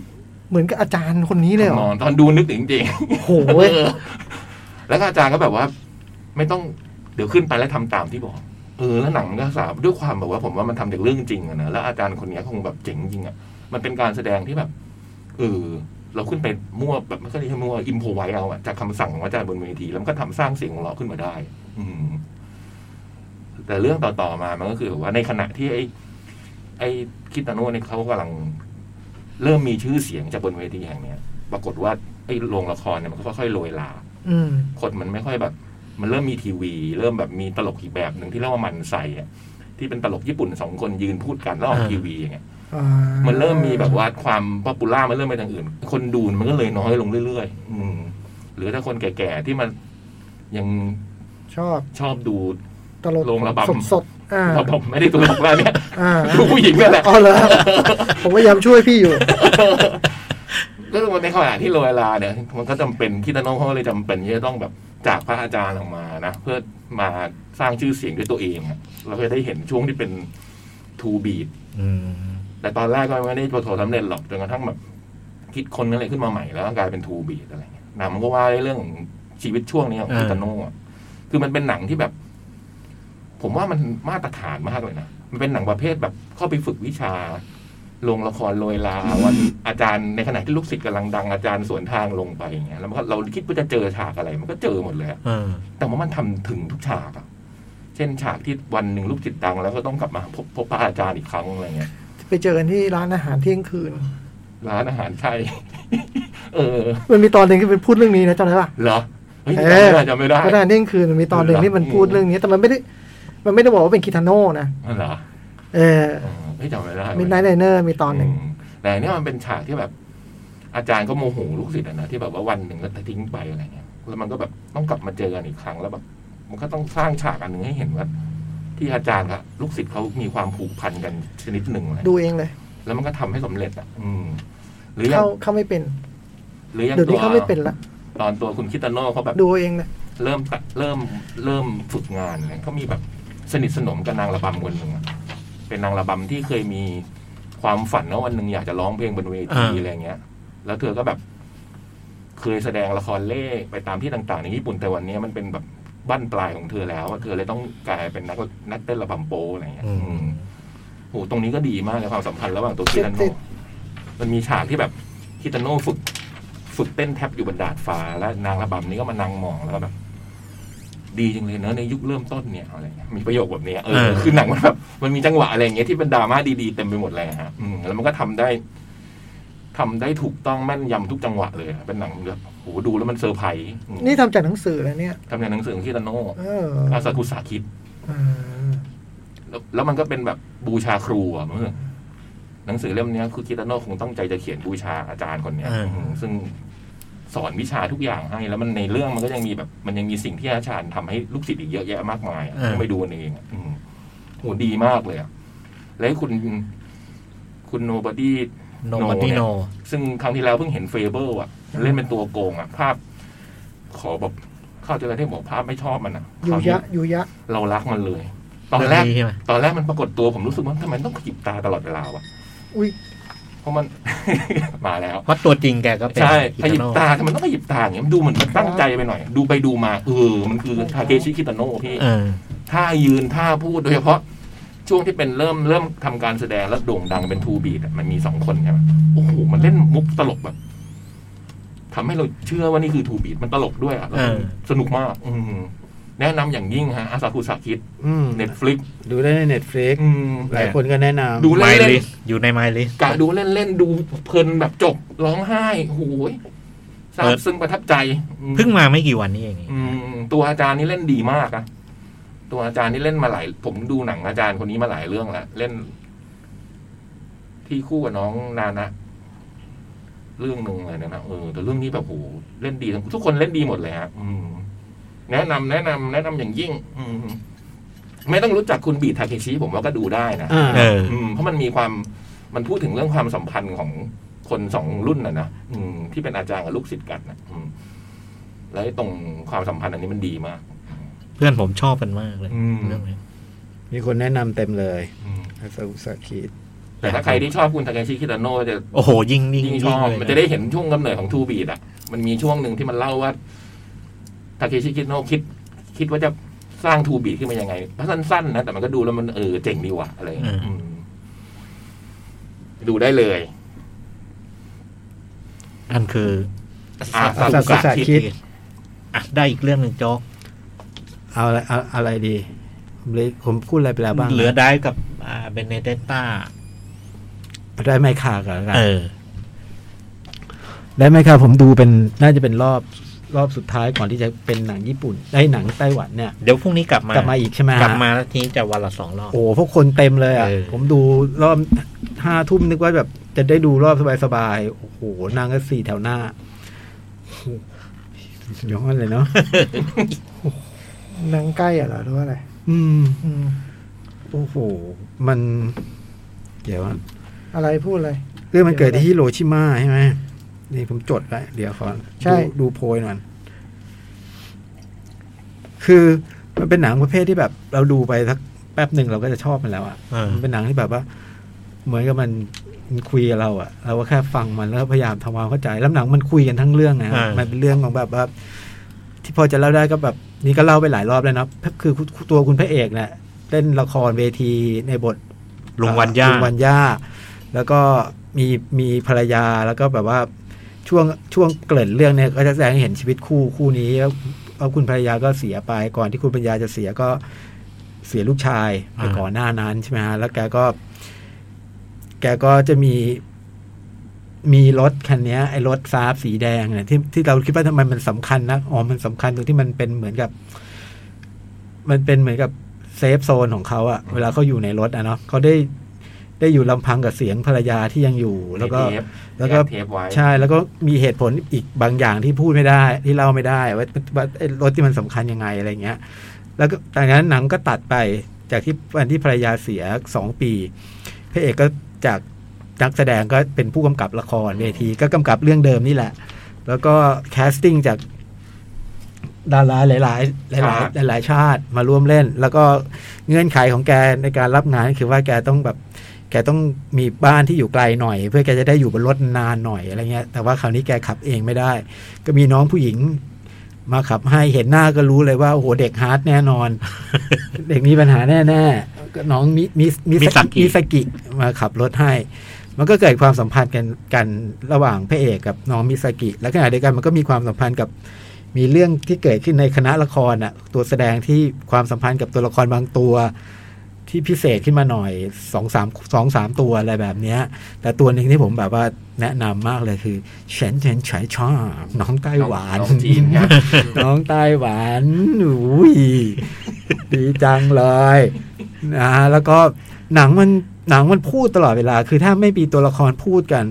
เหมือนกับอาจารย์คนนี้เลยเหร น อ อนตอนดูนึกถึงจริง โอ้โห ๆเออแล้วก็อาจารย์ก็แบบว่า ไม่ต้องเดี๋ยวขึ้นไปแล้วทำตามที่บอก เออแล้วหนังก็สาวด้วยความแบบว่า ผมว่ามันทำจากเรื่องจริงอะนะแล้วอาจารย์คนเนี้ยคงแบบเจ๋งจริงอะมันเป็นการแสดงที่แบบเออเราขึ้นไปมั่วแบบไม่ค่อยได้ใช้มั่วอิมโพไว้เอาอะจากคำสั่งของอาจารย์บนเวทีแล้วมันก็ทำสร้างเสียงของเราะขึ้นมาได้ อืม แต่เรื่องต่อ ๆ มา มันก็คือแบบว่าในขณะที่ไอ้ ไอ้คิตาโน่เนี่ยเขากำลัง เริ่มมีชื่อเสียงจากบนเวทีแห่งเนี้ย ปรากฏว่าไอ้โรงละครเนี่ยมันก็ค่อยๆโรยลา อืม คนมันไม่ค่อยแบบ มันเริ่มมีทีวี เริ่มแบบมีตลกอีกแบบหนึ่งที่เรียกว่ามันไซอะที่เป็นตลกญี่ปุ่นสองคนยืนพูดกันแล้วออก อ่า ทีวีอย่างเงี้ย อ่า มันเริ่มมีแบบว่าความป๊อปปูล่ามันเริ่มไปทางอื่น คนดูมันก็เลยน้อยลงเรื่อยๆ อืมหรือถ้าคนแก่ๆที่มันยัง ชอบ ชอบดู ตลก โรงระบำ สดสดๆอ่า เราผมไม่ได้ตลกแล้วเนี่ย อ่า ดูผู้หญิงเนี่ยแหละ อ๋อเหรอผมพยายามช่วยพี่อยู่ ก็คือในขณะที่โรยลาเนี่ยมันก็จำเป็นคิดานโนเขาก็เลยจำเป็นที่จะต้องแบบจากพระอาจารย์ออกมานะเพื่อมาสร้างชื่อเสียงด้วยตัวเองอะเราก็ได้เห็นช่วงที่เป็นทูบีด อืม แต่ตอนแรกก็ไม่ได้ประสบสำเร็จหรอกจนกระทั่งแบบคิดคนอะไรขึ้นมาใหม่แล้วก็กลายเป็นทูบีดอะไรเงี้ยหนังมันก็ว่าเรื่องของชีวิตช่วงนี้ของคิดานโนอะคือมันเป็นหนังที่แบบ ผมว่ามันมาตรฐานมากเลยนะมันเป็นหนังประเภทแบบเข้าไปฝึกวิชา ลงละครโรยลาวันอาจารย์ในขณะที่ลูกศิษย์กำลังดังอาจารย์สวนทางลงไปอย่างเงี้ยแล้วมันก็เราคิดว่าจะเจอฉากอะไร มันก็เจอหมดเลยอะ เออ แต่ว่ามันทำถึงทุกฉากอะเช่นฉากที่วันหนึ่งลูกศิษย์ดังแล้วก็ต้องกลับมาพบพบพระอาจารย์อีกครั้งอะไรเงี้ย ไปเจอกันที่ร้านอาหารเที่ยงคืน ร้านอาหารไทย เออ มันมีตอนหนึ่งที่เป็นพูดเรื่องนี้นะจำได้ปะ เหรอเฮ้ย เออ จำไม่ได้ ร้านอา จำหาไม่ได้ รเที่ยงคืนมันมีตอนหนึ่งที่มันพูดเรื่องนี้ แต่มันไม่ได้ มันไม่ได้บอกว่าเป็นคิทาโน่นะ อ๋อเหรอ เออ เออเฮ้ยจำไม่ได้ มิดไนท์ไนเนอร์มีตอนหนึ่ง มแต่เนี่ยมันเป็นฉากที่แบบ อาจารย์ก็โมโหลูกศิษย์อะนะที่แบบว่าวันหนึ่งก็ทิ้งไปอะไรเงี้ยแล้วมันก็แบบต้องกลับมาเจอกันอีกครั้งแล้วแบบมันก็ต้องสร้างฉากอันหนึ่งให้เห็นว่า ที่อาจารย์กับลูกศิษย์เขามีความผูกพันกันชนิดหนึ่งอะไร ดูเองเลย แล้วมันก็ทำให้สำเร็จอ่ะ อืม หรือยัง เข้าเข้าไม่เป็น หรือยัง เดี๋ยว ตั นี้ ว เข้าไม่เป็นละ ตอนตัวคุณคิตาโน่เขาแบบ ดูเองเลย เริ่มตะเริ่มเริ่มฝึกงานเนี่ยเขามีแบบสนิทสนมกับนางระบำคนหนึ่งอะเป็นนางระบำที่เคยมีความฝันว่าวันหนึ่งอยากจะร้องเพลงบนเวทีอะไรเงี้ย แล้วเธอก็แบบ เคยแสดงละครเล่ไปตามที่ต่างๆ ในญี่ปุ่นแต่วันนี้มันเป็นแบบบั้นปลายของเธอแล้วว่าเธอเลยต้องกลายเป็นนักนักเต้นระบำโปอะไรอย่างเงี้ย อื อื ม มโหตรงนี้ก็ดีมากเลยความสัมพันธ์ระหว่างตัวคิตาโน่มันมีฉากที่แบบคิตาโน่ฝึก ฝึกเต้นแท็บอยู่บนดาดฟ้าแล้วนางระบำนี้ก็มานั่งมองแล้วก็แบบ ดีจังเลยเนอะในยุคเริ่มต้นเนี่ยอะไรเงี้ยมีประโยคแบบเนี้ยเออคือหนังมันแบบมันมีจังหวะอะไรอย่างเงี้ยที่เป็นดราม่าดีๆเต็มไปหมดเลยฮะอืมแล้วมันก็ทำได้ ทำได้ถูกต้องแม่นยำทุกจังหวะเลยอะเป็นหนังแบบโหดูแล้วมันเซอร์ไพรส์อืม นี่ทำจากหนังสือแล้วเนี่ย ทำงานหนังสือของคิตาโน่ เออ อาซากุสาคิด อ่า แล้วแล้วมันก็เป็นแบบบูชาครูอะเมื่อหนังสือเล่มเนี้ยคือคิตาโน่คงตั้งใจจะเขียนบูชาอาจารย์คนเนี้ย อ่า อืมซึ่งสอนวิชาทุกอย่างให้ แล้วมันในเรื่องมันก็ยังมีแบบ มันยังมีสิ่งที่อาจารย์ทำให้ลูกศิษย์อีกเยอะแยะมากมายอะ อ่า ต้องไปดูกันเองอะอืมโหดีมากเลยอะและคุณคุณโนบอดี้ โน No มันนี่ เนี่ย โน ซึ่งครั้งที่แล้วเพิ่งเห็นเฟเบอร์อ่ะ เล่นเป็นตัวโกงอ่ะ ภาพ ขอแบบเข้าใจอะไรที่บอกภาพไม่ชอบมันอ่ะ ยูยะ คราวนี้ ยูยะ เรารักมันเลย ตอนแรก เรื่องนี้ใช่ไหม ตอนแรกมันปรากฏตัวผมรู้สึกว่าทำไมต้องขยิบตาตลอดเวลาวะ อุ้ย เพราะมัน มาแล้ว เพราะตัวจริงแกก็เป็น ใช่ข อิ ยิ ตา บ โน ตาทำไมต้องขยิบตาอย่างเงี้ยมันดูเหมือนมันตั้งใจไปหน่อย ดูไปดูมาเออมันคือทาเคชิคิตาโนะพี่ เออ ท่ายืนท่าพูดโดยเฉพาะ ช่วงที่เป็นเริ่มเริ่มทำการแสดงแล้วโด่งดังเป็นทูบีดมันมีสองคนใช่ไหมโอ้โห มันเล่นมุกตลกแบบทำให้เราเชื่อว่านี่คือทูบีดมันตลกด้วยอ่ะแล้วมัน เออ สนุกมาก อืมแนะนำอย่างยิ่งฮะอาซาคุสาคิด อืม เน็ตฟลิก ดูได้ในเน็ตฟลิกหลายคนก็แนะนำ ดู ไม เล่น ลิ เล่ ส น อยู่ในไมลิส กะดูเล่นเล่นดูเพลินแบบจบร้องไห้โอ้โหยซา เอบ อ ซึ้งประทับใจอืม เพิ่งมาไม่กี่วันนี้เอง อืมตัวอาจารย์นี่เล่นดีมากอะตัวอาจารย์นี่เล่นมาหลาย ผมดูหนังอาจารย์คนนี้มาหลายเรื่องแล้วเล่น ที่คู่กับน้องนานะ เรื่องหนึ่งอะไรนะนะเออแต่เรื่องนี้แบบโหเล่นดีทั้งทุกคนเล่นดีหมดเลยฮะอืม แนะนำแนะนำแนะนำอย่างยิ่ง อืมไม่ต้องรู้จักคุณบีทาเคชิผมว่าก็ดูได้นะ อ่า เออ อืมเพราะมันมีความมันพูดถึงเรื่องความสัมพันธ์ของคนสองรุ่นนะนะอืมที่เป็นอาจารย์กับลูกศิษย์กันนะอืมแล้วไอ้ตรงความสัมพันธ์อันนี้มันดีมาก เพื่อนผมชอบกันมากเลย อืม เรื่องนี้ มีคนแนะนำเต็มเลย อืม อาซากุสาคิ แต่ถ้าใครที่ชอบคุณทาเคชิคิตาโนะจะ โอ้โห ยิ่งยิ่ง ยิ่งช ยิ่ง อบ เลย มันจะได้เห็นช่วงกำเนิดของทูบีดอ่ะ มันมีช่วงหนึ่งที่มันเล่าว่าทาเคชิคิตาโนะคิด คิดว่าจะสร้างทูบีดขึ้นมายังไงเพราะสั้นๆนะแต่มันก็ดูแล้วมันเออเจ๋งดีว่ะอะไรอย่างเงี้ยอืมดูได้เลย อันคือ อา อา ซา ซากุ กุ สา สะคิ คิ ด อ่ะได้อีกเรื่องหนึ่งโจ๊ก เอาอะไรเอาอะไรดีผมเลยผมพูดอะไรไปแล้วบ้าง เหลือได้กับเบเนเดต้า ได้ไม่ขาดกันละกัน เออ ได้ไหมครับ ผมดูเป็นน่าจะเป็นรอบรอบสุดท้ายก่อนที่จะเป็นหนังญี่ปุ่นไอ้หนังไต้หวันเนี่ย เดี๋ยวพรุ่งนี้กลับมาก ก ลับมาอีกใช่ไหมฮะ กลับมาแล้วทีนี้จะวันละสองรอบ โอ้พวกคนเต็มเลยอ่ะ เออ ผมดูรอบห้าทุ่มนึกว่าแบบ จะได้ดูรอบสบายๆโอ้โหนางก็สี่แถวหน้าโอ้โหสุดยอด เลยเนาะ หนังใกล้อะเหรอหรือว่าอะไร อืม อืม โอ้โห มัน เดี๋ยวอะ อะไรพูดอะไร เรื่องมันเกิดที่ฮิโรชิมาใช่ไหมนี่ผมจดแล้วเดี๋ยวขอ ใช่ ดูดูโพยหน่อยคือมันเป็นหนังประเภทที่แบบ เราดูไปสักแป๊บหนึ่งเราก็จะชอบมันแล้วอ่ะ เออ มันเป็นหนังที่แบบว่า เหมือนกับมันมันคุยกับเราอ่ะ เราก็แค่ฟังมันแล้วพยายามทำความเข้าใจ แล้วหนังมันคุยกันทั้งเรื่องนะ อ่ามั มันเป็นเรื่องของแบบว่า ที่พอจะเล่าได้ก็แบบ นี่ก็เล่าไปหลายรอบแล้วเนาะคือตัวคุณพระเอกเนี่ยเล่นละครเวทีในบท ลุงวันย่า ลุงวันย่า แล้วก็มีมีภรรยาแล้วก็แบบว่าช่วงช่วงเกริ่นเรื่องเนี่ยก็จะแสดงให้เห็นชีวิตคู่คู่นี้แล้วแล้วคุณภรรยาก็เสียไป ก่อนที่คุณปัญญาจะเสียก็เสียลูกชายไป อ่า ก่อนหน้านั้นใช่ไหมฮะแล้วแกก็ แกก็จะมี มีรถคันเนี้ยไอ้รถซาบสีแดงเนี่ยที่ที่เราคิดว่าทำไมมันสำคัญนะอ๋อมันสำคัญตรงที่มันเป็นเหมือนกับ มันเป็นเหมือนกับเซฟโซนของเขาอะเวลาเขาอยู่ในรถอะเนาะเขาได้ได้อยู่ลำพังกับเสียงภรรยาที่ยังอยู่ แล้วก็ เทป แล้วก็ อัดเทปไว้ ใช่แล้วก็มีเหตุผลอีกบางอย่างที่พูดไม่ได้ ที่เล่าไม่ได้ว่าว่าไอ้รถที่มันสำคัญยังไงอะไรเงี้ย แล้วก็จากนั้นหนังก็ตัดไปจากที่วันที่ภรรยาเสียสองปีพระเอกก็จากนักแสดงก็เป็นผู้กำกับละครเวทีก็กำกับเรื่องเดิมนี่แหละ แล้วก็แคสติ้งจากดาราหลายๆหลาย ชาติ ๆหลายๆชาติมาร่วมเล่น แล้วก็เงื่อนไขของแกในการรับงานก็คือว่าแกต้องแบบ แกต้องมีบ้านที่อยู่ไกลหน่อย เพื่อแกจะได้อยู่บนรถนานหน่อยอะไรเงี้ย แต่ว่าคราวนี้แกขับเองไม่ได้ ก็มีน้องผู้หญิง มาขับให้เห็นหน้าก็รู้เลยว่าโอ้โหเด็กฮาร์ดแน่น อน เด็กมีปัญหาแน่ๆก็น้องมิมิมิ มิสกิ มิสกิมาขับรถให้ มันก็เกิดความสัมพันธ์กันกันระหว่างพระเอกกับน้องมิสกิ และขณะเดียวกันมันก็มีความสัมพันธ์กับ มีเรื่องที่เกิดขึ้นในคณะละครอ่ะ ตัวแสดงที่ความสัมพันธ์กับตัวละครบางตัว ที่พิเศษขึ้นมาหน่อยสองสามสองสามตัวอะไรแบบเนี้ย แต่ตัวหนึ่งที่ผมแบบว่าแนะนำมากเลยคือเฉินเฉินไฉชาน้องไต้หวาน น้องจีนครับ น้องไต้หวันอุ้ยดีจังเลยนะแล้วก็หนังมันหนังมันพูดตลอดเวลา คือถ้าไม่มีตัวละครพูดกัน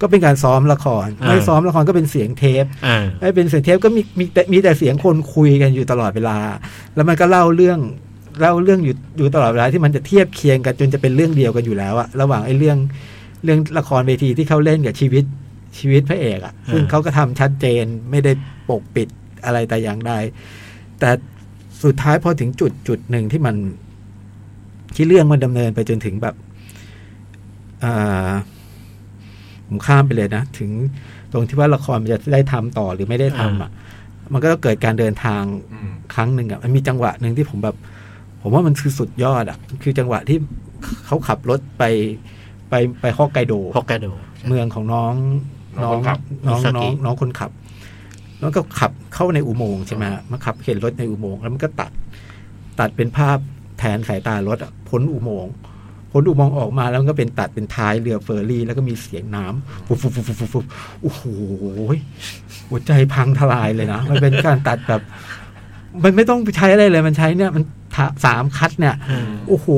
ก็เป็นการซ้อมละคร อ่า ไม่ซ้อมละครก็เป็นเสียงเทป อ่า ไม่เป็นเสียงเทปก็มีมีแต่มีแต่เสียงคนคุยกันอยู่ตลอดเวลา แล้วมันก็เล่าเรื่องเล่าเรื่องอยู่อยู่ตลอดเวลาที่มันจะเทียบเคียงกันจนจะเป็นเรื่องเดียวกันอยู่แล้วอะระหว่างไอ้เรื่องเรื่องละครเวทีที่เขาเล่นกับชีวิตชีวิตพระเอกอะซึ่งเขาก็ทำชัดเจนไม่ได้ปกปิดอะไรแต่อย่างใดแต่สุดท้ายพอถึงจุดจุดหนึ่งที่มันที่เรื่องมันดำเนินไปจนถึงแบบอ่าผมข้ามไปเลยนะถึง ตรงที่ว่าละครมันจะได้ทำต่อหรือไม่ได้ทำอ่ะ มันก็ต้องเกิดการเดินทาง อืม ครั้งหนึ่งอ่ะ มันมีจังหวะหนึ่งที่ผมแบบ ผมว่ามันคือสุดยอดอ่ะ คือจังหวะที่เขาขับรถไปไปไปฮอกไกโด ฮอกไกโด เมืองของน้อง น้องคนขับ น้อง มิซาน้กิองน้องคนขับ แล้วก็ขับเข้าในอุโมงค์ใช่ไหมฮะมาขับเข็นรถในอุโมงค์แล้วมันก็ตัด ตัดเป็นภาพแทนสายตารถอะพ้นอุโมงค์พ้นอุโมงค์ออกมาแล้วมันก็เป็นตัดเป็นท้ายเรือเฟอร์รี่ แล้วก็มีเสียงน้ำฟุบฟุบฟุบฟุบฟุบฟุบโอ้โหหัวใจพังทลายเลยนะ มันเป็นการตัดแบบ มันไม่ต้องใช้อะไรเลยมันใช้เนี่ย มันทะสามคัดเนี่ย โอ้โห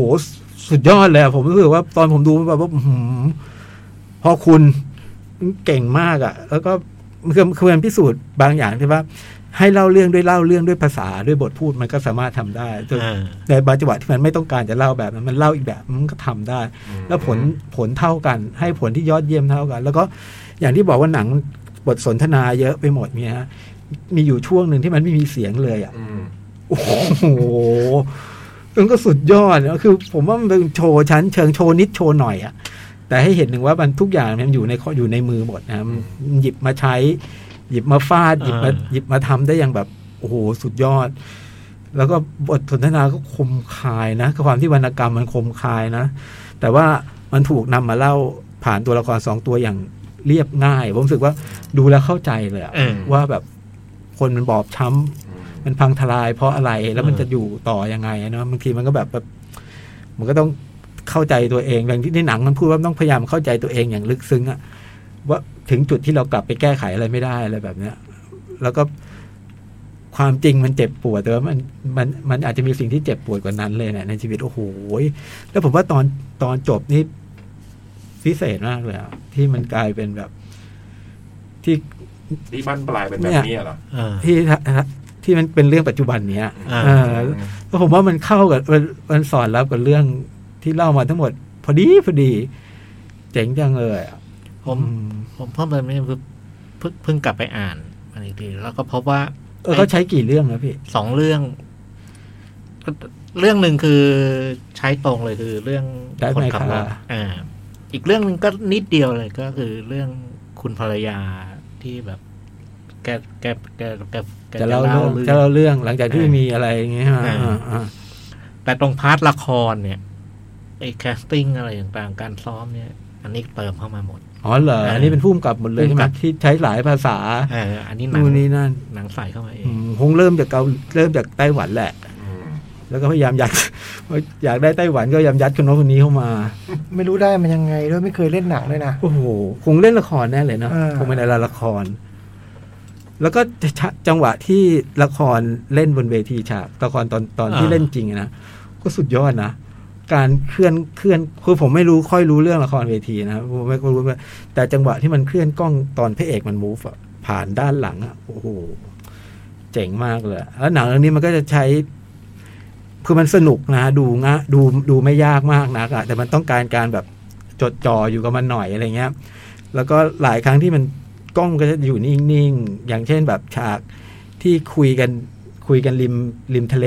สุดยอดเลยอะผมรู้สึกว่าตอนผมดูแบบว่าอื้อหือพอคุณเก่งมากอะ่ะ แล้วก็คือคือมันพิสูจน์บางอย่างที่ว่า ให้เล่าเรื่องด้วยเล่าเรื่องด้วยภาษาด้วยบทพูดมันก็สามารถทำได้จน อ่า ในบางจังหวะที่มันไม่ต้องการจะเล่าแบบนั้นมันเล่าอีกแบบมันก็ทำได้ แล้วผลผลเท่ากัน ให้ผลที่ยอดเยี่ยมเท่ากัน แล้วก็อย่างที่บอกว่าหนังบทสนทนาเยอะไปหมดเนี่ยฮะมีอยู่ช่วงหนึ่งที่มันไม่มีเสียงเลยอ่ะ อืม โอ้โหมันก็สุดยอดนะคือ ผมว่ามันเป็นโชว์ชั้นเชิงโชว์นิดโชว์หน่อยอะแต่ให้เห็นหนึ่งว่ามันทุกอย่างมันอยู่ในข้ออยู่ในมือหมดนะมันหยิบมาใช้ หยิบมาฟาด หยิบมา อ่า หยิบมาทำได้อย่างแบบ โอ้โห สุดยอด แล้วก็บทสนทนาก็คมคายนะความที่วรรณกรรมมันคมคายนะ แต่ว่ามันถูกนำมาเล่าผ่านตัวละครสองตัวอย่างเรียบง่าย ผมรู้สึกว่าดูแล้วเข้าใจเลยอะ เออ ว่าแบบคนมันบอบช้ำ อืม มันพังทลายเพราะอะไรแล้วมัน เออ จะอยู่ต่อยังไงอะเนาะบางทีมันก็แบบแบบ มันก็ต้องเข้าใจตัวเองอย่างที่ในหนังมันพูดว่าต้องพยายามเข้าใจตัวเองอย่างลึกซึ้งอะว่า ถึงจุดที่เรากลับไปแก้ไขอะไรไม่ได้อะไรแบบเนี้ย แล้วก็ความจริงมันเจ็บปวดแต่ว่ามันมันมันอาจจะมีสิ่งที่เจ็บปวดกว่านั้นเลยนะในชีวิตโอ้โหยแล้วผมว่าตอนตอนจบนี่พิเศษมากเลยอะที่มันกลายเป็นแบบที่ ที่บ้านปลายเป็นแบบนี้เหรอ เออ ที่ทะทะที่มันเป็นเรื่องปัจจุบันเนี้ย อ่า เออแล้วผมว่ามันเข้ากับมันมันสอนรับกับเรื่องที่เล่ามาทั้งหมด พอดีพอดี เจ๋งจังเลยอะ ผม อืม ผมเพิ่มเติมนิดนึงคือเพิ่งเพิ่งกลับไปอ่านมันอีกทีแล้วก็พบว่า เออเขาใช้กี่เรื่องนะพี่ สองเรื่อง เรื่องหนึ่งคือใช้ตรงเลยคือเรื่องคนขับรถ Drive My Car อ่า อีกเรื่องหนึ่งก็นิดเดียวเลยก็คือเรื่องคุณภรรยาที่แบบ แกแกแกแกแก จะเล่าเรื่องจะจะ เล่า เล่า เรื่อง เรื่องหลังจากที่ อ่ามี มีอะไรอย่างเงี้ย อ่า อ่าอ่า แต่ตรงพาร์ทละครเนี่ยไอ้แคสติ้งอะไรต่างๆ การซ้อมเนี่ย อันนี้เติมเข้ามาหมด อ๋อเหรออันนี้เป็นผู้กำกับหมดเลย ผู้ ใช่ กำ ไหมกับ ที่ใช้หลายภาษา เอออันนี้หนัง นู่นนี่นั่น หนังใส่เข้ามาเอ อื ง มคงเริ่มจากเกาเริ่มจากไต้หวันแหละ อืม แล้วก็พย ายามยัด อยากได้ไต้หวันก็พยายามยัดคนโน้นคนนี้เข้ามา ไม่รู้ได้มันยังไงด้วยไม่เคยเล่นหนังเลยนะ โอ้โห คงเล่นละครแน่เลยเนาะ อ่า คงเป็นอะไรละคร แล้วก็จะจังหวะที่ละครเล่นบนเวทีฉากละครตอนตอนที่ อ่า เล่นจริงอะนะก็สุดยอดนะการเคลื่อนเคลื่อนคือผมไม่รู้ค่อยรู้เรื่องละครเวทีนะผมไม่ค่อยรู้ว่าแต่จังหวะที่มันเคลื่อนกล้องตอนพระเอกมันมูฟอะผ่านด้านหลังอะโอ้โหเจ๋งมากเลยแล้วหนังเรื่องนี้มันก็จะใช้ คือมันสนุกนะดูงะดูดูไม่ยากมากนักอะแต่มันต้องการการแบบจดจ่ออยู่กับมันหน่อยอะไรเงี้ย แล้วก็หลายครั้งที่มันกล้องก็จะอยู่นิ่งๆ อย่างเช่นแบบฉากที่คุยกันคุยกันริมริมทะเล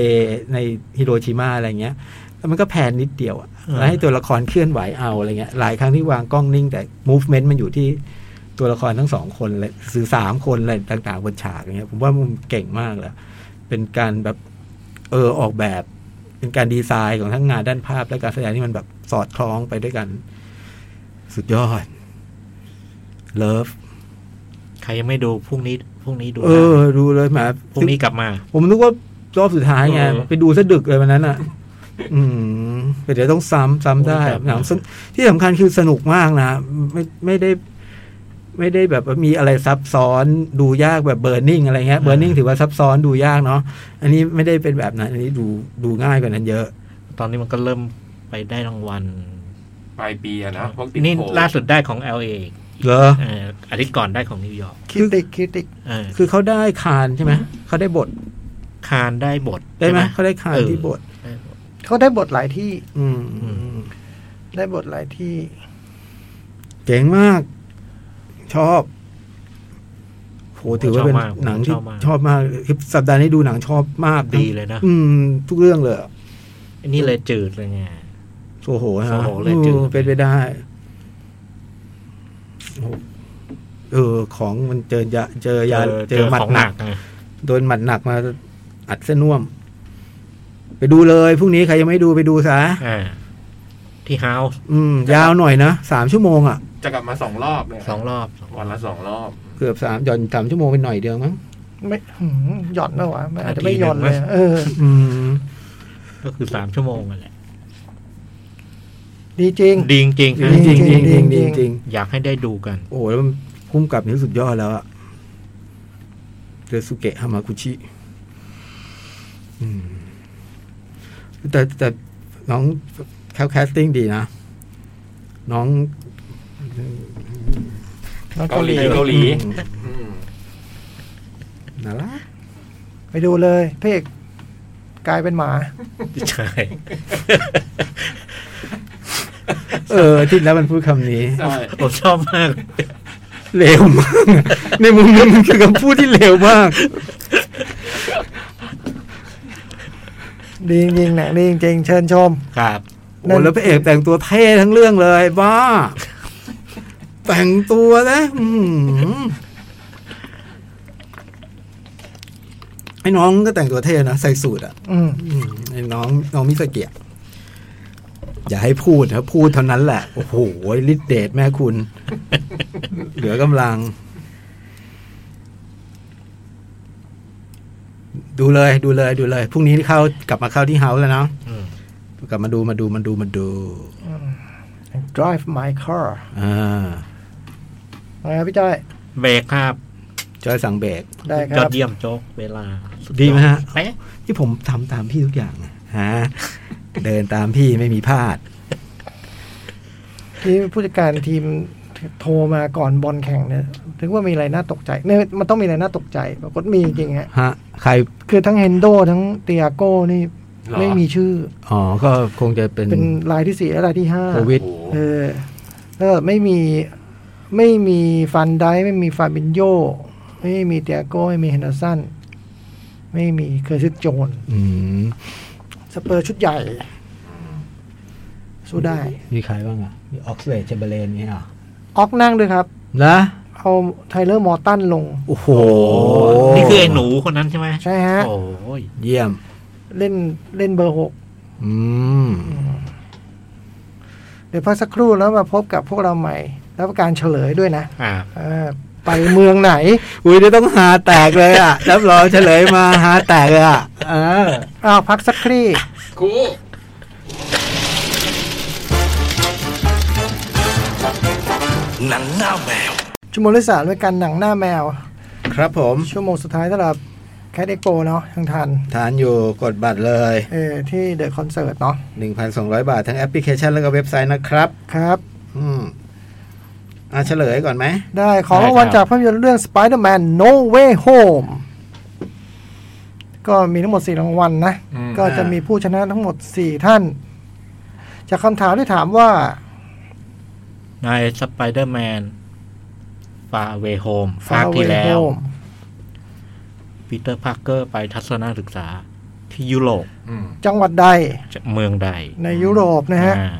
ในฮิโรชิมาอะไรเงี้ย แล้วมันก็แผนนิดเดียวอะ อ่า แล้วให้ตัวละครเคลื่อนไหวเอาอะไรเงี้ย หลายครั้งที่วางกล้องนิ่งแต่ movement มันอยู่ที่ตัวละครทั้งสองคนเลยสื่อสามคนอะไรต่างๆบนฉากอย่างเงี้ย ผมว่ามันเก่งมากเลยเป็นการแบบเออออกแบบ เป็นการดีไซน์ของทั้งงานด้านภาพและการแสดงที่มันแบบสอดคล้องไปด้วยกัน สุดยอด เลิฟ ใครยังไม่ดูพรุ่งนี้พรุ่งนี้ดู เอ ได้ อ ดูเลยแหมา พรุ่งนี้กลับมา ผมนึกว่ารอบสุดท้ายไง ไปดูซะดึกเลยวันนั้นอ่ะ อืมแต่เดี๋ยวต้องซ้ำซ้ำได้ โอ้ยครับ หนังซึ่งที่สำคัญคือสนุกมากนะ ไม่ไม่ได้ ไม่ได้แบบว่ามีอะไรซับซ้อนดูยากแบบเบ r ร์นิ่งอะไรเงี้ยเบ r ร์นิ่งถือว่าซับซ้อนดูยากเนาะอันนี้ไม่ได้เป็นแบบนั้น อันนี้ดูดูง่ายกว่านั้นเยอะ ตอนนี้มันก็เริ่มไปได้รางวัล ปลายปีอะนะพวกติด นี่ โผ ล่าสุดได้ของ LA อีก เหรอ เอ่ออาทิตย์ก่อนได้ของนิวยอร์ก คิดติกคิดติก เออ คือเขาได้คานใช่ไหมเขาได้บท คานได้บท ได้ไหม ใช่ เขาได้คานที่บท ได้บท เขาได้บทหลายที่ อืม อืม ได้บทหลายที่ เจ๋งมาก ชอบโหถือว่าเป็น ชอบมาก หนังที่ ชอบมาก ชอบมากคือสัปดาห์นี้ดูหนังชอบมาก ดีเลยนะ อืม ทุกเรื่องเลยอะ อันนี้เลยจืดเลยไง โอ้โหฮะ โอ้โหเลยจืด ออเป็นไปได้โอ้โหเออ ของมันเจอยาเจอยาเจอหมัด ของ ห ห นั นั ก กไง โดนหมัดหนักมา อัดเส้นน่วม ไปดูเลยพรุ่งนี้ใครยังไม่ดูไปดูซะ อ่าที่ฮาว อืม ยาวหน่อยนะสามชั่วโมงอ่ะ จะกลับมาสองรอบเนี่ย สองรอบ วันละสองรอบ เกือบสามหย่อนสามชั่วโมงเป็นหน่อยเดียวมั้ง ไม่หืมหย่อนนะวะมันอาจจะไม่หย่อนเลยอะเออ อืม ก็คือสามชั่วโมงนั่นแหละ ดีจริง ดีจริงๆ จ นะ ริงจริงจริงจริง จริง จริง อยากให้ได้ดูกัน โอ้โหแล้วมันพุ่มกับนี่สุดยอดแล้วอะเรสุเกะฮามากุชิอืมแต่แต่น้องแคลแคสติ้งดีนะ น้อง น้องเกาหลี เกาหลี อืม อืม น่ารัก ไปดูเลยพระเอกกลายเป็นหมา ใช่ เอออาที่แล้วมันพูดคำนี้ ใช่ ผมชอบมาก เลวมากอะในมุมนึงมันคือคำพูดที่เลวมาก ดีจริงๆหนังดีจริงๆเชิญชม ครับ โอ้แล้วพระเอกแต่งตัวเท่ทั้งเรื่องเลยบ้า แต่งตัวนะอื้อหือไอ้น้องก็แต่งตัวเท่นะใส่สูทอ่ะ อืม อื้อหือไอ้น้องน้องมิสเกียะอย่าให้พูดนะพูดเท่านั้นแหละ โอ้โหฤทธิเดชแม่คุณ เหลือกำลัง ดูเลยดูเลยดูเลยพรุ่งนี้เข้ากลับมาเข้าที่เฮาส์แล้วเนาะ อืม กลับมาดูมาดูมาดูมาดู อืม drive my car อ่า เอาละพี่จ้อย เบรกครับ จอยสั่งเบรก ได้ค ยอ รับ ดเยี่ยมโจ๊กเวลาสุ ดีไหมฮะ เป๊ะ ที่ผมทำตามพี่ทุกอย่างนะฮะ เดินตามพี่ไม่มีพลาด ที่ผู้จัดการทีมโทรมาก่อนบอลแข่งเนี่ยถึงว่ามีอะไรน่าตกใจเนี่ยมันต้องมีอะไรน่าตกใจปรากฏมีจริงฮะ ฮะ ใคร คือทั้งเฮนโดทั้งเตียโก้นี่ เหรอ ไม่มีชื่อ อ๋อ ก็คงจะเป็น เป็นรายที่สี่และรายที่ห้า โควิด โอ้โห เออแล้วไม่มีไม่มีฟันไดค์ไม่มีฟาบินโยไม่มีเตียโก้ไม่มีเฮนเดอร์สันไม่มีเคอร์ซิสโจนส์ อืม สเปอร์ชุดใหญ่ สู้ได้ มีใครบ้างอ่ะ มีออกซเลดเชมเบอร์เลนนี่ยเหรอ่ะ ออกนั่งด้วยครับ นะ เอาไทเลอร์มอร์ตันลง โอ้โห นี่คือไอ้หนูคนนั้นใช่ไหม ใช่ฮะ โอ้ย เยี่ยม เล่นเล่นเบอร์หก อืม เดี๋ยวพักสักครู่แล้วมาพบกับพวกเราใหม่ แล้วการเฉลยด้วยนะ อ่า เออไปเมืองไหน อุ้ยเดี๋ยวต้องหาแตกเลย อ่ะ รับรองเฉลยมาหาแตกเลยอ่ะเออ อ้าวพักสักครี่ ครู หนังหน้าแมว ชั่วโมงที่สามด้วยกันหนังหน้าแมว ครับผม ชั่วโมงสุดท้ายสำหรับแคดเอ็กโปเนาะทางทัน ฐานอยู่กดบัตรเลย เออที่เดอะคอนเสิร์ตเนาะ 1,200 บาท ทั้งแอปพลิเคชันแล้วก็เว็บไซต์นะครับ ครับ อืมอ่ะเฉลยก่อนไหม ได้ของ ได้ รางวัล คจารับกภาพยนตร์เรื่อง Spider-Man No Way Home ก็มีทั้งหมด 4 รางวัลนะ อืม ก็จะมีผู้ชนะทั้งหมด 4 ท่าน จากคำถามที่ถามว่า ในสไปเดอร์แมนฟาเวโฮมภาคที่แล้ว Home ปีเตอร์พาร์เกอร์ไปทัศนศึกษาที่ยุโรป อืม จังหวัดใด จะเมืองใด ในยุโรปนะฮะ อ่า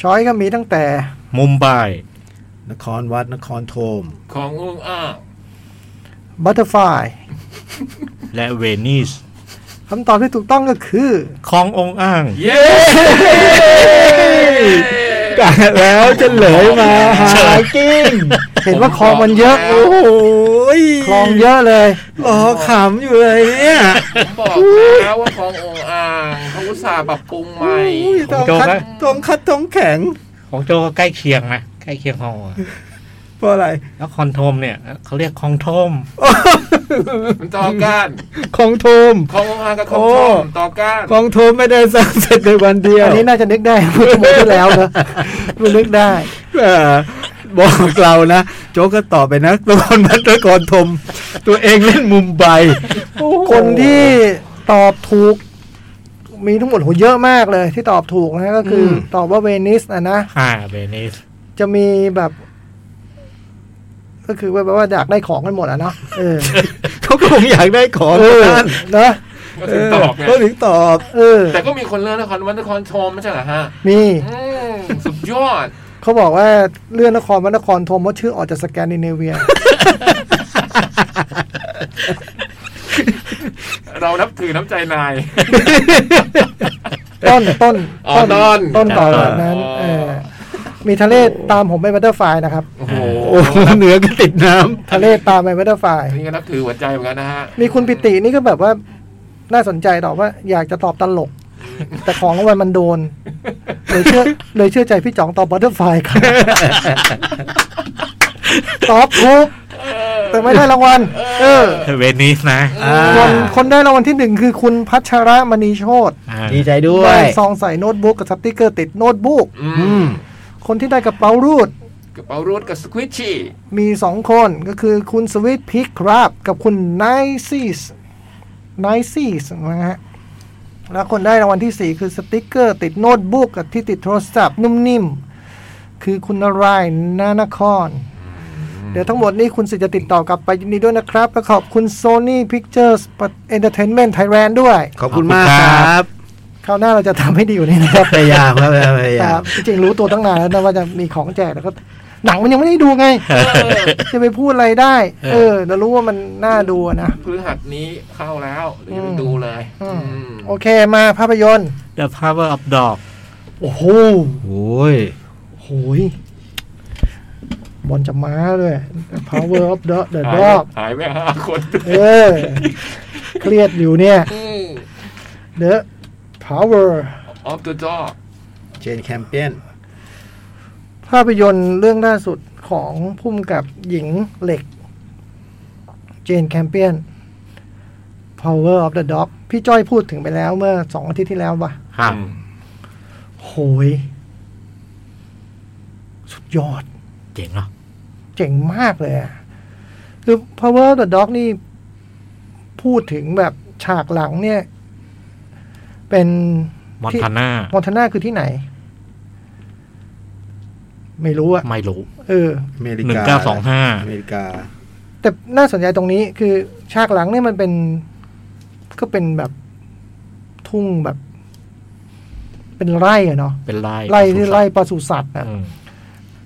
ช้อยก็มีตั้งแต่ มุมไบ นครวัดนครโทม ของอุ้งอ้าง Butterfly และเวนิส คำตอบที่ถูกต้องก็คือ ขององค์อ้าง เย้ กะแล้วเฉลยมาหากิน เห็นว่าคลองมันเยอะ ผมบ โอ้ ก โอ้ย คลองเยอะเลย รอขำอยู่เลยเนี่ย ผมบอกแล้วว่าขององค์อ่างเขาอุตส่าห์ปรับปรุงใหม่ อุ้ยทผอมง โดน คัด แล้ว ทองคัดทองแข็ง ของโจก็ใกล้เคียงนะใกล้เคียงของอะ เพราะอะไร แล้วคอนโทมเนี่ยเขาเรียกคองโทม มันตอก้าน ของโทม ขององค์อ่างกับของ โอ้ ชมตอก้าน ของโทมไม่ได้สร้างเสร็จในวันเดียว อันนี้น่าจะนึกได้ เมื่อชั่วโมงที่แล้วนะ มันนึกได้ เออบอกเรานะ โจ๊กก็ตอบไปนะนครวัดนครโทม ตัวเองเล่นมุมไบ คนที่ตอบถูก มีทั้งหมดโหเยอะมากเลยที่ตอบถูกนะก็คืออตอบว่าเวนิสนะนะ อ่าเวนิ ส จะมีแบบ ก็คือว่าแบบว่าอยากได้ของกันหมดอ่ะเนาะเออ เขาก็คงอยากได้ของ เออ ท่าน เนอะ ก็ถึงตอบไง เขาถึงตอบ เออ แต่ก็มีคนเลือกนครวัดนครชมไม่ใช่เหรอฮะ มี อืมสุดยอด เขาบอกว่าเลื่อนนครวัดนครโทมว่าะชื่อออกจากสแกนดิเนเวีย เรานับถือน้ำใจนาย ต้นต้น อ๋อต้น ต้นต่อแบบนั้นเออมีทะเลตามผมไปบัตเตอร์ไฟลายนะครับ โอ้โห โอ้โหเหนือก็ติดน้ำ ทะเลตามไปบัตเตอร์ไฟลาย นี่ก็นับถือหัวใจเหมือนกันนะฮะ มีคุณปิตินี่ก็แบบว่าน่าสนใจตอบว่า อยากจะตอบตลก แต่ของรางวัลมันโดน เลยเชื่อเลยเชื่อใจพี่จ๋องตอบบัตเตอร์ไฟลายครับ ตอบถูกแต่ไม่ได้รางวัลเออ เวนิสนะ คนคนได้รางวัลที่หนึ่งคือคุณพัชระมณีโชต อ่า ดีใจด้วย ได้ซองใส่โน้ตบุ๊กกับสติกเกอร์ติดโน้ตบุ๊ก อื อื ม ม คนที่ได้กระเป๋ารูด กระเป๋ารูดกับสควิชชี่ มีสองคนก็คือคุณสวิตพิกครับ กับคุณไนซีสไนซีสนะฮะ แล้วคนได้รางวัลที่สี่คือสติกเกอร์ติดโน้ตบุ๊กกับที่ติดโทรศัพท์นุ่มนิ่มๆ คือคุณนารายณ์นานคร เดี๋ยวทั้งหมดนี้คุณสิจะติดต่อกลับไปยินดีด้วยนะครับ และขอบคุณ Sony Pictures Entertainment Thailand ด้วย ขอบคุณมากครับ คราวหน้าเราจะทำให้ดีกว่านี้นะครับ พยายามครับพยา แต่ ยาม จริงๆรู้ตัวตั้งนานแล้วนะว่าจะมีของแจกแล้วก็หนังมันยังไม่ได้ดู ไง จะไปพูดอะไรได้ เออเรารู้ว่ามันน่าดูอะนะ พฤหัสนี้เข้าแล้วเดี๋ยวจะไปดูเลย อืม อืม โอเคมาภาพยนตร์ The Power of Dog โอ้โห โอ้ย โหยบอลจะม้าด้วย power of the the หายไป dog หายไปห้าคน เออ เครียดอยู่เนี่ย the power ออฟตัวจอ เจนแคมเปียน ภาพยนตร์เรื่องล่าสุด ของพุ่มกับหญิงเหล็ก เจนแคมเปียน Power of the Dog พี่จ้อยพูดถึงไปแล้วเมื่อสองอาทิตย์ที่แล้วป่ะ ครับ โหย สุดยอด เจ๋งเนาะ เจ๋งมากเลยอะคือ Power of the Dog นี่ พูดถึงแบบฉากหลังเนี่ย เป็น มอนทาน่าม อนทาน่าคือที่ไหน ไม่รู้อะ ไม่รู้ เออ อเมริ หนึ่ง กา เก้าสองห้า อเมริกา แต่น่าสนใจตรงนี้คือฉากหลังเนี่ยมันเป็น ก็เป็นแบบทุ่งแบบ เป็นไร่อะเนาะ เป็นไล่ ไร่ที่ไร่ปศุสัตว์นะ อืม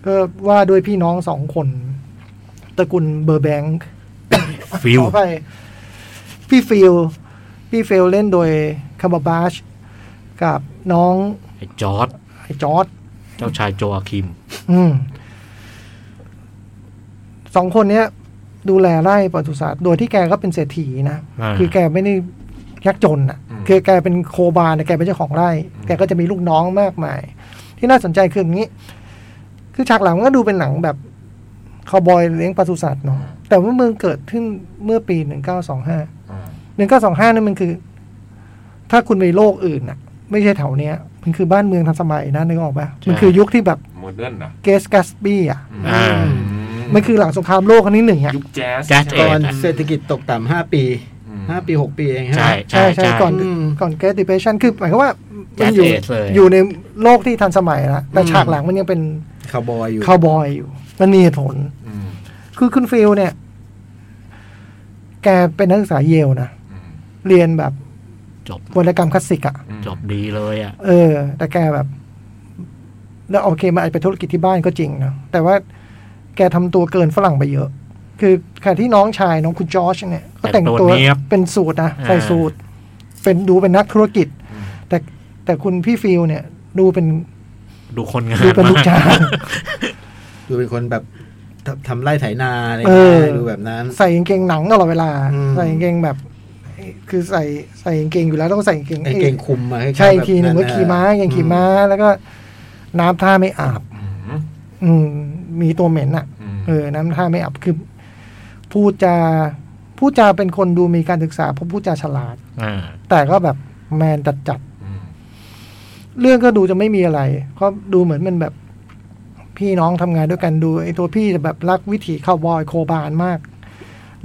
ก็ว่าด้วยพี่น้องสองคนตระกูลเบอร์แบงค์ ฟิ ข ว อไป พี่ฟิลพี่ฟิลเล่นโดยคัมเบอร์บาชกับน้อง ไอ้จอร์ด ไอ้จอร์ด เจ้าชายโจอาคิม อืมสองคนเนี้ย ดูแลไร่ปศุสัตว์โดยที่แกก็เป็นเศรษฐีนะ อ่า คือแกไม่ได้ยากจนอ่ะ อืม คือแกเป็นโคบาลนะแกเป็นเจ้าของไร่ แกก็จะมีลูกน้องมากมาย ที่น่าสนใจคืออย่างนี้ คือฉากหลังมันก็ดูเป็นหนังแบบคาวบอยเลี้ยงปศุสัตว์เนาะแต่ว่าเมืองเกิดขึ้นเมื่อปีหนึ่งเก้าสองห้า อ่า หนึ่งเก้าสองห้านั่นมันคือ ถ้าคุณไปโลกอื่นน่ะ ไม่ใช่แถวเนี้ย มันคือบ้านเมืองทันสมัยนะนึกออกปะมันคือยุคที่แบบ โมเดิร์นนะ เกสกัสบี้อ่ะ อ่า มันคือหลังสงครามโลกครั้งที่หนึ่งอ่ะ ยุคแจ๊ส แจ๊สเอ ตอนเศรษฐกิจตกต่ำห้าปี อืม ห้าปีหกปีเองฮะ ใช่ ใช่ใช่ ใช่ ก่อน อืม ก่อนเกสติเพชันคือหมายความว่ามันอยู่ Jazz Age เลย อยู่ในโลกที่ทันสมัยละแต่ฉากหลังมันยังเป็น คาวบอยอยู่ คาวบอยอยู่ มันมีเหตุผล อืม คือคุณฟิลเนี่ย แกเป็นนักศึกษาเยลนะ อืม เรียนแบบ จบ วรรณกรรมคลาสสิกอ่ะ อืม จบดีเลยอ่ะ เออ แต่แกแบบ แล้วโอเคมันอาจจะเป็นธุรกิจที่บ้านก็จริงนะแต่ว่าแกทำตัวเกินฝรั่งไปเยอะ คือขณะที่น้องชายน้องคุณจอชเนี่ยก็แต่งตัว แต่งตัวเนี๊ยบ เป็นสูตรนะ อ่า ใส่สูตร เป็นดูเป็นนักธุรกิจ แต่แต่คุณพี่ฟิลเนี่ย ดูเป็น ดูคน งาน ดูเป็นลูก ม จ้าง ดูเป็นคนแบบทำทำไร่ไถนาอะไร เอ เงี้ อ ยดูแบบนั้น ใส่กางเกงหนังตลอดเวลา อืม ใส่กางเกงแบบ คือใส่ใส่กางเกงอยู่แล้วแล้วก็ใส่กางเกง ไอ้เก่งคุมมา ใช่อีกทีหนึ่งก็ขี่ม้าเกงขี่ม้า แล้วก็น้ำท่าไม่อาบ อืม อืม มีตัวเหม็นอะ อืม เออ น้ำท่าไม่อับ คือพูดจาพูดจาเป็นคนดูมีการศึกษาเพราะพูดจาฉลาด อ่า แต่ก็แบบแมนจัดจัด ม ๆเรื่องก็ดูจะไม่มีอะไร ก็ดูเหมือนมันแบบ พี่น้องทำงานด้วยกันดูไอ้ตัวพี่จะแบบรักวิถีข้าวบอยโคบานมาก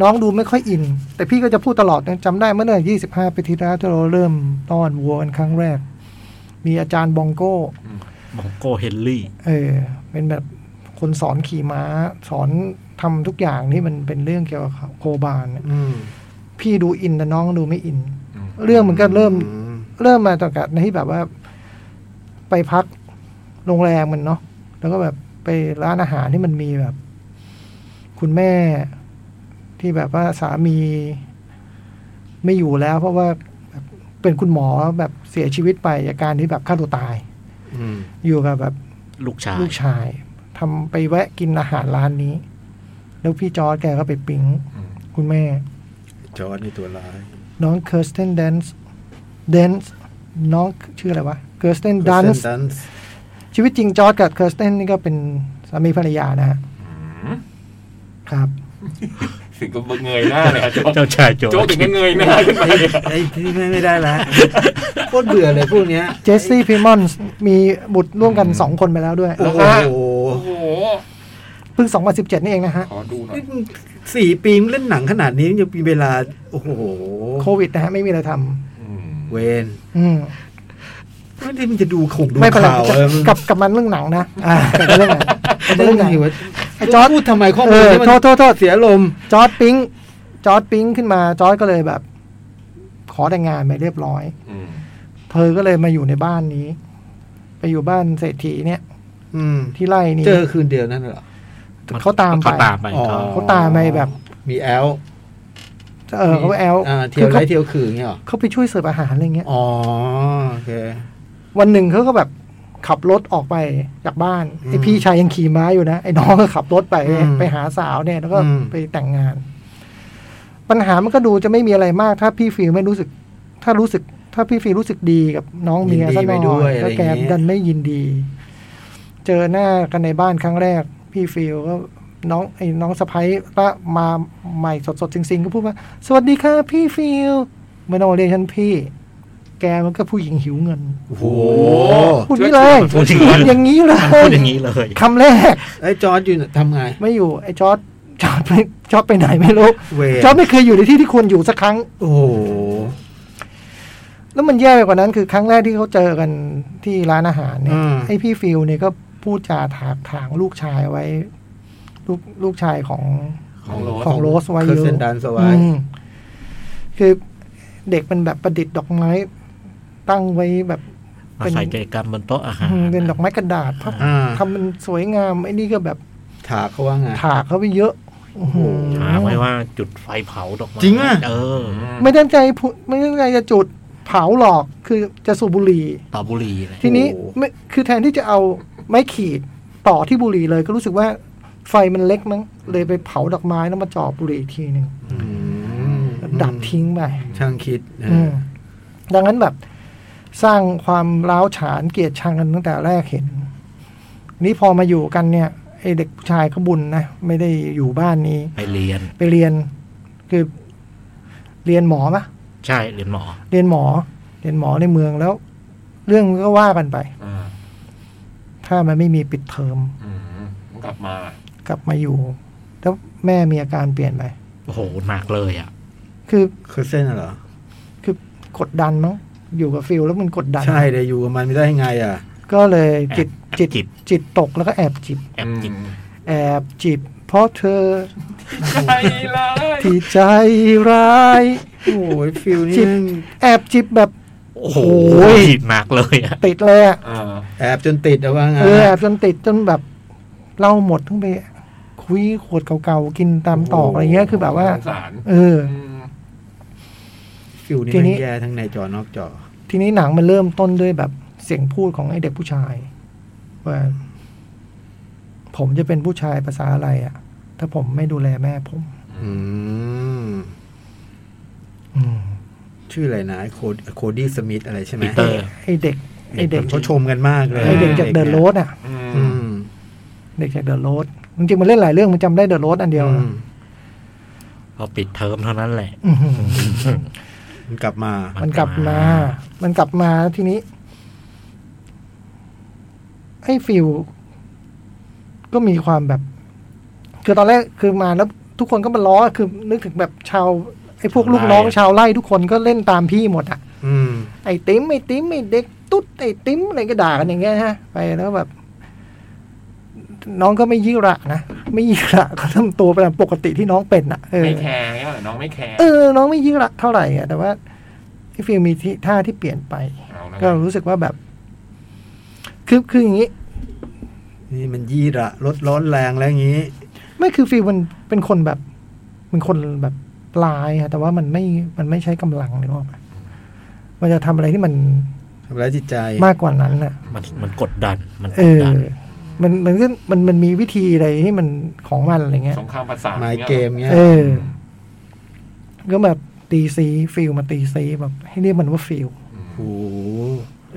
น้องดูไม่ค่อยอิน แต่พี่ก็จะพูดตลอดจำได้เมื่อเดือนยี่สิบห้าปีที่แล้วที่เราเริ่มต้อนวัวกันครั้งแรก มีอาจารย์บองโก้ บองโกเฮนรี่ เออ เป็นแบบคนสอนขี่ม้า สอนทำทุกอย่างนี่มันเป็นเรื่องเกี่ยวกับโคบาลเนี่ย อืม พี่ดูอินแต่น้องดูไม่อิน อืม เรื่องมันก็เริ่ม อืม เริ่มมาจากการที่แบบว่า ไปพักโรงแรมมันเนาะแล้วก็แบบไปร้านอาหารที่มันมีแบบ คุณแม่ ที่แบบว่าสามี ไม่อยู่แล้ว เพราะว่าแบบเป็นคุณหมอแบบเสียชีวิตไปจากการที่แบบฆ่าตัวตาย อืม อยู่กับแบบ ลูกชาย ลูกชายทำไปแวะกินอาหารร้านนี้ แล้วพี่จอร์ดแกก็ไปปิ๊ง คุณแม่ จอร์ดนี่ตัวร้าย น้องเคิร์สเทนแดนซ์แดนซ์น้องชื่ออะไรวะเคิร์สเทนดันซ์ ดันส์ ชีวิตจริงจอร์ดกับเคิร์สเทนนี่ก็เป็นสามีภรรยานะฮะ อืม ครับ ถึงก็เงยหน้าเลยอะโจ๊ก เจ้าชายโจ โจ๊กถึงก็เงยหน้าขึ้นไปเลย ไอ้ที่ไม่ไม่ได้ละ โคตรเบื่อเลยพวกเนี้ย เจสซี่พิมอนส์มีบุตรร่วมกันสองคนไปแล้วด้วย โอ้โห โอ้โห เพิ่ง 2017 นี่เองนะฮะ ขอดูหน่อย นี่สี่ปีมึงเล่นหนังขนาดนี้ยังมีเวลา โอ้โห โควิดนะฮะ ไม่มีอะไรท อืม เวน ำอืม ไม่ได้มันจะดูขงดู ไม่เป็นไร ข่าว จะ เออมึง กลับกลับมันเรื่องหนังนะ อ่ากลับมาเรื่องหนังกลับมาเรื่องหนัง ไอ้จอร์จ พูดทำไมข้อ เอ มูล อ นี่มัน โทษโทษโทษ เสียลมณ์ จอร์ดปิ๊ง จอร์ดปิ๊งขึ้นมา จอร์ดก็เลยแบบ ขอแต่งงานไปเรียบร้อย อืม เธอก็เลยมาอยู่ในบ้านนี้ ไปอยู่บ้านเศรษฐีเนี่ย อืม ที่ไร่นี้ เจอคืนเดียวนั่นเหรอ เขาตามไป เขาตามไป อ๋อ เขา เขาตามไปแบบ มีแอล เออเขาแอล อ่าเที่ยวคือเขา ไล่เที่ยวคืนเงี้ยเหรอ เขาไปช่วยเสิร์ฟอาหารอะไรเงี้ย อ๋อโอเค วันหนึ่งเขาก็แบบขับรถออกไปจากบ้านไอพี่ชายยังขี่ม้าอยู่นะไอ้น้องก็ขับรถไป อืม ไปหาสาวเนี่ย แล้วก็ อืม ไปแต่งงาน ปัญหามันก็ดูจะไม่มีอะไรมาก ถ้าพี่ฟิลไม่รู้สึก ถ้ารู้สึก ถ้าพี่ฟิลรู้สึกดีกับน้องเมียซะหน่อย นดีไปด้วยอะไร แล้ว อย่าง แก งี้ ดันไม่ยินดี เจอหน้ากันในบ้านครั้งแรก พี่ฟิลก็น้องไอ้น้องสะพ้ยก็มาใหม่สดๆจริงๆ ก็พูดว่า สวัสดีค่ะพี่ฟิลไม่ต้องมาเรียกฉันพี่ แกมันก็ผู้หญิงหิวเงิน โอ้โห พูดนี้เลย พูดอย่างนี้ อย่างนี้เล มันพูด ย อย่างนี้เลย คำแรก ไอ้จอร์ดอยู่ทำไง ไม่อยู่ไอ้จอร์ดจอร์ดไปจอร์ดไปไหนไม่รู้ เวร จอร์ดไม่เคยอยู่ในที่ที่ควรอยู่สักครั้ง โอ้โห แล้วมันแย่ไปกว่านั้นคือครั้งแรกที่เขาเจอกันที่ร้านอาหารเนี่ย อืม ไอ้พี่ฟิลเนี่ยก็พูดจาถากถางลูกชายไว้ ลูกลูกชายของ ของโรส ของโรสไว้ คือ เยอะ เส้นดันสวาย อืมคือเด็กมันแบบประดิษฐ์ดอกไม้ ตั้งไว้แบบ มาใส่กิจกรรมบนโต๊ะอาหาร อืมเป็นดอกไม้กระดาษพับ อ่า ทำมันสวยงามไอ้นี่ก็แบบ ถาเขาว่าไง ถากเขาไปเยอะอื้อหือ ถามไว้ว่าจุดไฟเผาดอกไม้ จริงอะ เออ ไม่ตั้งใจพูไม่ตั้งใจจะจุดเผาหลอกคือจะสูบบุหรี่ ต่อบุหรีอะไร ทีนี้ โอ้โห ไม่คือแทนที่จะเอาไม้ขีดต่อที่บุหรี่เลยก็รู้สึกว่าไฟมันเล็กมั้งเลยไปเผาดอกไม้แล้วมาจ่อบุหรี่อีกทีหนึ่ง อืม แล้วดับทิ้งไป ช่างคิดนะ อืมดังนั้นแบบสร้างความร้าวฉานเกลียดชังกันตั้งแต่แรกเห็น นี่พอมาอยู่กันเนี่ยไอเด็กผู้ชายเขาบุญนะไม่ได้อยู่บ้านนี้ ไปเรียน ไปเรียนคือเรียนหมอปะ ใช่เรียนหมอ เรียนหมอ เรียนหมอในเมืองแล้ว เรื่องมันก็ว่ากันไป อ่า ถ้ามันไม่มีปิดเทอม อืมกลับมา กลับมาอยู่ แล้วแม่มีอาการเปลี่ยนไป โอ้โหหนักเลยอ่ะ คือ คือเส้นน่ะเหรอ คือกดดันมั้งอยู่กับฟิลแล้วมันกดดัน ใช่เลยอยู่กับมันไม่ได้ยังไงอ่ะ ก็เลยจิต แอบ จิต จิต จิตตกแล้วก็แอบจิบ แอบจิต แอบจิบ เพราะเธอ ใจร้าย ที่ใจร้าย โอ้ยฟิลนี่ จิบ แม่ง แอบจิบแบบ โอ้โห โอ้ย จิตหนักเลยอ่ะ ติดเลยอะ อ่า แอบจนติดเอาว่างั้ เอน อแอ อะ บจนติดจนแบบเหล่าหมดต้องไปคุยขวดเก่าๆกินตามตอกอะไรเงี้ยคือแบบว่า สงสาร เออ อืม ฟิลนี่ ทีนี้ แม่งแย่ทั้งในจอนอกจอ ทีนี้หนังมันเริ่มต้นด้วยแบบเสียงพูดของไอ้เด็กผู้ชาย ว่า ผมจะเป็นผู้ชายภาษาอะไรอะ่ะ ถ้าผมไม่ดูแลแม่ผม อืม อืม ชื่ออะไรนะไอ้โคดโคดี้สมิธอะไรใช่ไหม ปีเตอร์ ไอ้เด็ก ไอ้เด็ก เขาชมกันมากเลย ไอ้เด็กจากเดอะโรสอ่ะ อืม อืม เด็กจากเดอะโรสจริงๆมันเล่นหลายเรื่องมันจำได้เดอะโรสอันเดียว อืม พอปิดเทอมเท่านั้นแหละ อื้อหือ มันกลับมา มันกลับมา มันกลับมาทีนี้ ไอ้ฟิลก็มีความแบบ คือตอนแรกคือมาแล้วทุกคนก็มาล้อคือ นึกถึงแบบชาวไอ้พวกลูกน้อง ไล่อะ ชาวไล่ทุกคนก็เล่นตามพี่หมดอ่ะ อืม ไอ้ติ๋มไอ้ติ๋มไอ้เด็กตุ๊ดไอ้ติ๋มอะไรก็ด่ากันอย่างเงี้ยฮะไปแล้วแบบ น้องก็ไม่ยี่ระนะไม่ยี่ระ ก็ทำตัวไปตามปกติที่น้องเป็นอ่ะเออ ไม่แคร์เนี่ยเหรอน้องไม่แคร์ เออ น้องไม่ยี่ระเท่าไหร่อ่ะแต่ว่าไอ้ฟิลมีที่ท่าที่เปลี่ยนไป เอาละ ก็รู้สึกว่าแบบ คือคืออย่างนี้ นี่มันยี่ระรถร้อนแรงแล้วอย่างงี้ ไม่คือฟิลมันเป็นคนแบบเป็นคนแบบลายฮะแต่ว่ามันไม่มันไม่ใช้กำลังเลยหรอกปะมันจะทำอะไรที่มัน ทำร้ายจิตใจ มากกว่านั้นน่ะ มันมันกดดัน มัน เอกอดดัน มันมันก็มันมันมีวิธีอะไรที่มันของมันอะไรเงี้ย สงครามประสาท ไม้ นี่ย เกมเงี้ย เออ ก็แบบตีซีฟิลมาตีซีแบบให้เรียกมันว่าฟิล โห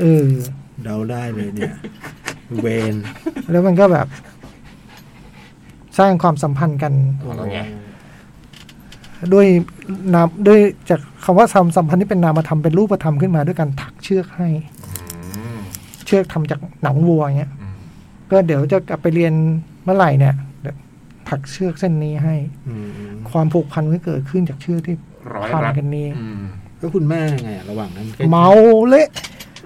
เออ เดาได้เลยเนี่ย เวน แล้วมันก็แบบ สร้างความสัมพันธ์กัน เอาละไง ด้วยนามด้วยจากคำว่าสัมสัมพันธ์ที่เป็นนามธรรมเป็นรูปธรรมขึ้นมาด้วยการถักเชือกให้ อืม เชือกทำจากหนังวัวอย่างเงี้ย อืม ก็เดี๋ยวจะกลับไปเรียนเมื่อไหร่เนี่ยเดี๋ยวถักเชือกเส้นนี้ให้ อืม ความผูกพันก็เกิดขึ้นจากเชือกที่ ร้อย พัน รัด กันนี้ อืม ก็คุณแม่ไงอะระหว่างนั้นก็ เมาเละ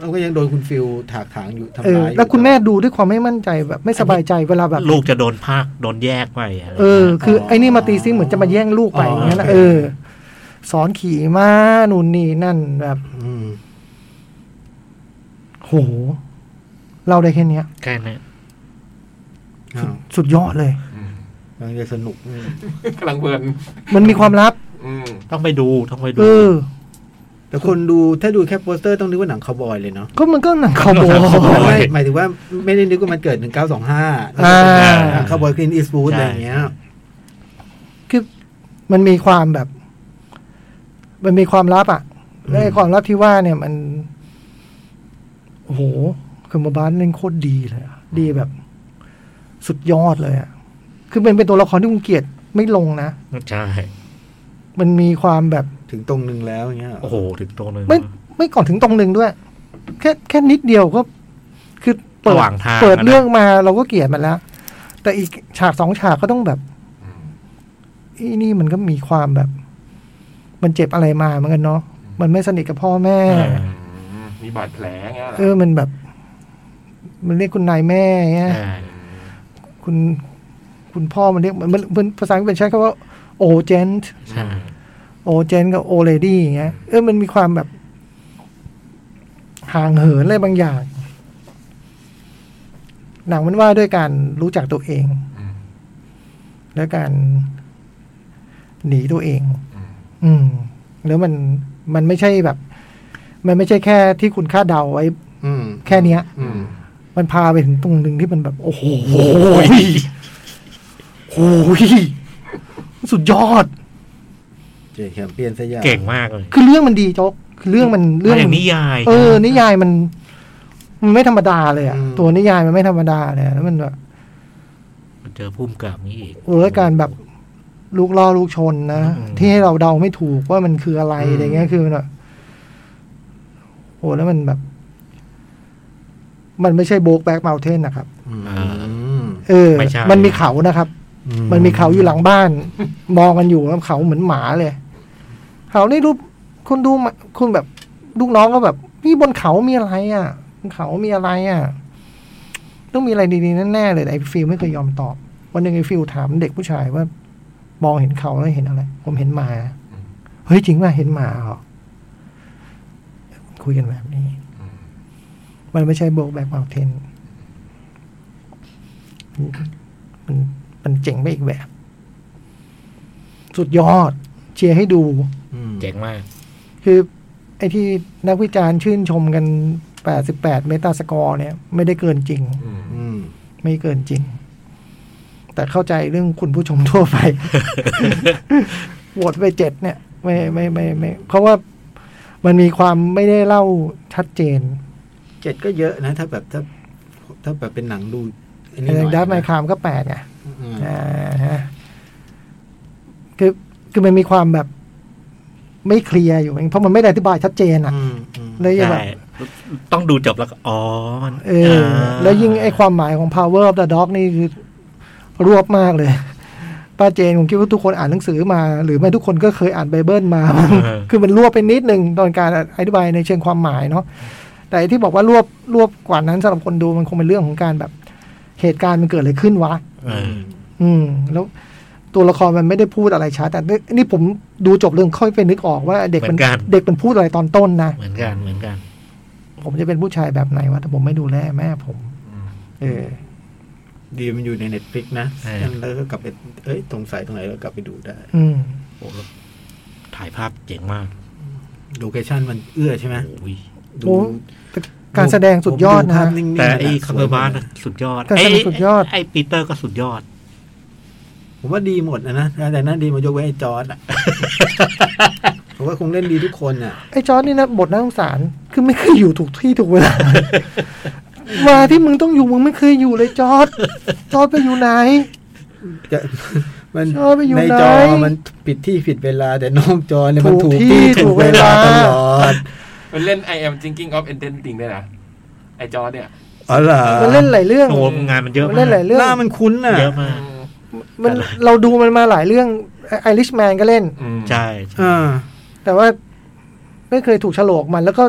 เราก็ยังโดนคุณฟิลถากถางอยู่ทำ เออ ร้ายอยู่ แล้วคุณแม่ดูด้วยความไม่มั่นใจแบบไม่สบายใจเวลาแบบ ลูกจะโดนภาคโดนแยกไปอะไร เออ คือไอ้นี่มาตีซิเหมือนจะมาแย่งลูกไปอย่างเงี้ยนะเออ สอนขี่ม้านู่นนี่นั่นแบบ อืม โหเราได้แค่เนี้ย แค่นี้น อ้าว สุดยอดเลย อืม กำลังจะสนุกเลย กำลังเพลิน มันมีความลับ อืม ต้องไปดูต้องไปดู เออ แต่คนดูถ้าดูแค่โปสเตอร์ต้องนึกว่าหนังคาวบอยเลยเนาะ ก็ มันก็หนังคาวบอย ไม่หมายถึงว่าไม่ได้นึกว่ามันเกิด 1925 อ่า หนังคาวบอยกรีนอีสบูดอะไรอย่างเงี้ย คือมันมีความแบบ มันมีความลับอ่ะและไอ้ความลับที่ว่าเนี่ยมัน โอ้โหคือมาบ้านเล่นโคตรดีเลยอะดีแบบ สุดยอดเลยอ่ะ คือเป็นเป็นตัวละครที่คุณเกลียดไม่ลงนะ ใช่ มันมีความแบบ ถึงตรงหนึ่งแล้วอย่างเงี้ย โอ้โหถึงตรงนึง ไม่ไม่ก่อนถึงตรงหนึ่งด้วย แค่แค่นิดเดียวก็ คือเปิ ระ ด หว่างทาง เปิด นะ เรื่องมาเราก็เกลียดมันแล้ว แต่อีกฉากสองฉากก็ต้องแบบ อืม อีนี่มันก็มีความแบบ มันเจ็บอะไรมาเหมือนกันเนาะมันไม่สนิทกับพ่อแม่ เออ อืมมีบาดแผลเงี้ยเหรอ เออมันแบบ มันเรียกคุณนายแม่เงี้ย ใช่ คุณคุณพ่อมันเรียกมันมันมันภาษาอังกฤษมันใช้คำว่าโอเจนต์ ใช่ โอเจนกับโอเลดี้อย่างเงี้ยเออมันมีความแบบ ห่างเหินอะไรบางอย่าง หนังมันว่าด้วยการรู้จักตัวเอง อืม และการหนีตัวเอง อืม อืม แล้วมันมันไม่ใช่แบบ มันไม่ใช่แค่ที่คุณคาดเดาไว้ อืม แค่เนี้ย อืม มันพาไปถึงตรงหนึ่งที่มันแบบ โอ้โหโอ้ยสุดยอด เจแคมเปียนสยาม เก่งมากเลย คือเรื่องมันดีโจ๊กคือเรื่องมันเรื่อง มา มั ย่าน งนิยาย เออ นิยายมัน มันไม่ธรรมดาเลยอะตัวนิยายมันไม่ธรรมดาเลยอะแล้วมันแบบ เจอพุ่มกับนี่อีก เออและการแบบลูกล่อลูกชนนะ อืม ที่ให้เราเดาไม่ถูกว่ามันคืออะไรอะไรเงี้ยคือมันแบบโอ้แล้วมันแบบ มันไม่ใช่โบกแบกเมลเทนนะครับ อืม อ่า เออ ไม่ใช่ มันมีเขานะครับ อื มันมีเขาอยู่หลังบ้าน มองกันอยู่แล้วเขาเหมือนหมาเลย เขานี่รูปคุณดูมาคุณแบบลูกน้องก็แบบนี่บนเขามีอะไรอ่ะบนเขามีอะไรอ่ะ ต้องมีอะไรดีๆแน่ๆเลยแต่ไอ้ฟิลไม่เคยยอมตอบ วันหนึ่งไอ้ฟิลถามเด็กผู้ชายว่า มองเห็นเขาแล้วเห็นอะไร ผมเห็นหมา เฮ้ยจริงป่ะเห็นหมาเหรอคุยกันแบบนี้ มันไม่ใช่โบกแบกเมาเทนมันมันเจ๋งไปอีกแบบ สุดยอด เชียร์ให้ดู อืม เจ๋งมาก คือ ไอ้ที่นักวิจารณ์ชื่นชมกัน 88 เมตาสกอร์เนี่ย ไม่ได้เกินจริง อืม อืม ไม่เกินจริง แต่เข้าใจเรื่องคุณผู้ชมทั่วไป โหวตไปเจ็ดเนี่ย ไม่ไม่ไม่ไม่ เพราะว่ามันมีความไม่ได้เล่าชัดเจน เจ็ดก็เยอะนะ ถ้าแบบถ้า ถ้าแบบเป็นหนังดูอันนี้ห ใน น่อย ดับไม นะ คามก็แปดไง อืม อ่าฮะคือคือมันมีความแบบไม่เคลียร์อยู่เพราะมันไม่ได้อธิบายชัดเจนอ่ะ อืมอืม แล้วยังแบ ใช่ บ ต้องดูจบแล้วก็อ๋อมัน เอออ แล้วยิ่งไอความหมายของ power of the dog นี่คือรวบมากเลย ป้าเจนผมคิดว่าทุกคนอ่านหนังสือมา หรือไม่ทุกคนก็เคยอ่านไบเบิลมา คือมันรวบไปนิดนึงตอนการอธิบายในเชิงความหมายเนาะแต่ไอ้ที่บอกว่ารวบรวบกว่านั้นสำหรับคนดูมันคงเป็นเรื่องของการแบบเหตุการณ์มันเกิดอะไรขึ้นวะ เออ อืม แล้วตัวละครมันไม่ได้พูดอะไรชัดแต่นี่ผมดูจบเรื่องค่อยไปนึกออกว่าเด็กมันเด็กมันพูดอะไรตอนต้นนะ เหมือนกันเหมือนกัน ผมจะเป็นผู้ชายแบบไหนวะถ้าผมไม่ดูแลแม่ผม อืม เออ ดีมันอยู่ในเน็ตฟลิกนะ ใช่ แล้วก็กลับไปเอ้ยตรงสายตรงไหนแล้วกลับไปดูได้ อืม โอ้โหถ่ายภาพเจ๋งมาก โลเคชั่นมันเอื้อใช่ไหม โอ้ย ดู โอ้ การแสดงสุดยอด ผมภา นะ พนิ่งๆ แต่ นะ ไอ้คัมเบอร์บ้านสุดยอด แต่สนุกสุดยอด ไไอ้ปีเตอร์ก็สุดยอด ผมว่าดีหมดนะนะแต่นั้นดีมายกเว้นไอ้จอร์ดอะ ผมว่าคงเล่นดีทุกคนอ่ะ ไอ้จอร์ดนี่นะบทน่าสงสาร คือไม่เคยอยู่ถูกที่ถูกเวลา มาที่มึงต้องอยู่มึงไม่เคยอยู่เลยจอร์ดจอร์ดไปอยู่ไหน จะมัน ชอบไปอยู่ ในจอ ไหน มันผิดที่ผิดเวลา แต่นอกจอเนี่ยมัน ถู ถู ก ก ที่ ที่ ถู ถู ก ก เว เว ลา ลาตลอด มันเล่น I am thinking of ending ด้วยนะไอจอเนี่ย อ๋อเหรอ มันเล่นหลายเรื่อง โอ้โหงานมันเยอะ มัน มาก เล่นหลายเรื่อง หน้ามันคุ้นน่ะ เยอะมาก มันเราดูมันมาหลายเรื่องไอริชแมนก็เล่น อืม ใช่ใช่ อ่า แต่ว่าไม่เคยถูกโฉลกมัน แล้วก็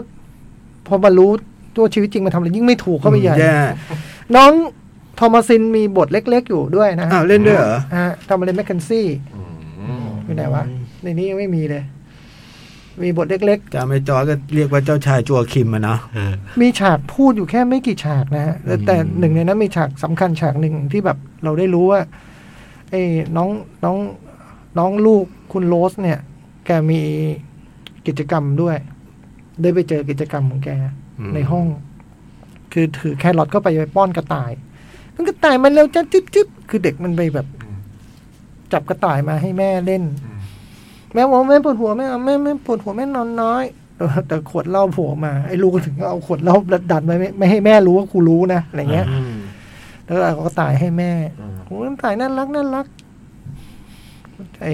พอมารู้ตัวชีวิตจริงมันทำอะไรยิ่งไม่ถูกเข้าไปใหญ่ แย่ น้องทอมัสซินมีบทเล็ก ๆ อยู่ด้วยนะ อ้าวเล่นด้วยเหรอ ฮะทำอะไรแมคเคนซี่ อืม อยู่ไหนวะ ในนี้ยังไม่มีเลย มีบทเล็ก จาไม่จอก็เรียกว่าเจ้าชายจัวคิมอะเนาะ เออ ๆ มีฉากพูดอยู่แค่ไม่กี่ฉากนะฮะแต่ อืม แต่หนึ่งในนั้นมีฉากสำคัญฉากหนึ่งที่แบบเราได้รู้ว่าไอ้น้องน้องน้องลูกคุณโรสเนี่ย แกมีกิจกรรมด้วย ได้ไปเจอกิจกรรมของแก ในห้อง คือถือแครอทเข้าไปไปป้อนกระต่าย มันกระต่ายมันเร็วจ้าจิ๊บจิ๊บคือเด็กมันไปแบบ จับกระต่ายมาให้แม่เล่น อืม แม่บอกว่าแม่ปวดหัวแม่เอาแม่แม่ปวดหัวแม่นอนน้อยแต่แต่ขวดเหล้าโผล่มาไอ้ลูกก็ถึงก็เอาขวดเหล้าดันไว้ไม่ไม่ให้แม่รู้ว่ากูรู้นะอะไรเงี้ย อืม แล้วเอากระต่ายให้แม่ อืม ผมก็ถ่ายน่ารักน่ารักไอ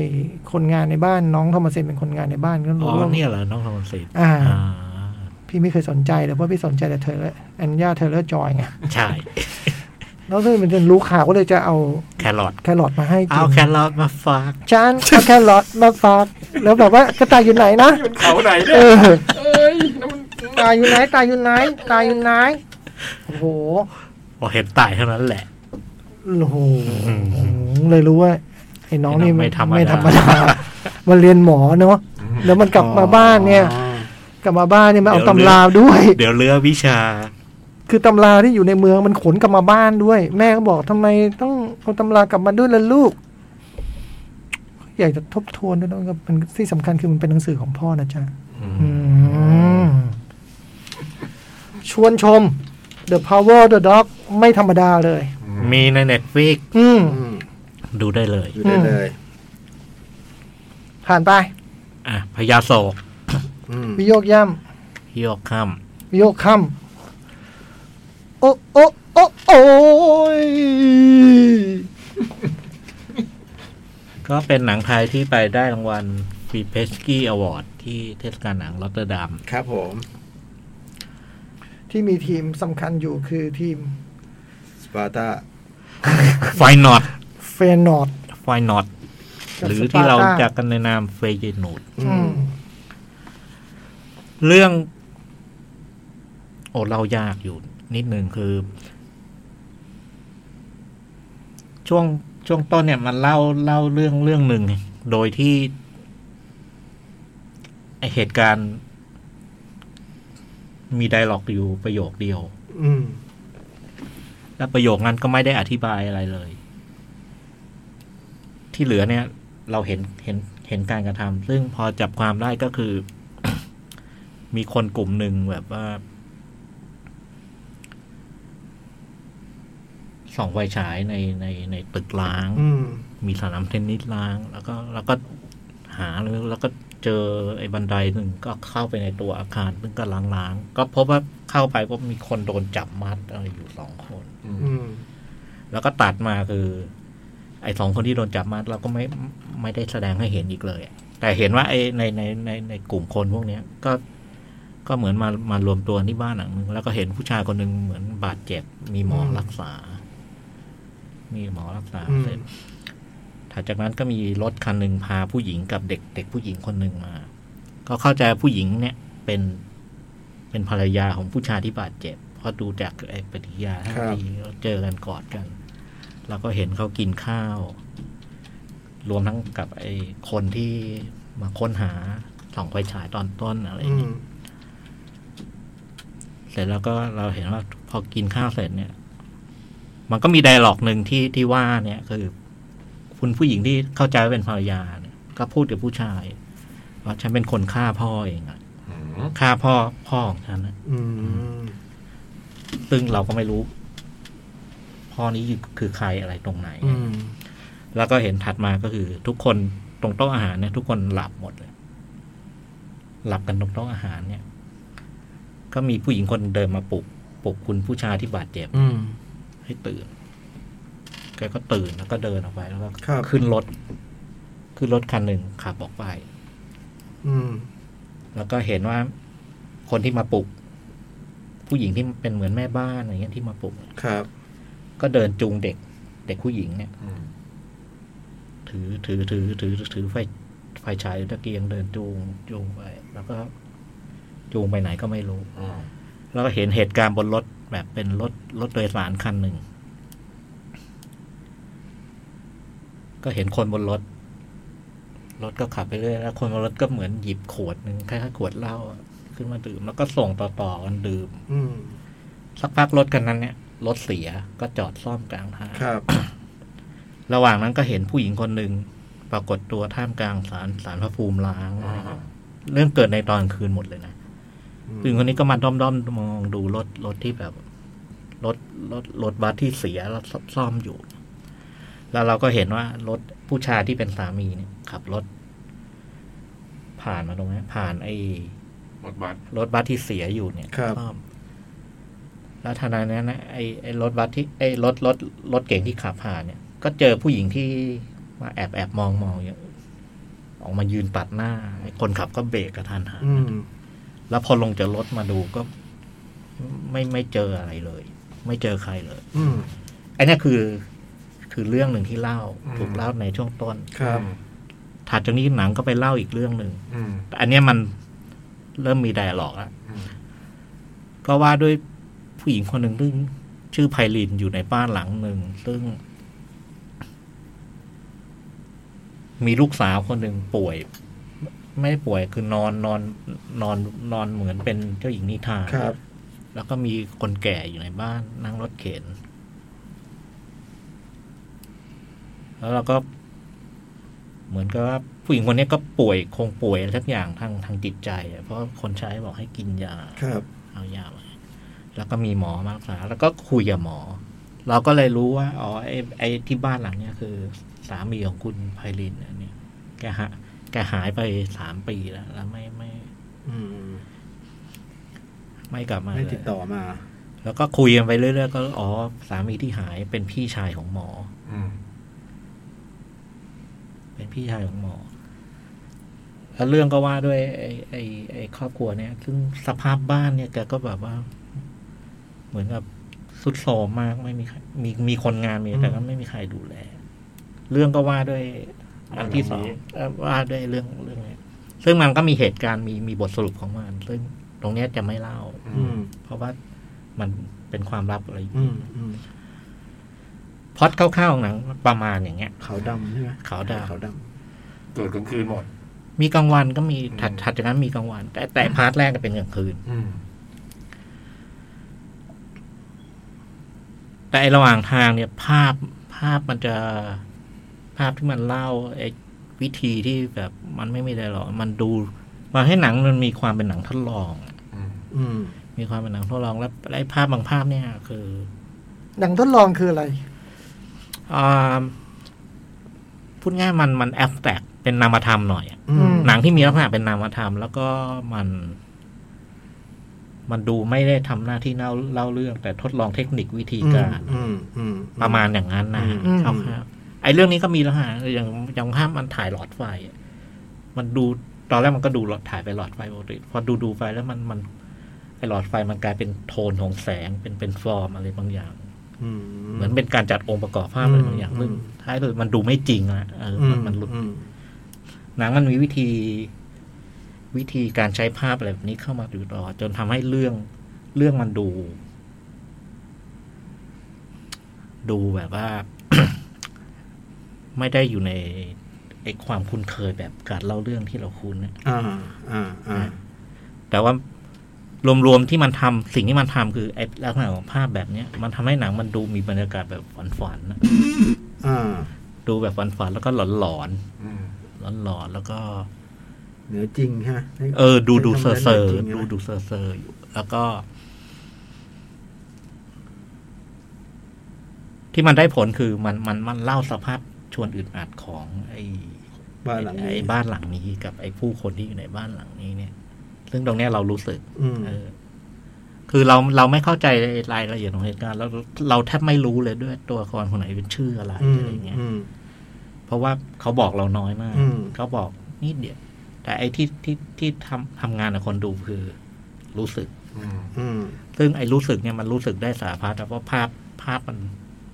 คนงานในบ้านน้องทอมัสเซนเป็นคนงานในบ้านก็ อ๋ รู้ อ ว่า เนี่ยเหรอน้องธรรมศิษย์ อ่า อ่า พี่ไม่เคยสนใจเลยเพราะพี่สนใจแต่เธอและแอนยาเทเลอร์จอยไง ใช่ แล้วซึ่งมันจะรู้ข่าวก็เลยจะเอา แคร อท แครอทมาให้กิ เอา น แครอทมาฝาก จานเอาแครอทมาฝากแล้วแบบว่ากระต่ายอยู่ไหนนะ นี่มันเขาไหนเนี่ เอย อ เอ้ยแล้วมัน ตายอยู่ไหนตายอยู่ไหนตายอยู่ไหนโอ้โห พอเห็นตายเท่านั้นแหละ โอ้โหเลยรู้ว่าไอ้น้องนี่ ไอ้น้องไม่ ไม่ ธ ธ ร ร ร ร ม ม ดา ดามันเรียนหมอเนาะ แล้วมันกลับมาบ้านเนี่ย อ๋อก ลับมาบ้านเนี่ยมันเอา เดี๋ยว ตำราด้วย เดี๋ยวเลือวิชา คือตำราที่อยู่ในเมืองมันขนกลับมาบ้านด้วย แม่ก็บอกทำไมต้องเอาตำรากลับมาด้วยล่ะลูก อยากจะทบทวนด้วยนะว่ามันที่สำคัญคือมันเป็นหนังสือของพ่อนะจ๊ะอืมชวนชม The Power of the Dog ไม่ธรรมดาเลย มีในเน็ตฟิก อืม อืม ดูได้เลย อยู่ได้เลย ผ่านไป อ่ะพญาโศก อืม วิโยกย่ พี่ยกค่ ำวิโยกค่ำโอ้โอ้โอ้โอ้ย ำก็เป็นหนังไทยที่ไปได้รางวัลฟีเพสกี้อวอร์ดที่เทศกาลหนังรอตเตอร์ดัม ครับผม ที่มีทีมสำคัญอยู่คือทีม สปาร์ตา ไฟนอต เฟนนอร์ด ไฟนอต กับ หรือที่เรา สปาร์ตา จักกันในนามเฟยนูด อืม เรื่อง โอ้เรายากอยู่นิดนึงคือ ช่วงช่วงต้นเนี่ยมันเล่าเล่าเรื่องเรื่องหนึ่งโดยที่ไอ้เหตุการณ์ มีไดล็อกอยู่ประโยคเดียว อืม และประโยคนั้นก็ไม่ได้อธิบายอะไรเลย ที่เหลือเนี่ย เราเห็นเห็นเห็นการกระทำซึ่งพอจับความได้ก็คือ มีคนกลุ่มหนึ่งแบบว่าส่องไฟฉายในในในตึกล้าง อืม มีสนามเทนนิสล้าง แล้วก็แล้วก็หาแล้วแล้วก็เจอไอ้บันไดหนึ่งก็เข้าไปในตัวอาคารซึ่งก็ล้างๆก็พบว่าเข้าไปก็มีคนโดนจับมัดอะไรอยู่สองคน อืม แล้วก็ตัดมาคือ ไอ้สองคนที่โดนจับมาเราก็ไม่ไม่ได้แสดงให้เห็นอีกเลย แต่เห็นว่าไอ้ในในในในกลุ่มคนพวกเนี้ย ก็ก็เหมือนมามารวมตัวที่บ้านหลังนึงแล้วก็เห็นผู้ชายคนหนึ่งเหมือนบาดเจ็บ มีหมอรักษา มีหมอรักษาเสร็จถัดจากนั้นก็มีรถคันหนึ่งพาผู้หญิงกับเด็กเด็กผู้หญิงคนหนึ่งมา ก็เข้าใจผู้หญิงเนี่ย เป็นเป็นภรรยาของผู้ชายที่บาดเจ็บเพราะดูจากไอ้ปฏิกิริยาท่าทีแล้วเจอกันกอดกัน แล้วก็เห็นเขากินข้าว รวมทั้งกับไอ้คนที่มาค้นหาส่องไฟฉายตอนต้นอะไรอย่าง อื เงี้ย ม เสร็จแล้วก็เราเห็นว่าพอกินข้าวเสร็จเนี่ย มันก็มีไดร็อกหนึ่งที่ที่ว่าเนี่ยคือ คุณผู้หญิงที่เข้าใจว่าเป็นภรรยาเนี่ย ก็พูดกับผู้ชายว่าฉันเป็นคนฆ่าพ่อเองอะ อืม ฆ่าพ่อพ่อของฉันนะ อืม ซึ่งเราก็ไม่รู้ พ่อนี้อยู่คือใครอะไรตรงไหน อืม แล้วก็เห็นถัดมาก็คือ ทุกคนตรงโต๊ะอาหารเนี่ย ทุกคนหลับหมดเลย หลับกันตรงโต๊ะอาหารเนี่ย ก็มีผู้หญิงคนเดินมาปลุกปลุกคุณผู้ชายที่บาดเจ็บ อืม ให้ตื่น แกก็ตื่นแล้วก็เดินออกไปแล้วก็ ครับ ขึ้นรถ ขึ้นรถคันหนึ่งขับออกไป อืม แล้วก็เห็นว่าคนที่มาปลุก ผู้หญิงที่เป็นเหมือนแม่บ้านอะไรเงี้ยที่มาปลุก ครับ ก็เดินจูงเด็ก เด็กผู้หญิงเนี่ย อืม ถือถือถือถือถือไฟไฟฉายตะเกียงเดินจูงจูงไป แล้วก็จูงไปไหนก็ไม่รู้ อืม แล้วก็เห็นเหตุการณ์บนรถแบบเป็นรถรถโดยสารคันหนึ่ง ก็เห็นคนบนรถ รถก็ขับไปเรื่อยแล้วคนบนรถก็เหมือนหยิบขวดหนึ่งคล้ายๆขวดเหล้าอะขึ้นมาดื่ม แล้วก็ส่งต่อๆกันดื่ม อืม สักพักรถคันนั้นเนี่ยรถเสียก็จอดซ่อมกลางทาง ครับ ระหว่างนั้นก็เห็นผู้หญิงคนหนึ่งปรากฏตัวท่ามกลางสารสารพระภูมิล้าง อืม เรื่องเกิดในตอนคืนหมดเลยนะ อืม ผู้หญิงคนนี้ก็มาด้อมด้อมมองดูรถรถที่แบบรถรถรถบัสที่เสียแล้วซ่อมซ่อมอยู่ แล้วเราก็เห็นว่ารถผู้ชายที่เป็นสามีเนี่ยขับรถ ผ่านมาตรงนี้ผ่านไอ้ หมดบัตร รถบัสที่เสียอยู่เนี่ย ครับ ซ่อมแล้วทนายนั้นนะไอ้ไอ้รถบัสที่ไอ้รถรถรถเก่งที่ขับผ่านเนี่ย ก็เจอผู้หญิงที่มาแอบแอบมองมองอย่างออกมายืนปัดหน้าไอ้คนขับก็เบรกกระทันหัน อืม แล้วพอลงจากรถมาดูก็ ไม่ไม่เจออะไรเลย ไม่เจอใครเลย อืม ไอ้เนี่ยคือ คือเรื่องหนึ่งที่เล่า อืม ถูกเล่าในช่วงต้น ครับ ถัดจากนี้หนังก็ไปเล่าอีกเรื่องหนึ่ง อืม แต่อันเนี้ยมันเริ่มมีไดอะล็อกแล้ว อืม ก็ว่าด้วยผู้หญิงคนหนึ่งซึ่งชื่อไพลินอยู่ในบ้านหลังหนึ่ง ซึ่ง มีลูกสาวคนหนึ่งป่วย ไม่ได้ป่วยคือนอนนอนนอนนอนเหมือนเป็นเจ้าหญิงนิทรา ครับ แล้วก็มีคนแก่อยู่ในบ้านนั่งรถเข็น แล้วเราก็ เหมือนกับว่าผู้หญิงคนนี้ก็ป่วยคงป่วยอะไรสักอย่างทางทางจิตใจอะเพราะคนใช้บอกให้กินยา ครับ เอายามาแล้วก็มีหมอมารักษาแล้วก็คุยกับหมอ เราก็เลยรู้ว่า อ๋อไอ้ไอ้ที่บ้านหลังเนี้ยคือ สามีของคุณไพลินอันเนี้ยแกหาแกหายไปสามปีแล้วแล้วไม่ไม่ อืม ไม่กลับมา ไม่ เล ติด ย ต่อมา แล้วก็คุยกันไปเรื่อยๆก็อ๋อสามีที่หายเป็นพี่ชายของหมอ อืม เป็นพี่ชายของหมอ แล้วเรื่องก็ว่าด้วยไอ้ไอ้ไอ้ครอบครัวเนี่ย ซึ่งสภาพบ้านเนี่ยแกก็แบบว่า เหมือนกับสุดโทรมมากไม่มีใครมีมีคนงานมี อืม แต่ก็ไม่มีใครดูแล เรื่องก็ว่าด้วย อันที่สองเอ่อว่าด้วยเรื่องเรื่องเนี้ยซึ่งมันก็มีเหตุการณ์มีมีบทสรุปของมัน ซึ่งตรงเนี้ยจะไม่เล่า อืม เพราะว่ามันเป็นความลับอะไรอยู่ อืมอืม พล็อดคร่าวๆของหนังประมาณอย่างเงี้ย ขาวดำใช่ไหม ขาวดำ ขาวด เกิดกลางคืนหมด มีกลางวันก็มี อืม ถัดถัดจากนั้นมีกลางวัน แต่แต่พาร์ทแรกจะเป็นกลางคืน อืม แต่ไอ้ระหว่างทางเนี่ยภาพภาพมันจะภาพที่มันเล่าไอ้วิธีที่แบบมันไม่มีอะไรหรอกมันดูมาให้หนังมันมีความเป็นหนังทดลองอะ อืม ำอืม มีความเป็นหนังทดลองแล้วไอ้ภาพบางภาพเนี่ยคือ หนังทดลองคืออะไร อ่าพูดง่ายมันมันแอบแตกเป็นนามธรรมหน่อยอะ อืม หนังที่มีลักษณะเป็นนามธรรม แล้วก็มัน มันดูไม่ได้ทำหน้าที่เล่าเล่าเรื่อง แต่ทดลองเทคนิควิธีการ อืมอืม ประมาณอย่างนั้นนะ อืม คร่าวๆไอ้เรื่องนี้ก็มีแล้วฮะอย่างอย่างภาพมันถ่ายหลอดไฟอะมันดูตอนแรกมันก็ดูหลอดถ่ายไปหลอดไฟปกติพอดูดูไปแล้วมันมันไอ้หลอดไฟมันกลายเป็นโทนของแสงเป็นเป็นฟอร์มอะไรบางอย่าง อืม เหมือนเป็นการจัดองค์ประกอบภาพอะไรบางอย่าง อืม ซึ่งท้ายสุดมันดูไม่จริงอะเออ อื มันมันหลุด อื หนังมันมีวิธี วิธีการใช้ภาพอะไรแบบนี้เข้ามาอยู่ตลอดจนทำให้เรื่องเรื่องมันดู ดูแบบว่า ไม่ได้อยู่ในไอความคุ้นเคยแบบการเล่าเรื่องที่เราคุ้นนะ อ่าอ่าอ่า แต่ว่ารวมๆที่มันทำสิ่งที่มันทำคือไอลักษณะของภาพแบบเนี้ยมันทำให้หนังมันดูมีบรรยากาศแบบฝันๆนะ อ่า ดูแบบฝันๆแล้วก็หลอน อืม ๆหลอนๆแล้วก็ เหนือจริงฮะ เออ ดูดูเซอร์เซอร์ หนืจงนะ ดูดูเซอร์เซอร์อยู่แล้วก็ ที่มันได้ผลคือมันมันมันเล่าสภาพชวนอึดอัดของ ไอ้ บ้านหลัง ไอ้ นี้ บ้านหลังนี้กับไอ้ผู้คนที่อยู่ในบ้านหลังนี้เนี่ย ซึ่งตรงเนี้ยเรารู้สึก อืม เออ คือเราเราไม่เข้าใจรายละเอียดของเหตุการณ์แล้วเราแทบไม่รู้เลยด้วยตัวละครคนไหนเป็นชื่ออะไร อืม อะไรอย่างเงี้ย อืม เพราะว่าเขาบอกเราน้อยมาก อืม เขาบอกนิดเดียว แต่ไอ้ที่ที่ที่ทำทำงานกับคนดูคือ รู้สึก อืม อืม ซึ่งไอ้รู้สึกเนี่ยมันรู้สึกได้สารพัดแต่ว่าภาพภาพมัน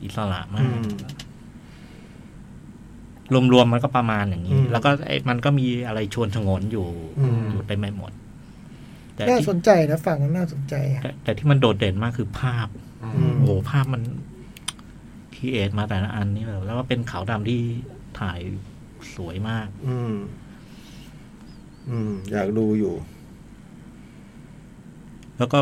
อิสระมา อื ก ม รวมๆมันก็ประมาณอย่าง อื นี้ ม แล้วก็ไอ้มันก็มีอะไรชวนชงนอยู่ อืม อยู่ไปไม่หมด แต่ น่า ที่ สนใจนะฝั่งนั้นน่าสนใจอะ แต่แต่ที่มันโดดเด่นมากคือภาพ อื อื ม ม โอ้โหภาพมันคีเอทมาแต่ละอันนี่แบบแล้วก็เป็นขาวดำที่ถ่ายสวยมาก อืมอืมอยากดูอยู่ แล้วก็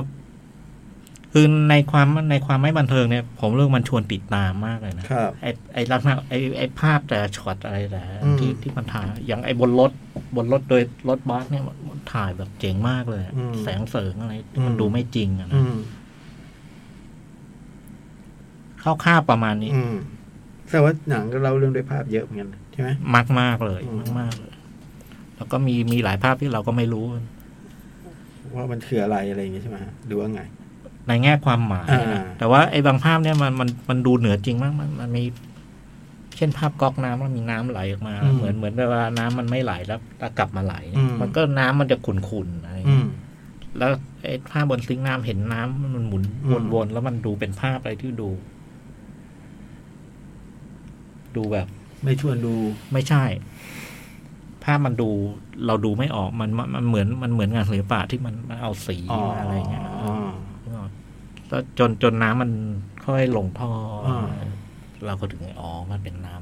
คือในความในความไม่บันเทิงเนี่ย ผมเรื่องมันชวนติดตามมากเลยนะครับ ไอไอลักษณะไอไอภาพแต่ละช็อตอะไรแต่ละอัน อืม ที่ที่มันถ่ายอย่างไอบนรถบนรถโดยรถบัสเนี่ยมันถ่ายแบบเจ๋งมากเลย อืม แสงเสริงอะไรที่มัน อืม ดูไม่จริงอะ อื นะ ม คร่าวๆประมาณนี้ อืมแสดงว่าหนังก็เล่าเรื่องด้วยภาพเยอะเหมือนกันใช่ไหม มากมากๆเลย อืม มากๆเลย แล้วก็มีมีหลายภาพที่เราก็ไม่รู้ ว่ามันคืออะไรอะไรอย่างเงี้ยใช่ไหมหรือว่าไง ในแง่ความหมาย อ่า นะแต่ว่าไอ้บางภาพเนี่ยมันมันมันดูเหนือจริงมากมันมันมี เช่นภาพก๊อกน้ำแล้วมีน้ำไหลออกมา อืม เหมือนเหมือนเวลาน้ำมันไม่ไหลแล้วกลับมาไหล อืม มันก็น้ำมันจะขุ่นๆอะไรอย่างเงี้อืมยแล้วไอ้ภาพบนซิงค์น้ำเห็นน้ำมันหมุน อืม วนๆแล้วมันดูเป็นภาพอะไรที่ดู ดูแบบ ไม่ชวนดู ไม่ใช่ ภาพมันดูเราดูไม่ออกมันมันมันเหมือนมันเหมือนงานศิลปะที่มันมันเอาสีมาอะไรเงี้ย อ๋อ แล้วจนจนน้ำมันค่อยลงท่ออา เราก็ถึงอ๋อมันเป็นน้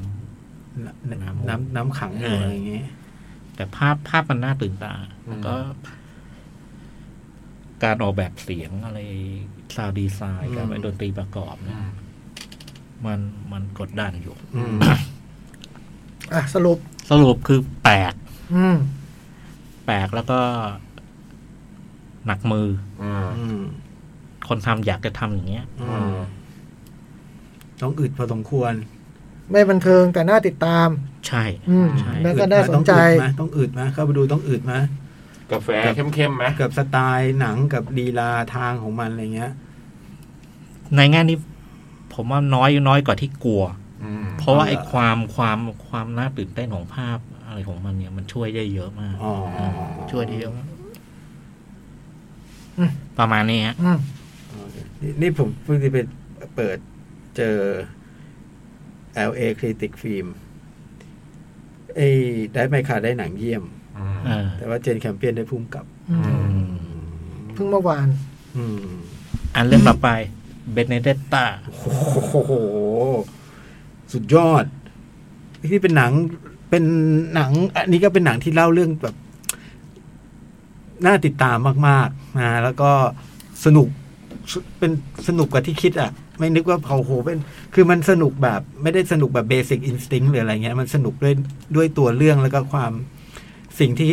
ำ น้ำน้ำน้ำขังอยู่อะไรอย่างเงี้ย แต่ภาพภาพมันน่าตื่นตา อืม แล้วก็ การออกแบบเสียงอะไรซาวดีไซน์การ อืม ดนตรีประกอบเนยมันมันกดดันอยู่ อืม อ่ะสรุป สรุปคือแปลก อืม แปลกแล้วก็ หนักมือ อืม อืม คนทำอยากจะทำอย่างเงี้ย อื อื ม ม ต้องอึดพอสมควร ไม่บันเทิงแต่น่าติดตาม ใช่ อืม ใช่ แล้วก็ อึดไหม น่าสนใจ ต้องอึดไหมต้องอึดไหมเข้าไปดูต้องอึดไหม กาแฟเข้มๆไหม กับสไตล์หนังกับดีลาทางของมันอะไรเงี้ย ในแง่นี้ ผมว่าน้อยน้อยกว่าที่กลัว อืม เพราะว่าไอ้ เอาล่ะ ความความความน่าตื่นเต้นของภาพอะไรของมันเนี่ย มันช่วยได้เยอะมาก อ๋ออ ช่วยได้เยอะมาก อืม ประมาณนี้ฮะ อืม นี่นี่ผมเพิ่งจะไปเปิดเจอ LA Critic Film ไอ้ได้ไมคาได้หนังเยี่ยม อืม อ่า แต่ว่าเจนแคมเปียนได้พุ่มกับ อืม เพิ่งเมื่อวาน อืม อันเรื่องต่อไปเบเนเดตตา โอ้โห สุดยอด นี่เป็นหนัง เป็นหนัง อันนี้ก็เป็นหนังที่เล่าเรื่องแบบ น่าติดตามมากๆนะแล้วก็สนุกสเป็นสนุกกว่าที่คิดอ่ะ ไม่นึกว่าเขาโหเป็น คือมันสนุกแบบ ไม่ได้สนุกแบบเบสิ c อินสติ้งหรืออะไรเงี้ย มันสนุกด้วยด้วยตัวเรื่องแล้วก็ความสิ่งที่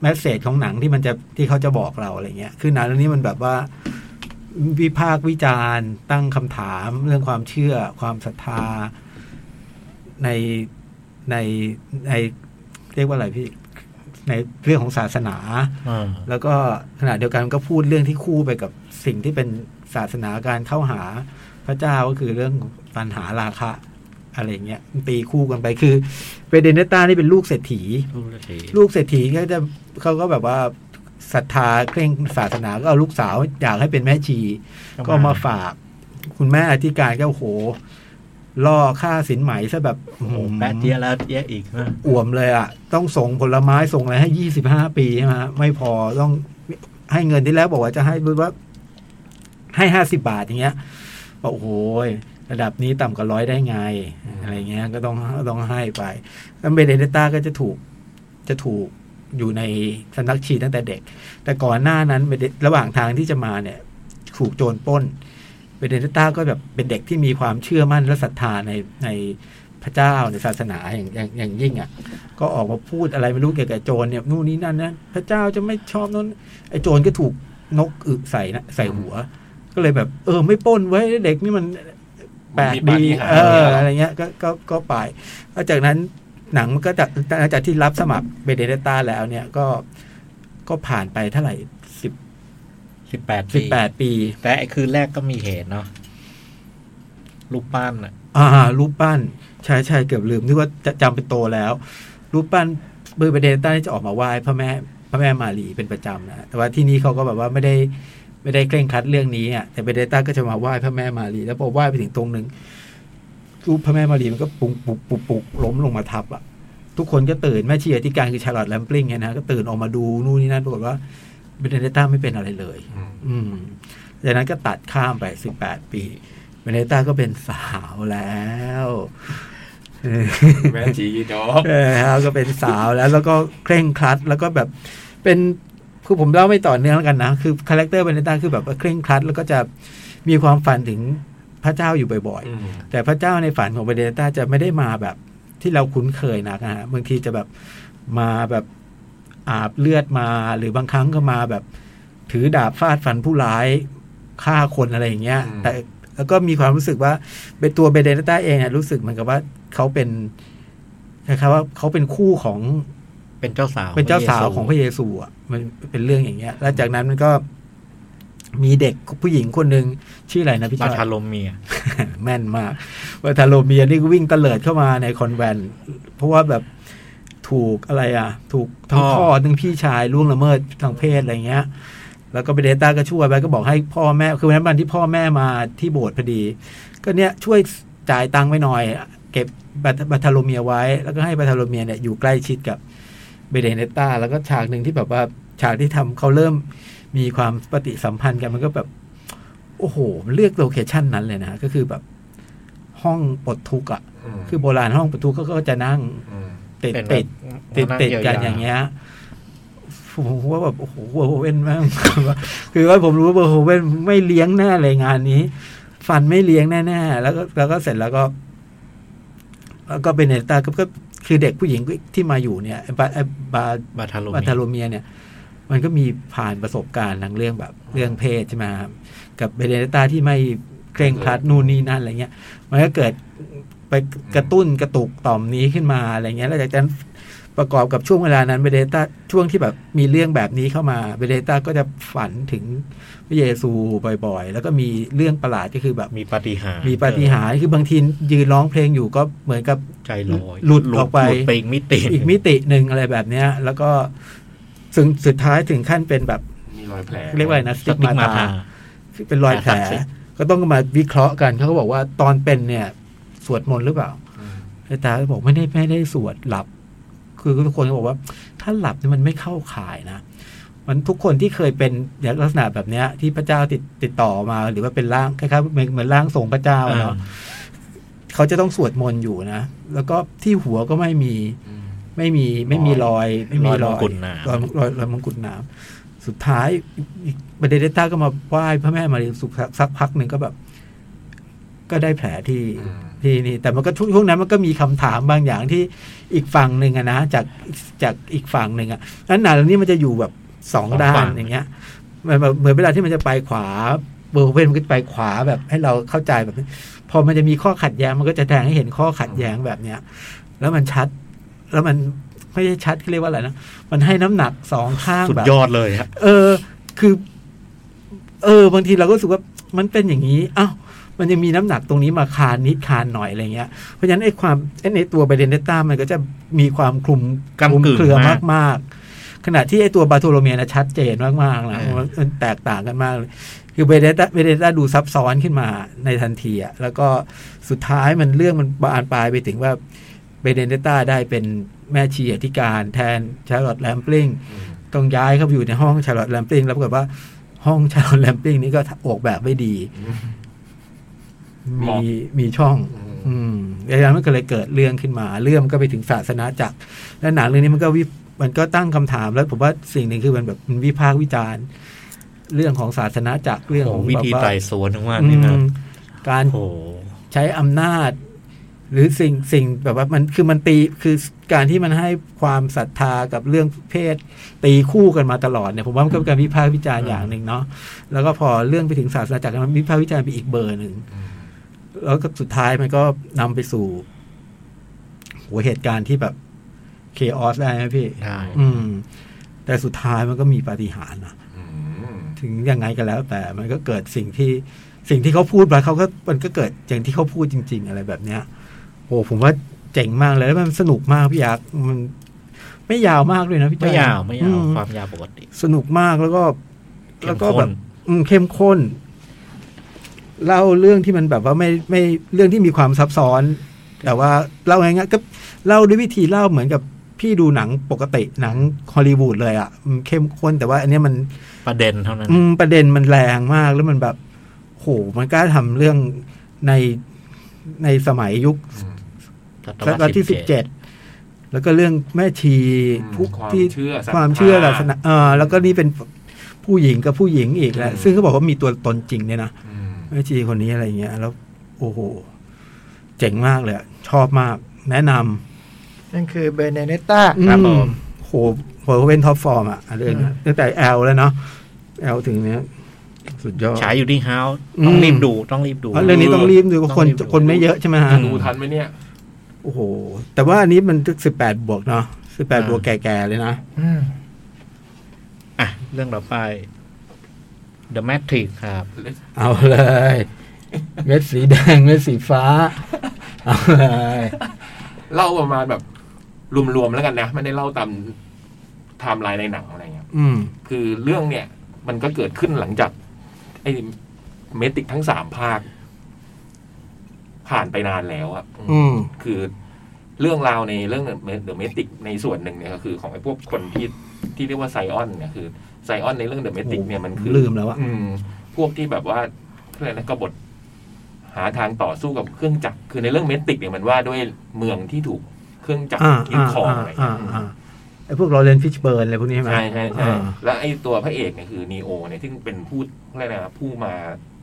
แมสเซจของหนังที่มันจะที่เขาจะบอกเราอะไรเงี้ย คือหนังเรื่องนี้มันแบบว่า วิพากษ์วิจารณ์ ตั้งคำถามเรื่องความเชื่อ ความศรัทธา ในในในเรียกว่าอะไรพี่ ในเรื่องของศาสนา อ่า แล้วก็ขณะเดียวกันก็พูดเรื่องที่คู่ไปกับสิ่งที่เป็นศาสนาการเข้าหาพระเจ้าก็คือเรื่องปัญหาราคะ อะไรเงี้ยตีคู่กันไปคือเวเดเนต้านี่เป็นลูกเศรษฐี ลูกเสีย ลูกเศรษฐีก็จะเขาก็แบบว่าศรัทธาเคร่งศาสนาก็เอาลูกสาว อยากให้เป็นแม่ชี ก็มาฝาก คุณแม่อธิการก็โอ้โห ล่อค่าสินไหมซะแบบ โอ้โหแปดเดียแล้วเยอะอีกนะ อ่วมเลยอ่ะ ต้องส่งผลไม้ส่งอะไรให้ยี่สิบห้าปีใช่ไหมฮะไม่พอต้องให้เงินที่แล้วบอกว่าจะให้ว่า ให้ห้าสิบาทอย่างเงี้ยบอกโอ้โหระดับนี้ต่ำกว่าร้อยได้ไง อืม อะไรเงี้ย ก็ต้องต้องให้ไปแล้วเบเดเนต้าก็จะถูกจะถูกอยู่ในสำนักชีตั้งแต่เด็ก แต่ก่อนหน้านั้นเบเดระหว่างทางที่จะมาเนี่ย ถูกโจรปล้น เบเดเนต้าก็แบบเป็นเด็กที่มีความเชื่อมั่นและศรัทธาในในพระเจ้าในศาสนาอย่างอย่างอย่างยิ่งอ่ะ ก็ออกมาพูดอะไรไม่รู้เกี่ยวกับโจรเนี่ยนู่นนี่นั่นนะพระเจ้าจะไม่ชอบนั้นไอ้โจรก็ถูกนกอึใส่นะใส่หัว ก็เลยแบบ เออ ไม่ปล้นไว้ยเด็กนี่มันแปลก มันมีปา ดี ฏิเอหาริย์อ เหรออ อะไรเงี้ยก็ก็ก็ไปแล้วจากนั้นหนังมันก็จากหลังจากที่รับสมัครเบเดเนต้าแล้วเนี่ยก็ก็ผ่านไปเท่าไหร่สิบ สิบแปด สิบแปดปี แต่ไอ้คืนแรกก็มีเหตุเนาะลูกปั้นอ่ะ อ่ารูปปั้นใช่ใช่เกือบลืมนึกว่าจะจำเป็นโตแล้ว รูปปั้นเบอร์เบเดนต้านี่จะออกมาไหว้พระแม่พระแม่มารีเป็นประจำนะแต่ว่าที่นี่เขาก็แบบว่าไม่ได้ไม่ได้เคร่งครัดเรื่องนี้อ่ะแต่เบเดนต้าก็จะมาไหว้พระแม่มารีแล้วพอไหว้ไปถึงตรงหนึ่งรูปพระแม่มารีมันก็ปุกปุกปุกปุกล้มลงมาทับอ่ะ ทุกคนก็ตื่นแม่ชีอธิการคือชาร์ลอตแลมปลิงเนี่ยนะก็ตื่นออกมาดูนู่นนี่นั่นปรากฏว่าเบเดนต้าไม่เป็นอะไรเลย อืม อืมจากนั้นก็ตัดข้ามไปสิบแปดปีเวเนต้าก็เป็นสาวแล้วเออ แม่ชีโจ๊ก เออแล้วก็เป็นสาวแล้ว แล้วก็เคร่งครัด แล้วก็แบบเป็นคือผมเล่าไม่ต่อเนื่องแล้วกันนะ คือคาแรคเตอร์เวเนต้าคือแบบว่าเคร่งครัด แล้วก็จะมีความฝันถึงพระเจ้าอยู่บ่อย อืม ๆ แต่พระเจ้าในฝันของเวเนต้าจะไม่ได้มาแบบที่เราคุ้นเคยนักนะฮะบางทีจะแบบมาแบบอาบเลือดมาหรือบางครั้งก็มาแบบ ถือดาบฟาดฟันผู้ร้ายฆ่าคนอะไรอย่างเงี้ย แต่แล้วก็มีความรู้สึกว่าเป็นตัวเบเดนต้าเองอะรู้สึกเหมือนกับว่าเขาเป็นคล้ายๆว่าเขาเป็นคู่ของ เป็นเจ้าสาว เป็นเจ้าสาวของพ พระ ระ เยซู เยซูอะมันเป็นเรื่องอย่างเงี้ย แล้วจากนั้นมันก็ มีเด็กผู้หญิงคนหนึ่งชื่ออะไรนะพี่จ รา อย ชาลมเมีย แม่นมากว่าทาโลเมียนี่ก็วิ่งเตลิดเข้ามาในคอนแวนต์เพราะว่าแบบถูกอะไรอ่ะ ถูกทั้ง พ่ พ่ อ อทั้งพี่ชายล่วงละเมิดทางเพศอะไรเงี้ย แล้วก็ไปเดต้าก็ช่วยไปก็บอกให้พ่อแม่ คือวันนั้นวันที่พ่อแม่มาที่โบสถ์พอดี ก็เนี่ยช่วยจ่ายตังค์ไว้หน่อย เก็บบัตบัตทาโลเมียไว้ แล้วก็ให้บัตทาโลเมียเนี่ยอยู่ใกล้ชิดกับเบเดเนต้า แล้วก็ฉากหนึ่งที่แบบว่าฉากที่ทำเขาเริ่มมีความปฏิสัมพันธ์กันมันก็แบบ โอ้โห มันเลือกโลเคชันนั้นเลยนะ ก็คือแบบห้องปลดทุกข์อ่ะ คือโบราณห้องปลดทุกข์เขาก็จะนั่ง ม ติด เป็นแบบ ติดติด นั่ง ติดกัน ยาวๆ อย่างเงี้ยผมว่าแบบโอ้โหเวอร์โฮเว่นมาก คือว่าผมรู้ว่าเวอร์โฮเว่นไม่เลี้ยงแน่เลยงานนี้ ฟันไม่เลี้ยงแน่ๆแล้วก็แล้วก็เสร็จแล้วก็ แล้วก็เป็นเนตาก็ก็คือเด็กผู้หญิงที่มาอยู่เนี่ยไอ้บาไอ้บา บาทาลม บั เมี ตทาย โลเมียเนี่ย มันก็มีผ่านประสบการณ์ทางเรื่องแบบ เรื่องเพศใช่ไหมครับกับเบเดต้าที่ไม่เคร่งครัดนู่นนี่นั่นอะไรเงี้ย มันก็เกิดไปกระตุ้นกระตุกต่อมนี้ขึ้นมาอะไรเงี้ย แล้วจากนั้นประกอบกับช่วงเวลานั้นเบเดต้าช่วงที่แบบมีเรื่องแบบนี้เข้ามาเบเดต้าก็จะฝันถึงพระเยซูบ่อยๆ แล้วก็มีเรื่องประหลาดก็คือแบบ มีปาฏิหารย์ มีปาฏิหาริย์คือบางทียืนร้องเพลงอยู่ก็เหมือนกับ ใจลอย หลุดออกไป หลุดไปอีกมิติ อีกมิติหนึ่งอะไรแบบเนี้ย แล้วก็ถึงสุดท้ายถึงขั้นเป็นแบบ มีรอยแผล เรียกว่าอะไรนะส ส ติก ติก มา มา ตา ตา เป็นรอยแผล แผลศักดิ์สิทธิ์ ก็ต้องมาวิเคราะห์กันเขาก็บอกว่าตอนเป็นเนี่ย สวดมนต์หรือเปล่า อืม ไอ้ตาก็บอกไม่ได้ไม่ได้สวดหลับ คือทุกคนก็บอกว่า ถ้าหลับเนี่ยมันไม่เข้าข่ายนะ มันทุกคนที่เคยเป็นอย่างลักษณะแบบเนี้ย ที่พระเจ้าติดติดต่อมา หรือว่าเป็นร่างคล้ายๆเหมือนเหมือนร่างทรงพระเจ้าอะเนาะเขาจะต้องสวดมนต์อยู่นะแล้วก็ที่หัวก็ไม่มี อืม ไม่มีไม่มีรอยไม่มี รอยมงกุฎหนาม รอยรอยรอยมงกุฎหนาม สุดท้ายประเดเดต้าก็มาไหว้พระแม่มารีสุขสักพักหนึ่งก็แบบ ก็ได้แผลที่ อืม ที่นี่ แต่มันก็ช่วงช่วงนั้นมันก็มีคำถามบางอย่างที่อีกฝั่งหนึ่งอะนะจากจากอีกฝั่งหนึ่งอะนั้นหนาเหล่านี้มันจะอยู่แบบสอง สอง ด้า ฝั่ น ง อย่างเงี้ยมันแบบเหมือนเวลาที่มันจะไปขวาเบอร์เวนมันก็จะไปขวาแบบให้เราเข้าใจแบบนี้พอมันจะมีข้อขัดแย้งมันก็จะแทงให้เห็นข้อขัดแย้งแบบเนี้ย แล้วมันชัด แล้วมันไม่ได้ชัดเขาเรียกว่าอะไรนะ มันให้น้ำหนักสองข้าง สุด แบบ ยอดเลยฮะ เออ คือ เออ บางทีเราก็รู้สึกว่ามันเป็นอย่างนี้ อ้าวมันยังมีน้ำหนักตรงนี้มาคานนิดคานหน่อยอะไรเงี้ย เพราะฉะนั้นไอ้ความไอ้ในตัวบเดนเดต้ามันก็จะมีความคลุม กำกึ่คลุมงเครือ มาก มากๆ ขณะที่ไอ้ตัวบาโทโลเมียนะชัดเจนมากๆนะมันมันแตกต่างกันมากเลย คือเบเดต้าเบเดต้าดูซับซ้อนขึ้นมาในทันทีอะแล้วก็สุดท้ายมันเรื่องมันบานปลายไปถึงว่าเบเดเดต้าได้เป็นแม่ชีอธิการแทนชาร์ลอตแลมปลิงต้องย้ายเข้าไปอยู่ในห้องชาร์ลอตแลมปลิงแล้วปรากฏว่าห้องชาร์ลอตแลมปลิงนี่ก็ออกแบบไม่ดี หม มี อก มีช่อง อืม อืมดังนั้นมันก็เลยเกิดเรื่องขึ้นมา เรื่องมันก็ไปถึงศาสนาจักร และหนังเรื่องนี้มันก็วิมันก็ตั้งคำถามแล้วผมว่าสิ่งหนึ่งคือมันแบบมันวิพากษ์วิจารณ์ เรื่องของศาสนาจักรเรื่อง โอ้ ของ วิธี แบบ ไต่ ว่า สวนของมัน อื นี่นะ มการ โอ้โห ใช้อำนาจ หรือสิ่งสิ่งแบบว่ามันคือมันตีคือการที่มันให้ความศรัทธากับเรื่องเพศ ตีคู่กันมาตลอดเนี่ยผมว่ามันก็เป็นการวิพากษ์วิจารณ์อย่างหนึ่งเนาะแล้วก็พอเรื่องไปถึงศาสนาจักรมันวิพากษ์วิจารณ์ไปอีกเบอร์หนึ่ง แล้วก็สุดท้ายมันก็นำไปสู่หัวเหตุการณ์ที่แบบเคออสได้ไหมพี่ ได้ อืม แต่สุดท้ายมันก็มีปาฏิหาริย์นะ อืม ถึงยังไงก็แล้ว แต่มันก็เกิดสิ่งที่สิ่งที่เขาพูดไปเขาก็มันก็เกิดอย่างที่เขาพูดจริง ๆ อะไรแบบเนี้ยโอ้ผมว่าเจ๋งมากเลยแล้วมันสนุกมากพี่ยักษ์มัน ไม่ยาวมากเลยนะพี่จ้อยไม่าวไม่ยาว อื ความยาวปกติ สนุกมากแล้วก็ แล้วก็แบบ เข้มข้น อืมเข้มข้น เล่าเรื่องที่มันแบบว่าไม่ไม่เรื่องที่มีความซับซ้อน แต่ว่าเล่าง่ายๆก็เล่าด้วยวิธีเล่าเหมือนกับพี่ดูหนังปกติหนังฮอลลีวูดเลยอะ่ะอืมเข้มข้น แต่ว่าอันเนี้ยมัน ประเด็นเท่านั้น อืมประเด็นมันแรงมากแล้วมันแบบโหมันกล้าทำเรื่องในในสมัยยุค อืม ศตวรรษที่สิบเจ็ดแล้วก็เรื่องแม่ชี อืม ผู้ ความ ที่ เชื่อศรัทธา ความเชื่อศาสนาเออแล้วก็นี่เป็นผู้หญิงกับผู้หญิงอีกแหละซึ่งเขาบอกว่ามีตัวตนจริงเนี่ยนะ อืม แม่ชีคนนี้อะไรเงี้ย แล้ว โอ้โห เจ๋งมากเลยอะชอบมาก แนะน นั่นคือเบเนเนต้า ำ ครับ อื ผม โหโหเป็นท็อปฟอร์มอะเรื่องเนี้ยตั้งแต่แอลแล้วเนาะแอลถึงเนี้ยสุดยอด ฉายอยู่ที่เฮาส์ อืม ต้องรีบดูต้องรีบดู เพราะเรื่องนี้ต้องรีบดูว่าคน ต้องรีบดู คนไม่เยอะใช่ไหมฮะ จะดูทันไหมเนี่ย โอ้โห แต่ว่าอันนี้มันสิบแปดบวกเนาะสิบแปดบวกแก่ๆเลยนะ อืม อ่ะเรื่องต่อไป The Matrix ครับ เอาเลย เม็ดสีแดง เม็ดสีฟ้า เอาเลย เล่าประมาณแบบรวมๆแล้วกันนะไม่ได้เล่าตามไทม์ไลน์ในหนังอะไรเงี้ย อืม คือเรื่องเนี่ย มันก็เกิดขึ้นหลังจากไอ้เมติกทั้งสามภาค ผ่านไปนานแล้วอะอืม อืม คือเรื่องราวในเรื่องเดอะเมติกในส่วนหนึ่งเนี่ยก็คือของไอ้พวกคนที่ที่เรียกว่าไซออนเนี่ยคือไซออนในเรื่องเดอะเมติก โอ้ เนี่ยมันคือ ลืมแล้วอะ มพวกที่แบบว่าอะไรนะกบฏหาทางต่อสู้กับเครื่องจักรคือในเรื่องเมติกเนี่ยมันว่าด้วยเมืองที่ถูกเครื่องจักร อ่า ยึด อ่า ครอง อ่า อะไร อ่า เงี้ย อ่าไอ้พวกเราเรียนฟิชเบิร์นอะไรพวกนี้ใช่ไหม ใช่ใช่ใช่ อ่า แล้วไอ้ตัวพระเอกเนี่ยคือนีโอเนี่ยซึ่งเป็นผู้อะไรนะผู้มา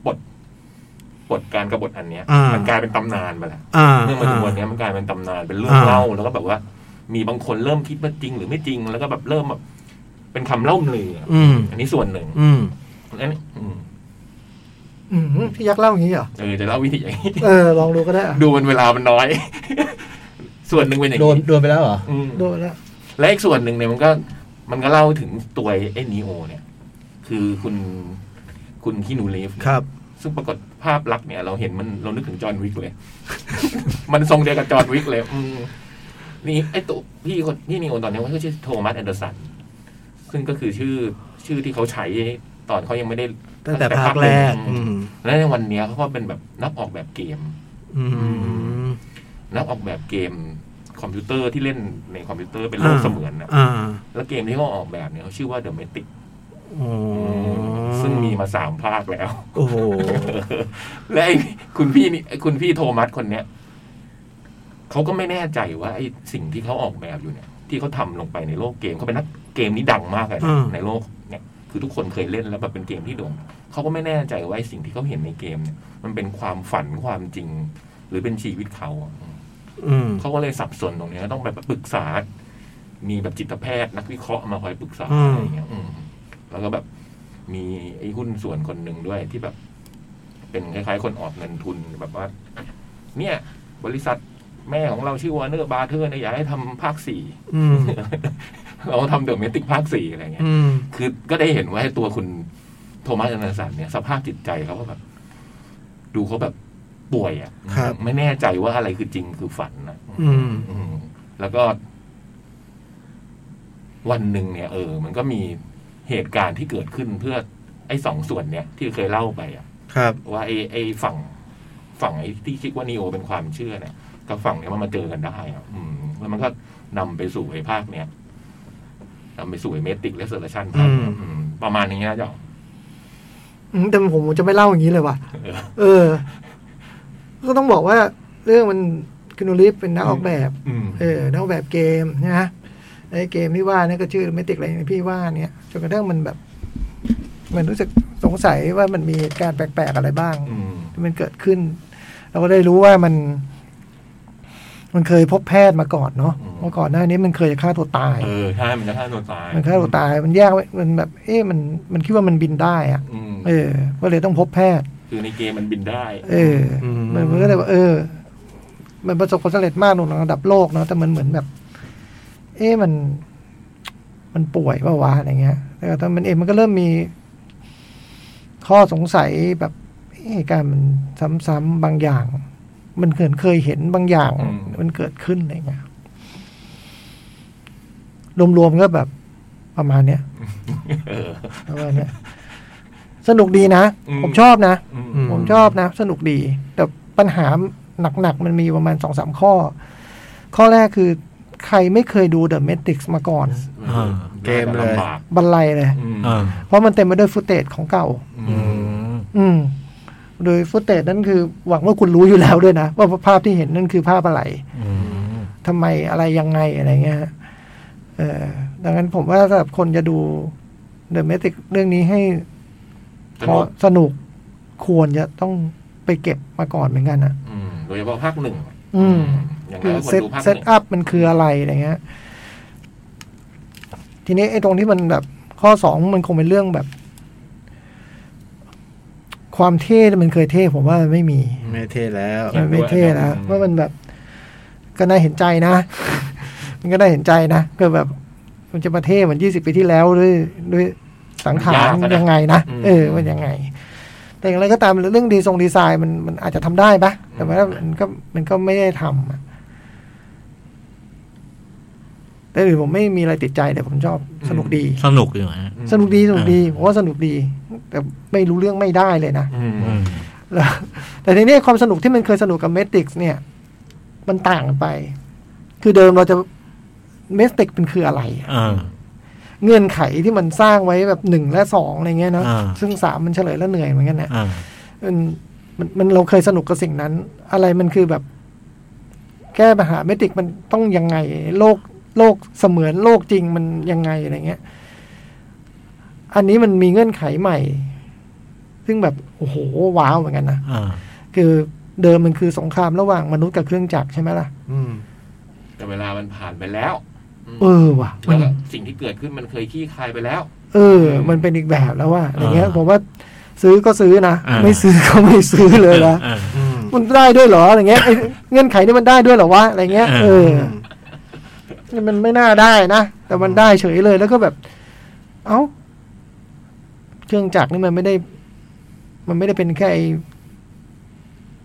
ปลดปลดการกบฏอันเนี้ย อ่า มันกลายเป็นตำนานไปแล้ว อ่า เรื่องมันถึงวัน อ่า เนี้ยมันกลายเป็นตำนานเป็นเรื่อง อ่า เล่าแล้วก็แบบว่า มีบางคนเริ่มคิดว่าจริงหรือไม่จริง แล้วก็แบบเริ่มแบบเป็นคำเล่าลือ อืม อันนี้ส่วนหนึ่ง อืม อันนี้อืม อืมพี่ยักษ์เล่าอย่างนี้เหรอ เออจะเล่าวิธีอย่างนี้ เออลองดูก็ได้อะ ดูมันเวลามันน้อย ส่วนหนึ่งเป็นอย่าง โดน นี้ โดนไปแล้วเหรอ อืม ดูแล้ว และอีกส่วนหนึ่งเนี่ยมันก็ มันก็เล่าถึงตัวไอ้นีโอเนี่ย คือคุณคุณที่นูเลฟเนี่ย ครับ ซึ่งปรากฏภาพลักษณ์เนี่ย เราเห็นมันเรานึกถึงจอห์นวิกเลย มันทรงเดียวกับจอห์นวิกเลย อืมนี่ไอ้ตัวพี่คนพี่นิโอตอนนี้เขาชื่อโทมัสแอนเดอร์สัน ซึ่งก็คือชื่อชื่อที่เขาใช้ตอนเขายังไม่ได้ ตั้งแต่ภาคแรก อืม และในวันเนี้ยเขาก็เป็นแบบนักออกแบบเกม อืม นักออกแบบเกมคอมพิวเตอร์ที่เล่นในคอมพิวเตอร์เป็นโลก อ่า เสมือนนะ อ่า แล้วเกมที่เขาออกแบบเนี่ยเขาชื่อว่าเดอะเมติก โอ้ ซึ่งมีมาสามภาคแล้ว โอ้โห และไอ้คุณพี่นี่ไอ้คุณพี่โทมัสคนเนี้ยเขาก็ไม่แน่ใจว่าไอ้สิ่งที่เขาออกแบบอยู่เนี่ย ที่เขาทำลงไปในโลกเกมเขาเป็นนักเกมนี้ดังมากเลยนะ อืม ในโลกเนี่ย คือทุกคนเคยเล่นแล้วแบบเป็นเกมที่โด่งเขาก็ไม่แน่ใจว่าไอ้สิ่งที่เขาเห็นในเกมเนี่ย มันเป็นความฝันความจริง หรือเป็นชีวิตเขาอะ อืม เขาก็เลยสับสนตรงเนี้ยต้องไปปรึกษา มีแบบจิตแพทย์นักวิเคราะห์มาคอยปรึกษา อืม อะไรอย่างเงี้ยอืมแล้วก็แบบมีไอ้หุ้นส่วนคนหนึ่งด้วยที่แบบ เป็นคล้ายๆ คนออกเงินทุนแบบว่า เนี่ย บริษัทแม่ของเราชื่อวอร์เนอร์บาเทอร์เนี่ยอยากให้ทำภาคสี่ อืม เราทำเดอะเมติกภาคสี่อะไรเงี้ย อืม คือก็ได้เห็นว่าไอ้ตัวคุณโทมัสอนาสันเนี่ย สภาพจิตใจเขาก็แบบ ดูเขาแบบป่วยอะ ครั่ ะ บ ไม่แน่ใจว่าอะไรคือจริงคือฝันนะ อืม อืม แล้วก็ วันหนึ่งเนี่ย เออ มันก็มีเหตุการณ์ที่เกิดขึ้นเพื่อไอ้สองส่วนเนี่ย ที่เคยเล่าไปอะ ครับ ว่าไอ้ไอ้ฝั่ง ฝั่งไอ้ที่คิดว่านีโอเป็นความเชื่อเนี่ยกับฝั่งเนี่ยมันมาเจอกันได้อะอืม แล้วมันก็นำไปสู่ไอ้ภาคเนี่ยนำไปสู่ไอ้เมติกและเซอร์ชันภาคเนี่ย อืม อืมประมาณอย่างเงี้ยเจ้า อืมแต่ผมจะไม่เล่าอย่างนี้เลยว่ะ เออ เออ ก็ต้องบอกว่า เรื่องมันคือนูริฟเป็นนักออกแบบ อืม เออนักออกแบบเกมนะไอ้เกมที่ว่าเนี่ยก็ชื่อเมติกอะไรอย่างที่พี่ว่าเนี่ยจนกระทั่งมันแบบ มันรู้สึกสงสัยว่ามันมีเหตุการณ์แปลกๆอะไรบ้าง อืม ที่มันเกิดขึ้น เราก็ได้รู้ว่ามัน มันเคยพบแพทย์มาก่อนเนาะ อืม เมื่อก่อนหน้านี้มันเคยจะฆ่าตัวตาย เออใช่มันจะฆ่าตัวตาย มันฆ่าตัวตาย มันแยกไว้มันแบบ เอ๊ะมันมันคิดว่ามันบินได้อะ อืม เออ ก็เลยต้องพบแพทย์ คือในเกมมันบินได้ เอออ ม มันมันก็เลยว่าเออ มันประสบความสำเร็จมากในระดับโลกเนาะแต่มันเหมือนแบบ เอ๊ะมัน มันป่วยเปล่าวะอะไรเงี้ยแล้วแต่มันเองมันก็เริ่มมี ข้อสงสัยแบบเอ๊ะการมันซ้ำๆบางอย่าง มันเหมือนเคยเห็นบางอย่าง อืม มันเกิดขึ้นอะไรเงี้ยรวมๆก็แบบประมาณเนี้ย เออ ประมาณเนี้ยสนุกดีนะ อืม ผมชอบนะ อืม ผมชอบนะ สนุกดี แต่ปัญหาหนัก ๆ มันมีประมาณสองสามข้อ ข้อแรกคือใครไม่เคยดู The Matrix มาก่อน อ่า เกมเลย น่าจะำบาก บันไลเลย อืม อ่า เพราะมันเต็มไปด้วยฟุตเตจของเก่า อื อื ม ม อืม โดยฟุตเตจนั้นคือหวังว่าคุณรู้อยู่แล้วด้วยนะ ว่าภาพที่เห็นนั่นคือภาพอะไร อืม ทำไมอะไรยังไงอะไรเงี้ยฮะเออดังนั้นผมว่าสำหรับคนจะดู The Matrix เรื่องนี้ให้ แต่ เพราะ ว่า สนุกควรจะต้องไปเก็บมาก่อนเหมือนกันนะ อืมโดยเฉพาะภาคหนึ่ง อืม อย่าง คื ไร อ ก็ควร เซต ดูภาค เซ ห ต นึ่ง อัพมันคืออะไรอะไรเงี้ย ทีนี้ไอ้ตรงที่มันแบบข้อสองมันคงเป็นเรื่องแบบ ความเท่ที่มันเคยเท่ผมว่ามันไม่มี ไม่เท่แล้ว มันไม่เท่แล้วว่ามันแบบ ก็น่าเห็นใจนะ มันก็น่าเห็นใจนะก็แบบ มันจะมาเท่เหมือนยี่สิบปีที่แล้วด้วยด้วย สังขาร ยากอะนะ ยังไงนะ อืม เออมันยังไง แต่อย่างไรก็ตามเรื่องดีทรงดีไซน์มันมันอาจจะทำได้ปะแต่ว่ามันก็มันก็ไม่ได้ทำอะแต่อื่นผมไม่มีอะไรติดใจแต่ผมชอบสนุกดี สนุกอยู่นะ สนุกดีสนุกดีผมว่าสนุกดี แต่ไม่รู้เรื่องไม่ได้เลยนะ อืม อืม แล้วแต่ในนี้ความสนุกที่มันเคยสนุกกับเมติกเนี่ย มันต่างกันไป คือเดิมเราจะเมสติกมันคืออะไรอะ เออ เงื่อนไขที่มันสร้างไว้แบบหนึ่งและสองอะไรเงี้ยเนาะ อ่า ซึ่งสามมันเฉลยแล้วเหนื่อยเหมือนกันนะ เอมัอนมันมันเราเคยสนุกกับสิ่งนั้น อะไรมันคือแบบแก้ปัญหาเมติกมันต้องยังไง โลกโลกเสมือนโลกจริงมันยังไงอะไรเงี้ย อันนี้มันมีเงื่อนไขใหม่ ซึ่งแบบโอ้โหว้าวเหมือนกันนะ เออ คือเดิมมันคือสงครามระหว่างมนุษย์กับเครื่องจักรใช่ไหมล่ะ อืม แต่เวลามันผ่านไปแล้ว เออว่ะมั แล้ น วก็สิ่งที่เกิดขึ้นมันเคยขี้คายไปแล้ว เออ มันเป็นอีกแบบแล้วว่าอะไรเงี้ย อ่า ผมว่าซื้อก็ซื้อนะ อ่า ไม่ซื้อก็ไม่ซื้อเลยนะ เออ อืม มันได้ด้วยเหรออะไรเงี้ยไอ้เงื่อนไขนี่มันได้ด้วยเหรอวะอะไรเงี้ย อ่า เออมันไม่น่าได้นะแต่มันได้เฉยเลยแล้วก็แบบ เอ้า เครื่องจักรนี่มันไม่ได้ มันไม่ได้เป็นแค่ไอ้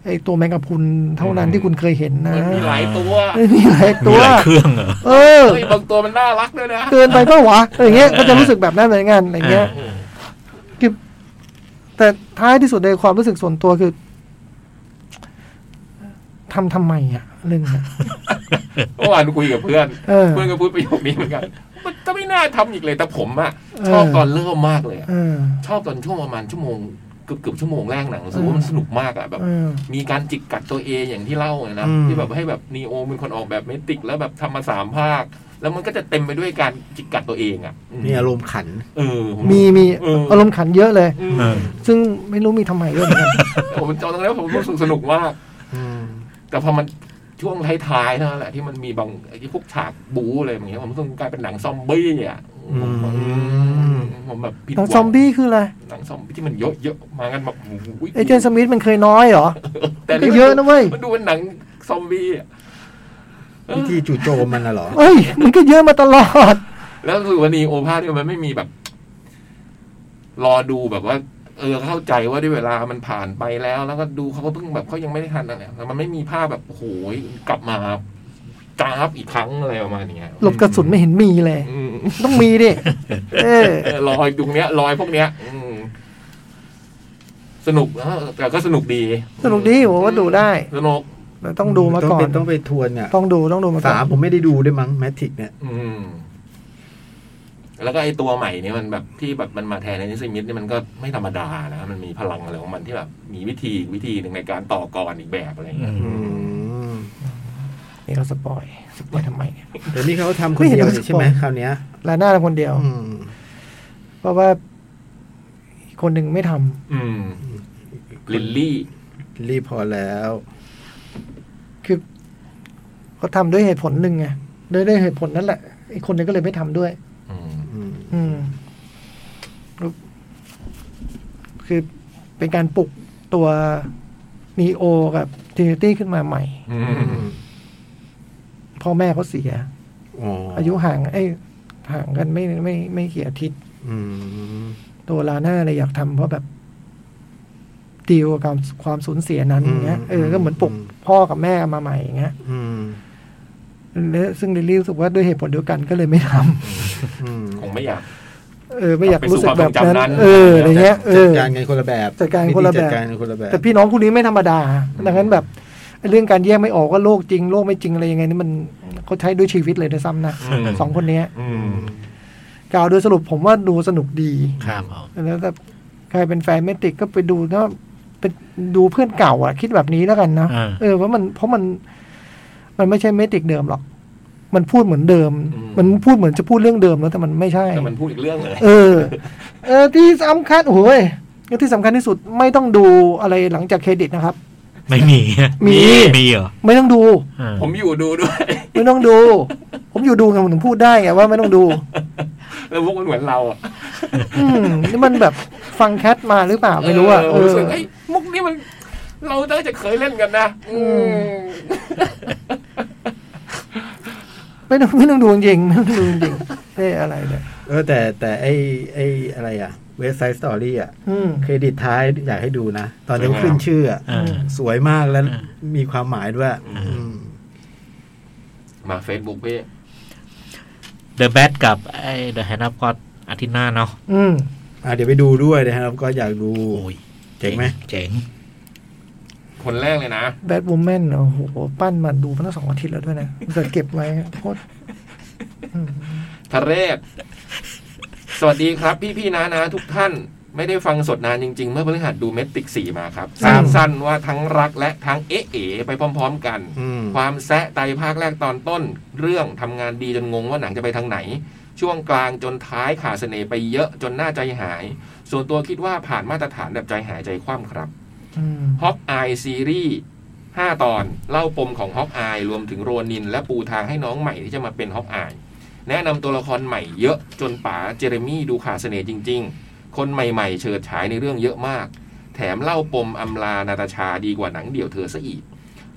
ไอ้ตัวแมงกะพรุนเท่านั้นที่คุณเคยเห็นนะ มันมีหลายตัว ไม่มีหลาย มี ตัว หลายเครื่องเหรอ เออ เฮ้ยบางตัวมันน่ารักด้วยนะ เกินไปก็หวะอะไรเงี้ยก็จะรู้สึกแบบนั้นเหมือนกันอะไรเงี้ย เออ แต่ท้ายที่สุดในความรู้สึกส่วนตัวคือทำทำไมอะเรื่องเนี้ย เมื่อวานคุยกับเพื่อน เออ เพื่อนก็พูดประโยคนี้เหมือนกัน มันจะไม่น่าทำอีกเลยแต่ผมอะชอบ เออ ตอนเริ่มมากเลยอะ เออ ชอบตอนช่วงประมาณชั่วโมงเกือบเกือบชั่วโมงแรกหนังรู้สึก เออ ว่ามันสนุกมากอะแบบ เออ มีการจิกกัดตัวเองอย่างที่เล่าอะนะ อืม ที่แบบให้แบบนีโอเป็นคนออกแบบเมติกแล้วแบบทำมาสามภาค แล้วมันก็จะเต็มไปด้วยการจิกกัดตัวเองอ่ะอื มีอารมณ์ขัน เออผ มีมี เออ อารมณ์ขันเยอะเลย อื เอ ม อ ซึ่งไม่รู้มีทำไมด้วยเหมือนกัน ผมจองตรงนั้นผมรู้สึกสนุกมาก อืม แต่พอมันช่วงท้ายๆนั่นแหละที่มันมีบางไอ้ที่พวกฉากบู๊อะไรอย่างเงี้ยผมรู้สึกกลายเป็นหนังซอมบี้อ่ะผมแบบ อืม ผมแบบผิหดนัง หวั ซอมบี้คืออะไร หนังซอมบี้ที่มันเยอะๆมากันแบบโโห เอเจนสมิธมันเคยน้อยเหรอ แต่ ก็เยอะนะเว้ย มันดูเป็นหนังซอมบี้อะเอ วิ อ ธีจู่โจมมันน่ะเหรอ เอ้ย มันก็เยอะมาตลอด แล้วรู้สึกว่านีโอภาคเนี่ยมันไม่มีแบบ รอดูแบบว่า เออเข้าใจว่าด้วยเวลามันผ่านไปแล้ว แล้วก็ดูเขาก็เพิ่งแบบเขายังไม่ได้ทันอะไรแล้วมันไม่มีภาพแบบโอ้โหกลับมาจ้าบอีกครั้งอะไรประมาณเนี้ย หลบกระสุนไม่เห็นมีเลย อืม ต้องมีดิเออ เออรอยตรงเนี้ยรอยพวกเนี้ย อืมสนุกเออแต่ก็สนุกดี สนุกดีผมว่าดูได้ สนุก แต่ต้องดูมาก่อน ต้งไปต้องไปทวนเนี่ย ต้องดูต้องดูมาก่อ สาม น ผมไม่ได้ดูด้วยมั้งแมทริกเนี่ย อืม แล้วก็ไอ้ตัวใหม่เนี่ยมันแบบที่แบบมันมาแทนในนิสมิธเนี่ยมันก็ไม่ธรรมดานะมันมีพลังอะไรของมันที่แบบ มีวิธีวิธีหนึ่งในการต่อกรอีกแบบอะไรอย่างเงี้ย อืม นี่เราสปอยสปอยทำไมเนี่ย เดี๋ยวนี้เขาทำค ไม่ น เห็น เดียว เอาไป ใช่ไหม สปอย คราวเนี้ย ลาหน้าเราคนเดียว อืม เพราะว่าอีกคนหนึ่งไม่ทำ อืมลิลลี่ รีบพอแล้ว คือเขาทำด้วยเหตุผลหนึ่งไงด้วยด้วยเหตุผลนั่นแหละอีกคนหนึ่งก็เลยไม่ทำด้วย อืม อืม อืมคือเป็นการปลุกตัวนีโอกับทีนิตี้ขึ้นมาใหม่ อืม พ่อแม่เขาเสีย อ๋อ อายุห่างเอ้ยห่างกันไม่ไม่ไม่กี่อาทิตย์ อืม ตัวลาน่าเลยอยากทำเพราะแบบดีลกับความความสูญเสียนั้นอย่างเงี้ยเออก็เหมือนปลุกพ่อกับแม่มาใหม่อย่างเงี้ย อืม และซึ่งลิลลี่รู้สึกว่าด้วยเหตุผลเดียวกันก็เลยไม่ทำ อืม คงไม่อยาก เออไม่อยากรู้สึกแบบ กลับไปสู่ความทรงจำนั้ นั้น น เอออะไรเงี้ยเอ จัด อ การกันคนละแบบ จัดการคนละแบวิบธีจัดการกันคนละแบบ แต่พี่น้องคู่นี้ไม่ธรรมดา ดังนั้นแบบไอ้เรื่องการแยกไม่ออกว่าโลกจริงโลกไม่จริงอะไรยังไงนี่มันเขาใช้ด้วยชีวิตเลยด้วยซ้ำนะ อืม สองคนเนี้ย อืม กล่าวโดยสรุปผมว่าดูสนุกดี ครับผม แล้วแต่ใครเป็นแฟนเมติกก็ไปดูนะไปดูเพื่อนเก่าอ่ะ คิดแบบนี้แล้วกันนะ อ่า เออว่ามันเพราะมันมันไม่ใช่เมติกเดิมหรอก มันพูดเหมือนเดิม อืม มันพูดเหมือนจะพูดเรื่องเดิมแล้วแต่มันไม่ใช่ แต่มันพูดอีกเรื่องเลย เออ เออที่สำคัญโอ้โหยแล้วที่สำคัญที่สุดไม่ต้องดูอะไรหลังจากเครดิตนะครับ ไม่มี มี มีเหรอ ไม่ต้องดู อ่า ผมอยู่ดูด้วย ไม่ต้องดู ผมอยู่ดูไงผมถึงพูดได้ไงว่าไม่ต้องดู แล้วพวกมันเหมือนเราอะ อืมนี่มันแบบฟังแคทมาหรือเปล่าไม่รู้อ่ะ เ เออ สึกเอ้ยมุกนี้มัน เราน่าจะเคยเล่นกันนะอืม ไม่ต้องไม่ต้องดูจริงๆไม่ต้องดูจริงๆเอ้ยอะไรเนี่ย เอ เออแต่แต่ไอ้ไอ้อะไรอ่ะเว็บไซต์สตอรี่อ่ะ อืม เครดิตท้ายอยากให้ดูนะ ตอนนี้ สวยงาม ขึ้นชื่ออ่ะ อ่า สวยมากแล้ว อ่า มีความหมายด้วย อืม มาเฟซบุ๊กพี่ The Bad กับไอ้ The Hand of God อาทิตย์หน้าเนาะ อืม อ่าเดี๋ยวไปดูด้วยนะครับก็อยากดู โอ้ย เจ๋งไหม เจ๋ง คนแรกเลยนะ แบดบูแมนโอ้โห ปั้นมาดูมาตั้งสองอาทิตย์แล้วด้วยนะเกิดเก็บไว้โคตรอืม ทะเรศ สวัสดีครับพี่พี่ๆนานาทุกท่าน ไม่ได้ฟังสดนานจริง ๆ เมื่อพฤหัสดูเมติกสีมาครับ ครับ สั้นๆว่าทั้งรักและทั้งเอ๊ะเอ๋ไปพร้อม ๆ กัน อืม ความแซะไตรภาคแรกตอนต้น เรื่องทำงานดีจนงงว่าหนังจะไปทางไหน ช่วงกลางจนท้ายขาดเสน่ห์ไปเยอะจนหน้าใจหาย ส่วนตัวคิดว่าผ่านมาตรฐานแบบใจหายใจคว่ำครับ อืม ฮอกอายซีรีส์5ตอน เล่าปมของฮอกอายรวมถึงโรนิน และปูทางให้น้องใหม่ที่จะมาเป็นฮอกอาย แนะนำตัวละครใหม่เยอะจนป๋าเจเรมี่ดูขาดเสน่ห์จริง ๆ คนใหม่ๆ เฉิดฉายในเรื่องเยอะมาก แถมเล่าปมอำลานาตาชาดีกว่าหนังเดี่ยวเธอซะอีก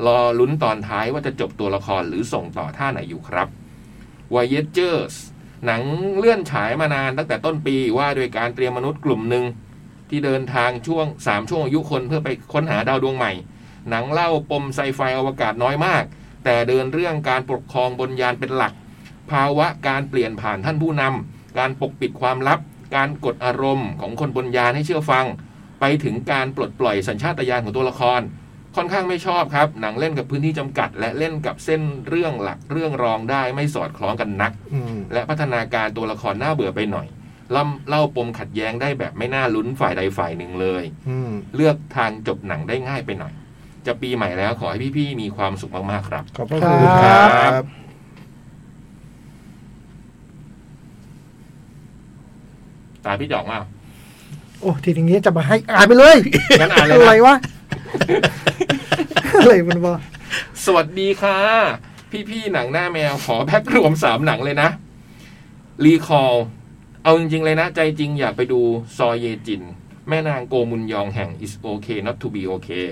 รอลุ้นตอนท้ายว่าจะจบตัวละครหรือส่งต่อท่าไหนอยู่ครับ Voyagers หนังเลื่อนฉายมานานตั้งแต่ต้นปีว่าโดวยการเตรียมมนุษย์กลุ่มหนึ่ง ที่เดินทางช่วง 3 ช่วงอายุคนเพื่อไปค้นหาดาวดวงใหม่ หนังเล่าปมไซไฟอวกาศน้อยมาก แต่เดินเรื่องการปกครองบนยานเป็นหลัก ภาวะการเปลี่ยนผ่านท่านผู้นำการปกปิดความลับ การกดอารมณ์ของคนบนยานให้เชื่อฟัง ไปถึงการปลดปล่อยสัญชาตญาณของตัวละคร ค่อนข้างไม่ชอบครับ หนังเล่นกับพื้นที่จำกัด และเล่นกับเส้นเรื่องหลักเรื่องรองได้ไม่สอดคล้องกันนัก อืม และพัฒนาการตัวละครน่าเบื่อไปหน่อยเล่าเล่าปมขัดแย้งได้แบบไม่น่าลุ้นฝ่ายใดฝ่ายหนึ่งเลย อืม เลือกทางจบหนังได้ง่ายไปหน่อย จะปีใหม่แล้วขอให้พี่ๆมีความสุขมากๆครับ ขอบพระคุณค ครั รับ บ ตาพี่จ่องอ่ะ โอ้ทีนี้จะมาให้อ่านไปเลย งั้นอ่านเลยนะ อะไรวะ อะไรมันวะ สวัสดีค่ะ พี่ๆหนังหน้าแมวขอแพ็กรวมสามหนังเลยนะรีคอ l เอาจริงๆเลยนะ ใจจริงอยากไปดูซอยเยจิน แม่นางโกมุนยองแห่ง is okay not to be okay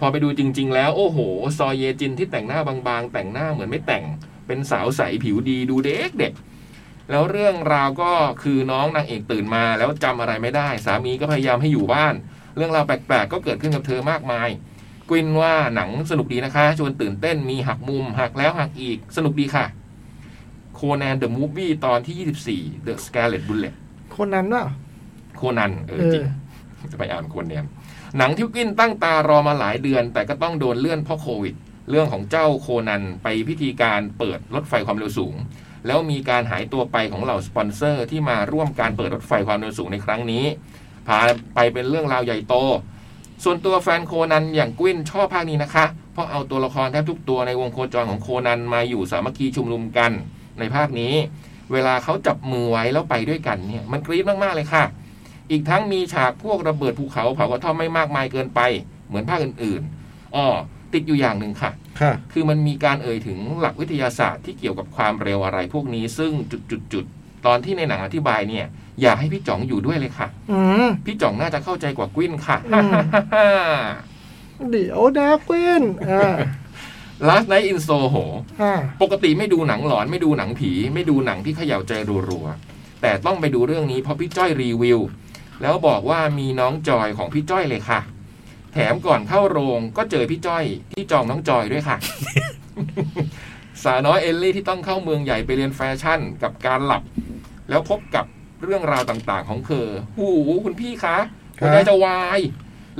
พอไปดูจริง ๆ แล้วโอ้โห ซอยเยจินที่แต่งหน้าบางๆ แต่งหน้าเหมือนไม่แต่ง เป็นสาวใสผิวดีดูเด็กเด็กๆแล้วเรื่องราวก็คือน้องนางเอกตื่นมา แล้วจำอะไรไม่ได้ สามีก็พยายามให้อยู่บ้าน เรื่องราวแปลกๆก็เกิดขึ้นกับเธอมากมาย กวินว่าหนังสนุกดีนะคะ ชวนตื่นเต้นมีหักมุม หักแล้วหักอีกสนุกดีค่ะ โคนันเดอะมูฟวี่ตอนที่ 24 The Scarlet Bullet คนนั้นน่ะ โคนันเออ เออ จริงจะไปอ่านโคนเนี่ยหนังที่กวินตั้งตารอมาหลายเดือน แต่ก็ต้องโดนเลื่อนเพราะโควิด เรื่องของเจ้าโคนันไปพิธีการเปิดรถไฟความเร็วสูง แล้วมีการหายตัวไปของเหล่าสปอนเซอร์ ที่มาร่วมการเปิดรถไฟความเร็วสูงในครั้งนี้พาไปเป็นเรื่องราวใหญ่โต ส่วนตัวแฟนโคนันอย่างกวินชอบภาคนี้นะคะ เพราะเอาตัวละครแทบทุกตัวในวงโคจรของโคนันมาอยู่สามัคคีชุมนุมกันในภาคนี้ เวลาเขาจับมือไว้แล้วไปด้วยกันเนี่ยมันกรี๊ดมากๆเลยค่ะ อีกทั้งมีฉากพวกระเบิดภูเขาเผากระท่อมไม่มากมายเกินไป เหมือนภาคอื่นๆอ้อติดอยู่อย่างหนึ่งค่ะ ค่ะ คือมันมีการเอ่ยถึงหลักวิทยาศาสตร์ที่เกี่ยวกับความเร็วอะไรพวกนี้ ซึ่งจุดๆๆ ตอนที่ในหนังอธิบายเนี่ย อยากให้พี่จ๋องอยู่ด้วยเลยค่ะ อืม พี่จ๋องน่าจะเข้าใจกว่ากวินค่ะ อืม เดี๋ยวนะเพื่อนอ่า Last Night in Soho อ่า ปกติไม่ดูหนังหลอนไม่ดูหนังผี ไม่ดูหนังที่เขย่าใจรัวๆแต่ต้องไปดูเรื่องนี้เพราะพี่จ้อยรีวิว แล้วบอกว่ามีน้องจอยของพี่จ้อยเลยค่ะ แถมก่อนเข้าโรงก็เจอพี่จ้อยที่จองน้องจอยด้วยค่ะ สาวน้อยเอลลี่ที่ต้องเข้าเมืองใหญ่ไปเรียนแฟชั่นกับการหลับ แล้วพบกับเรื่องราวต่างๆ ของเธอหูคุณพี่คะ ครับ คุณยายจะวาย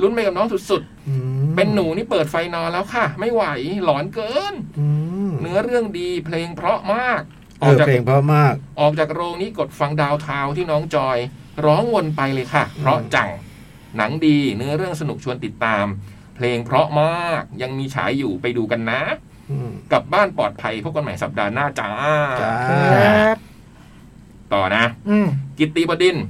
ลุ้นไปกับน้องสุด อืม ๆ เป็นหนูนี่เปิดไฟนอนแล้วค่ะ ไม่ไหวหลอนเกิน อืม เนื้อเรื่องดีเพลงเพราะมาก เอ ออก อ จาก เพลงเพราะมาก ออกจากโรงนี้กดฟังดาวเทาวที่น้องจอย ร้องวนไปเลยค่ะ เพราะจัง หนังดีเนื้อเรื่องสนุกชวนติดตาม เพลงเพราะมากยังมีฉายอยู่ไปดูกันนะ อืม กลับบ้านปลอดภัยพบกันใหม่สัปดาห์หน้าจ้า จ้า ครับ ต่อนะ อืม กิตติบดินทร์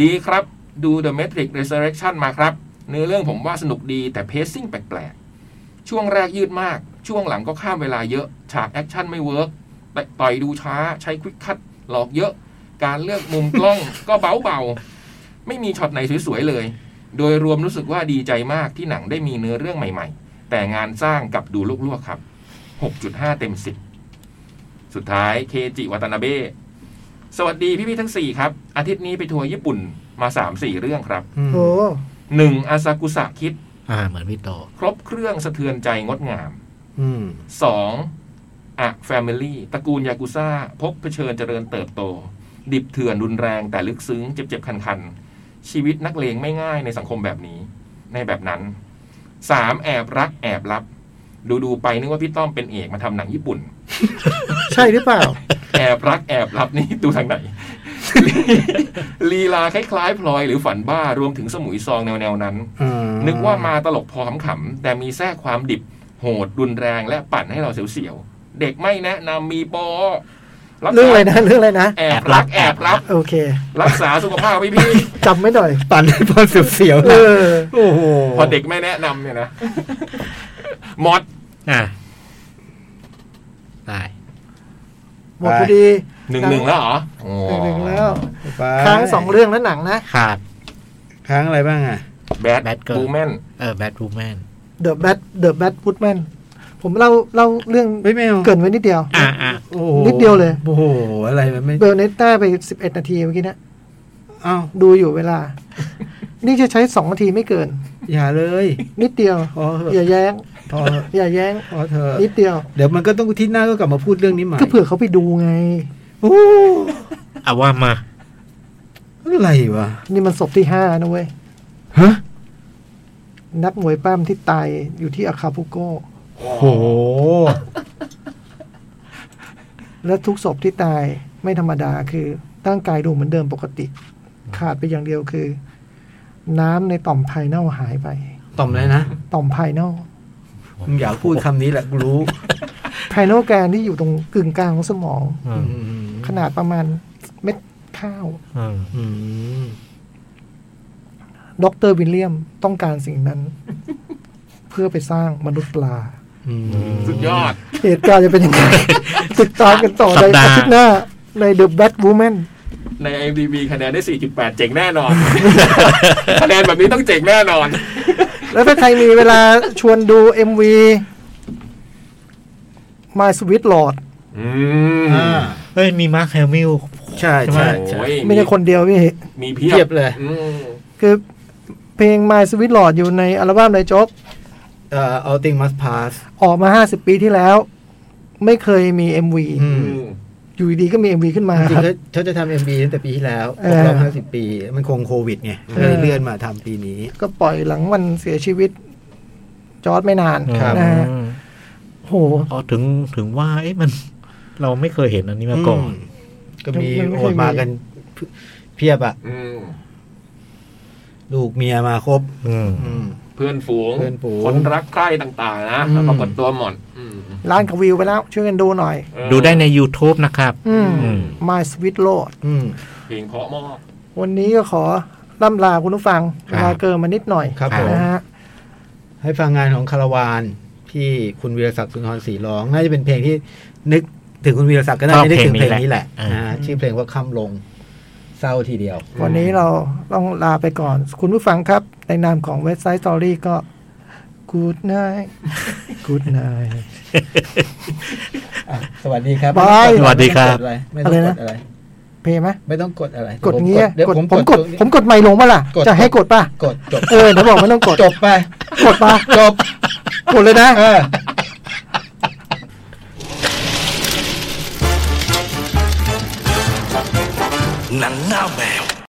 ดีครับ ดู The Matrix Resurrection มาครับ เนื้อเรื่องผมว่าสนุกดีแต่เพซซิ่งแปลกๆ ช่วงแรกยืดมาก ช่วงหลังก็ข้ามเวลาเยอะ ฉากแอคชั่นไม่เวิร์กแต่ต่อยดูช้าใช้ควิกคัตหลอกเยอะ การเลือกมุมกล้อง ก็เบาๆ ไม่มีช็อตไหนสวยๆเลย โดยรวมรู้สึกว่าดีใจมากที่หนังได้มีเนื้อเรื่องใหม่ๆ แต่งานสร้างกลับดูลวกๆครับ 6.5 เต็ม 10 สุดท้ายเคจิวัตนาเบะ สวัสดีพี่พี่ๆทั้งสี่ครับ อาทิตย์นี้ไปทัวร์ญี่ปุ่นมาสามสี่เรื่องครับ อืม โอ้ หนึ่งอาซากุสะคิด อ่า เหมือนพี่โต ครบเครื่องสะเทือนใจงดงาม อืม สองอะแฟมิลี่ตระกูลยากุซ่า พบเผชิญเจริญเติบโต ดิบเถื่อนรุนแรงแต่ลึกซึ้งเจ็บๆ คันๆ ชีวิตนักเลงไม่ง่ายในสังคมแบบนี้ ในแบบนั้นสามแอบรักแอบลับ ดูดูๆไปนึกว่าพี่ต้อมเป็นเอกมาทำหนังญี่ปุ่น ใช่หรือเปล่า แอบรักแอบรับนี่ดูทางไหน ลีลาคล้ายๆพลอยหรือฝันบ้ารวมถึงสมุยซองแนวๆนั้น อ่ นึกว่ามาตลกพอขำๆแต่มีแทรกความดิบ โหดรุนแรงและปั่นให้เราเสียวๆ เด็กไม่แนะนำมีโปอ เรื่องอะไรนะเรื่องอะไรนะ แอบรักแอบรับ โอเค รักษาสุขภาพพี่พี่ จำไม่หน่อย ปั่นให้พอเสียวๆ เอ นะ อ โอ้โห พอเด็กไม่แนะนำเนี่ยนะ หมด อ่าได้ หมดพอดี หนึ่งหนึ่งแล้วเหรอโอ้ หนึ่งหนึ่งแล้ว ไป ค้างสองเรื่องแล้วหนังนะ ขาด ค้างอะไรบ้างอ่ะ แบด Bad Girl บูแมน เออแบทรูแมน The Bad The Bad Woodman ผมเล่าเล่าเรื่อง เฮ้ยแมว เกรินไว้นิดเดียว อ่าอ่า โอ้โห นิดเดียวเลย โอ้โห อะไรมันไม่ เบลเนต t าไป 11 นาทีเมื่อกี้นะ เอ้า ดูอยู่เวลา นี่จะใช้ 2 นาทีไม่เกิน อย่าเลย นิดเดียว พอเถ อย่า อะ แย้ง พอเถอะ อย่าแย้ง พอเถอะ นิดเดียว เดี๋ยวมันก็ต้องอาที่หน้าก็กลับมาพูดเรื่องนี้ใหม่ ก็เผื่อเขาไปดูไง โอ้ เอาว่ามา อะไรวะ นี่มันศพที่ห้านะเว้ย ฮะ นักมวยปล้ำที่ตายอยู่ที่อาคาปุโก โอ้โห และทุกศพที่ตายไม่ธรรมดาคือร่างกายดูเหมือนเดิมปกติ ขาดไปอย่างเดียวคือ น้ำในต่อมภายเน่าหายไป ต่อมอะไรนะ ต่อมภายเน่า มึงอยากพูดคำนี้แหละกูรู้ ภายเน่าแกนที่อยู่ตรงกึ่งกลางของสมอง อื อื ม ม ขนาดประมาณเม็ดข้าว อืม อืม ด็อกเตอร์วิลเลียมต้องการสิ่งนั้น เพื่อไปสร้างมนุษย์ปลา อืม สุดยอด เหตุการณ์จะเป็นยัง ไง ติดตามกันต่อในอาทิตย์หน้า ใน The Bad Woman ใน IMDb คะแนนได้ 4.8 เจ๋งแน่น อน คะแนนแบบนี้ต้องเจ๋งแน่นอน แล้วถ้าใครมีเวลาชวนดู MV My Sweet Lord อืม อ่า เฮ้ย มีมาร์คเฮลมิล ใช่ใช่ใช่ โอ้ย ไม่ใช่คนเดียวพี่ มีเพี เพี ย ย บบ เลย อืม คือเพลง My Sweet Lord อยู่ในอัลบั้มในโจ๊ก เอ่อ all thing must pass ออกมา 50 ปีที่แล้ว ไม่เคยมี MV อืม อยู่ดีๆก็มี MV ขึ้นมา จริ ค ง รับ ๆเขาเขาจะทำ MB ตั้งแต่ปีที่แล้วครบรอบ เออ 50 ปี มันคงโควิดไงมัน เอ ก็ อ เลยเลื่อนมาทำปีนี้ ก็ปล่อยหลังวันเสียชีวิต จอร์ดไม่นาน ครับ นะฮะโห พอถึงถึงว่าเอ๊ะมันเราไม่เคยเห็นอันนี้มาก่อน มก็มี มันไม่ โอ เคยมี นมากันเพียบอะ อืม ลูกเมียมาครบ อืม อืม เพื่อนฝูง เพื่อนฝูง คนรักใคร่ต่างๆ นะ อืม ปรากฏตัวหมดอืม ล้านกว่าวิวไปแล้ว ช่วยกันดูหน่อย เออ ดูได้ใน YouTube นะครับ อืม อืม My Sweet Lord อืม เพลงเพราะมาก วันนี้ก็ขอล่ำลาคุณผู้ฟังเวครับ ลาเกินมานิดหน่อย ครับผม นะฮะ ให้ฟังงานของคาราวานที่คุณวีรศักดิ์สุนทรศรีร้อง น่าจะเป็นเพลงที่นึกถึงคุณวีรศักดิ์ก็น่าจะนึกถึงเพลงนี้แหละ ชอบเพลงนี้แหละ อ่าชื่อเพลงว่าค่ำลงเศร้าทีเดียว วันนี้เราต้องลาไปก่อน คุณผู้ฟังครับ ในนามของเว็บไซต์ Story ก็ Good night Good night อ่ะสวัสดีครับ บาย สวัสดีครับ ไม่ต้องกด อะไรนะ อะไร เพย์ไหม ไม่ต้องกดอะไร กดเงี้ย เดี๋ยว กด ผม ผม ก ก ด ด ตรงนี้ ผมกดไม่ลงป่ะล่ะ กด จะให้กดป่ะ กดจบ เออเดี๋ยวบอกไม่ต้องกด จบไป กดป่ะ จบ กดเลยนะ เออ หนังหน้าแมว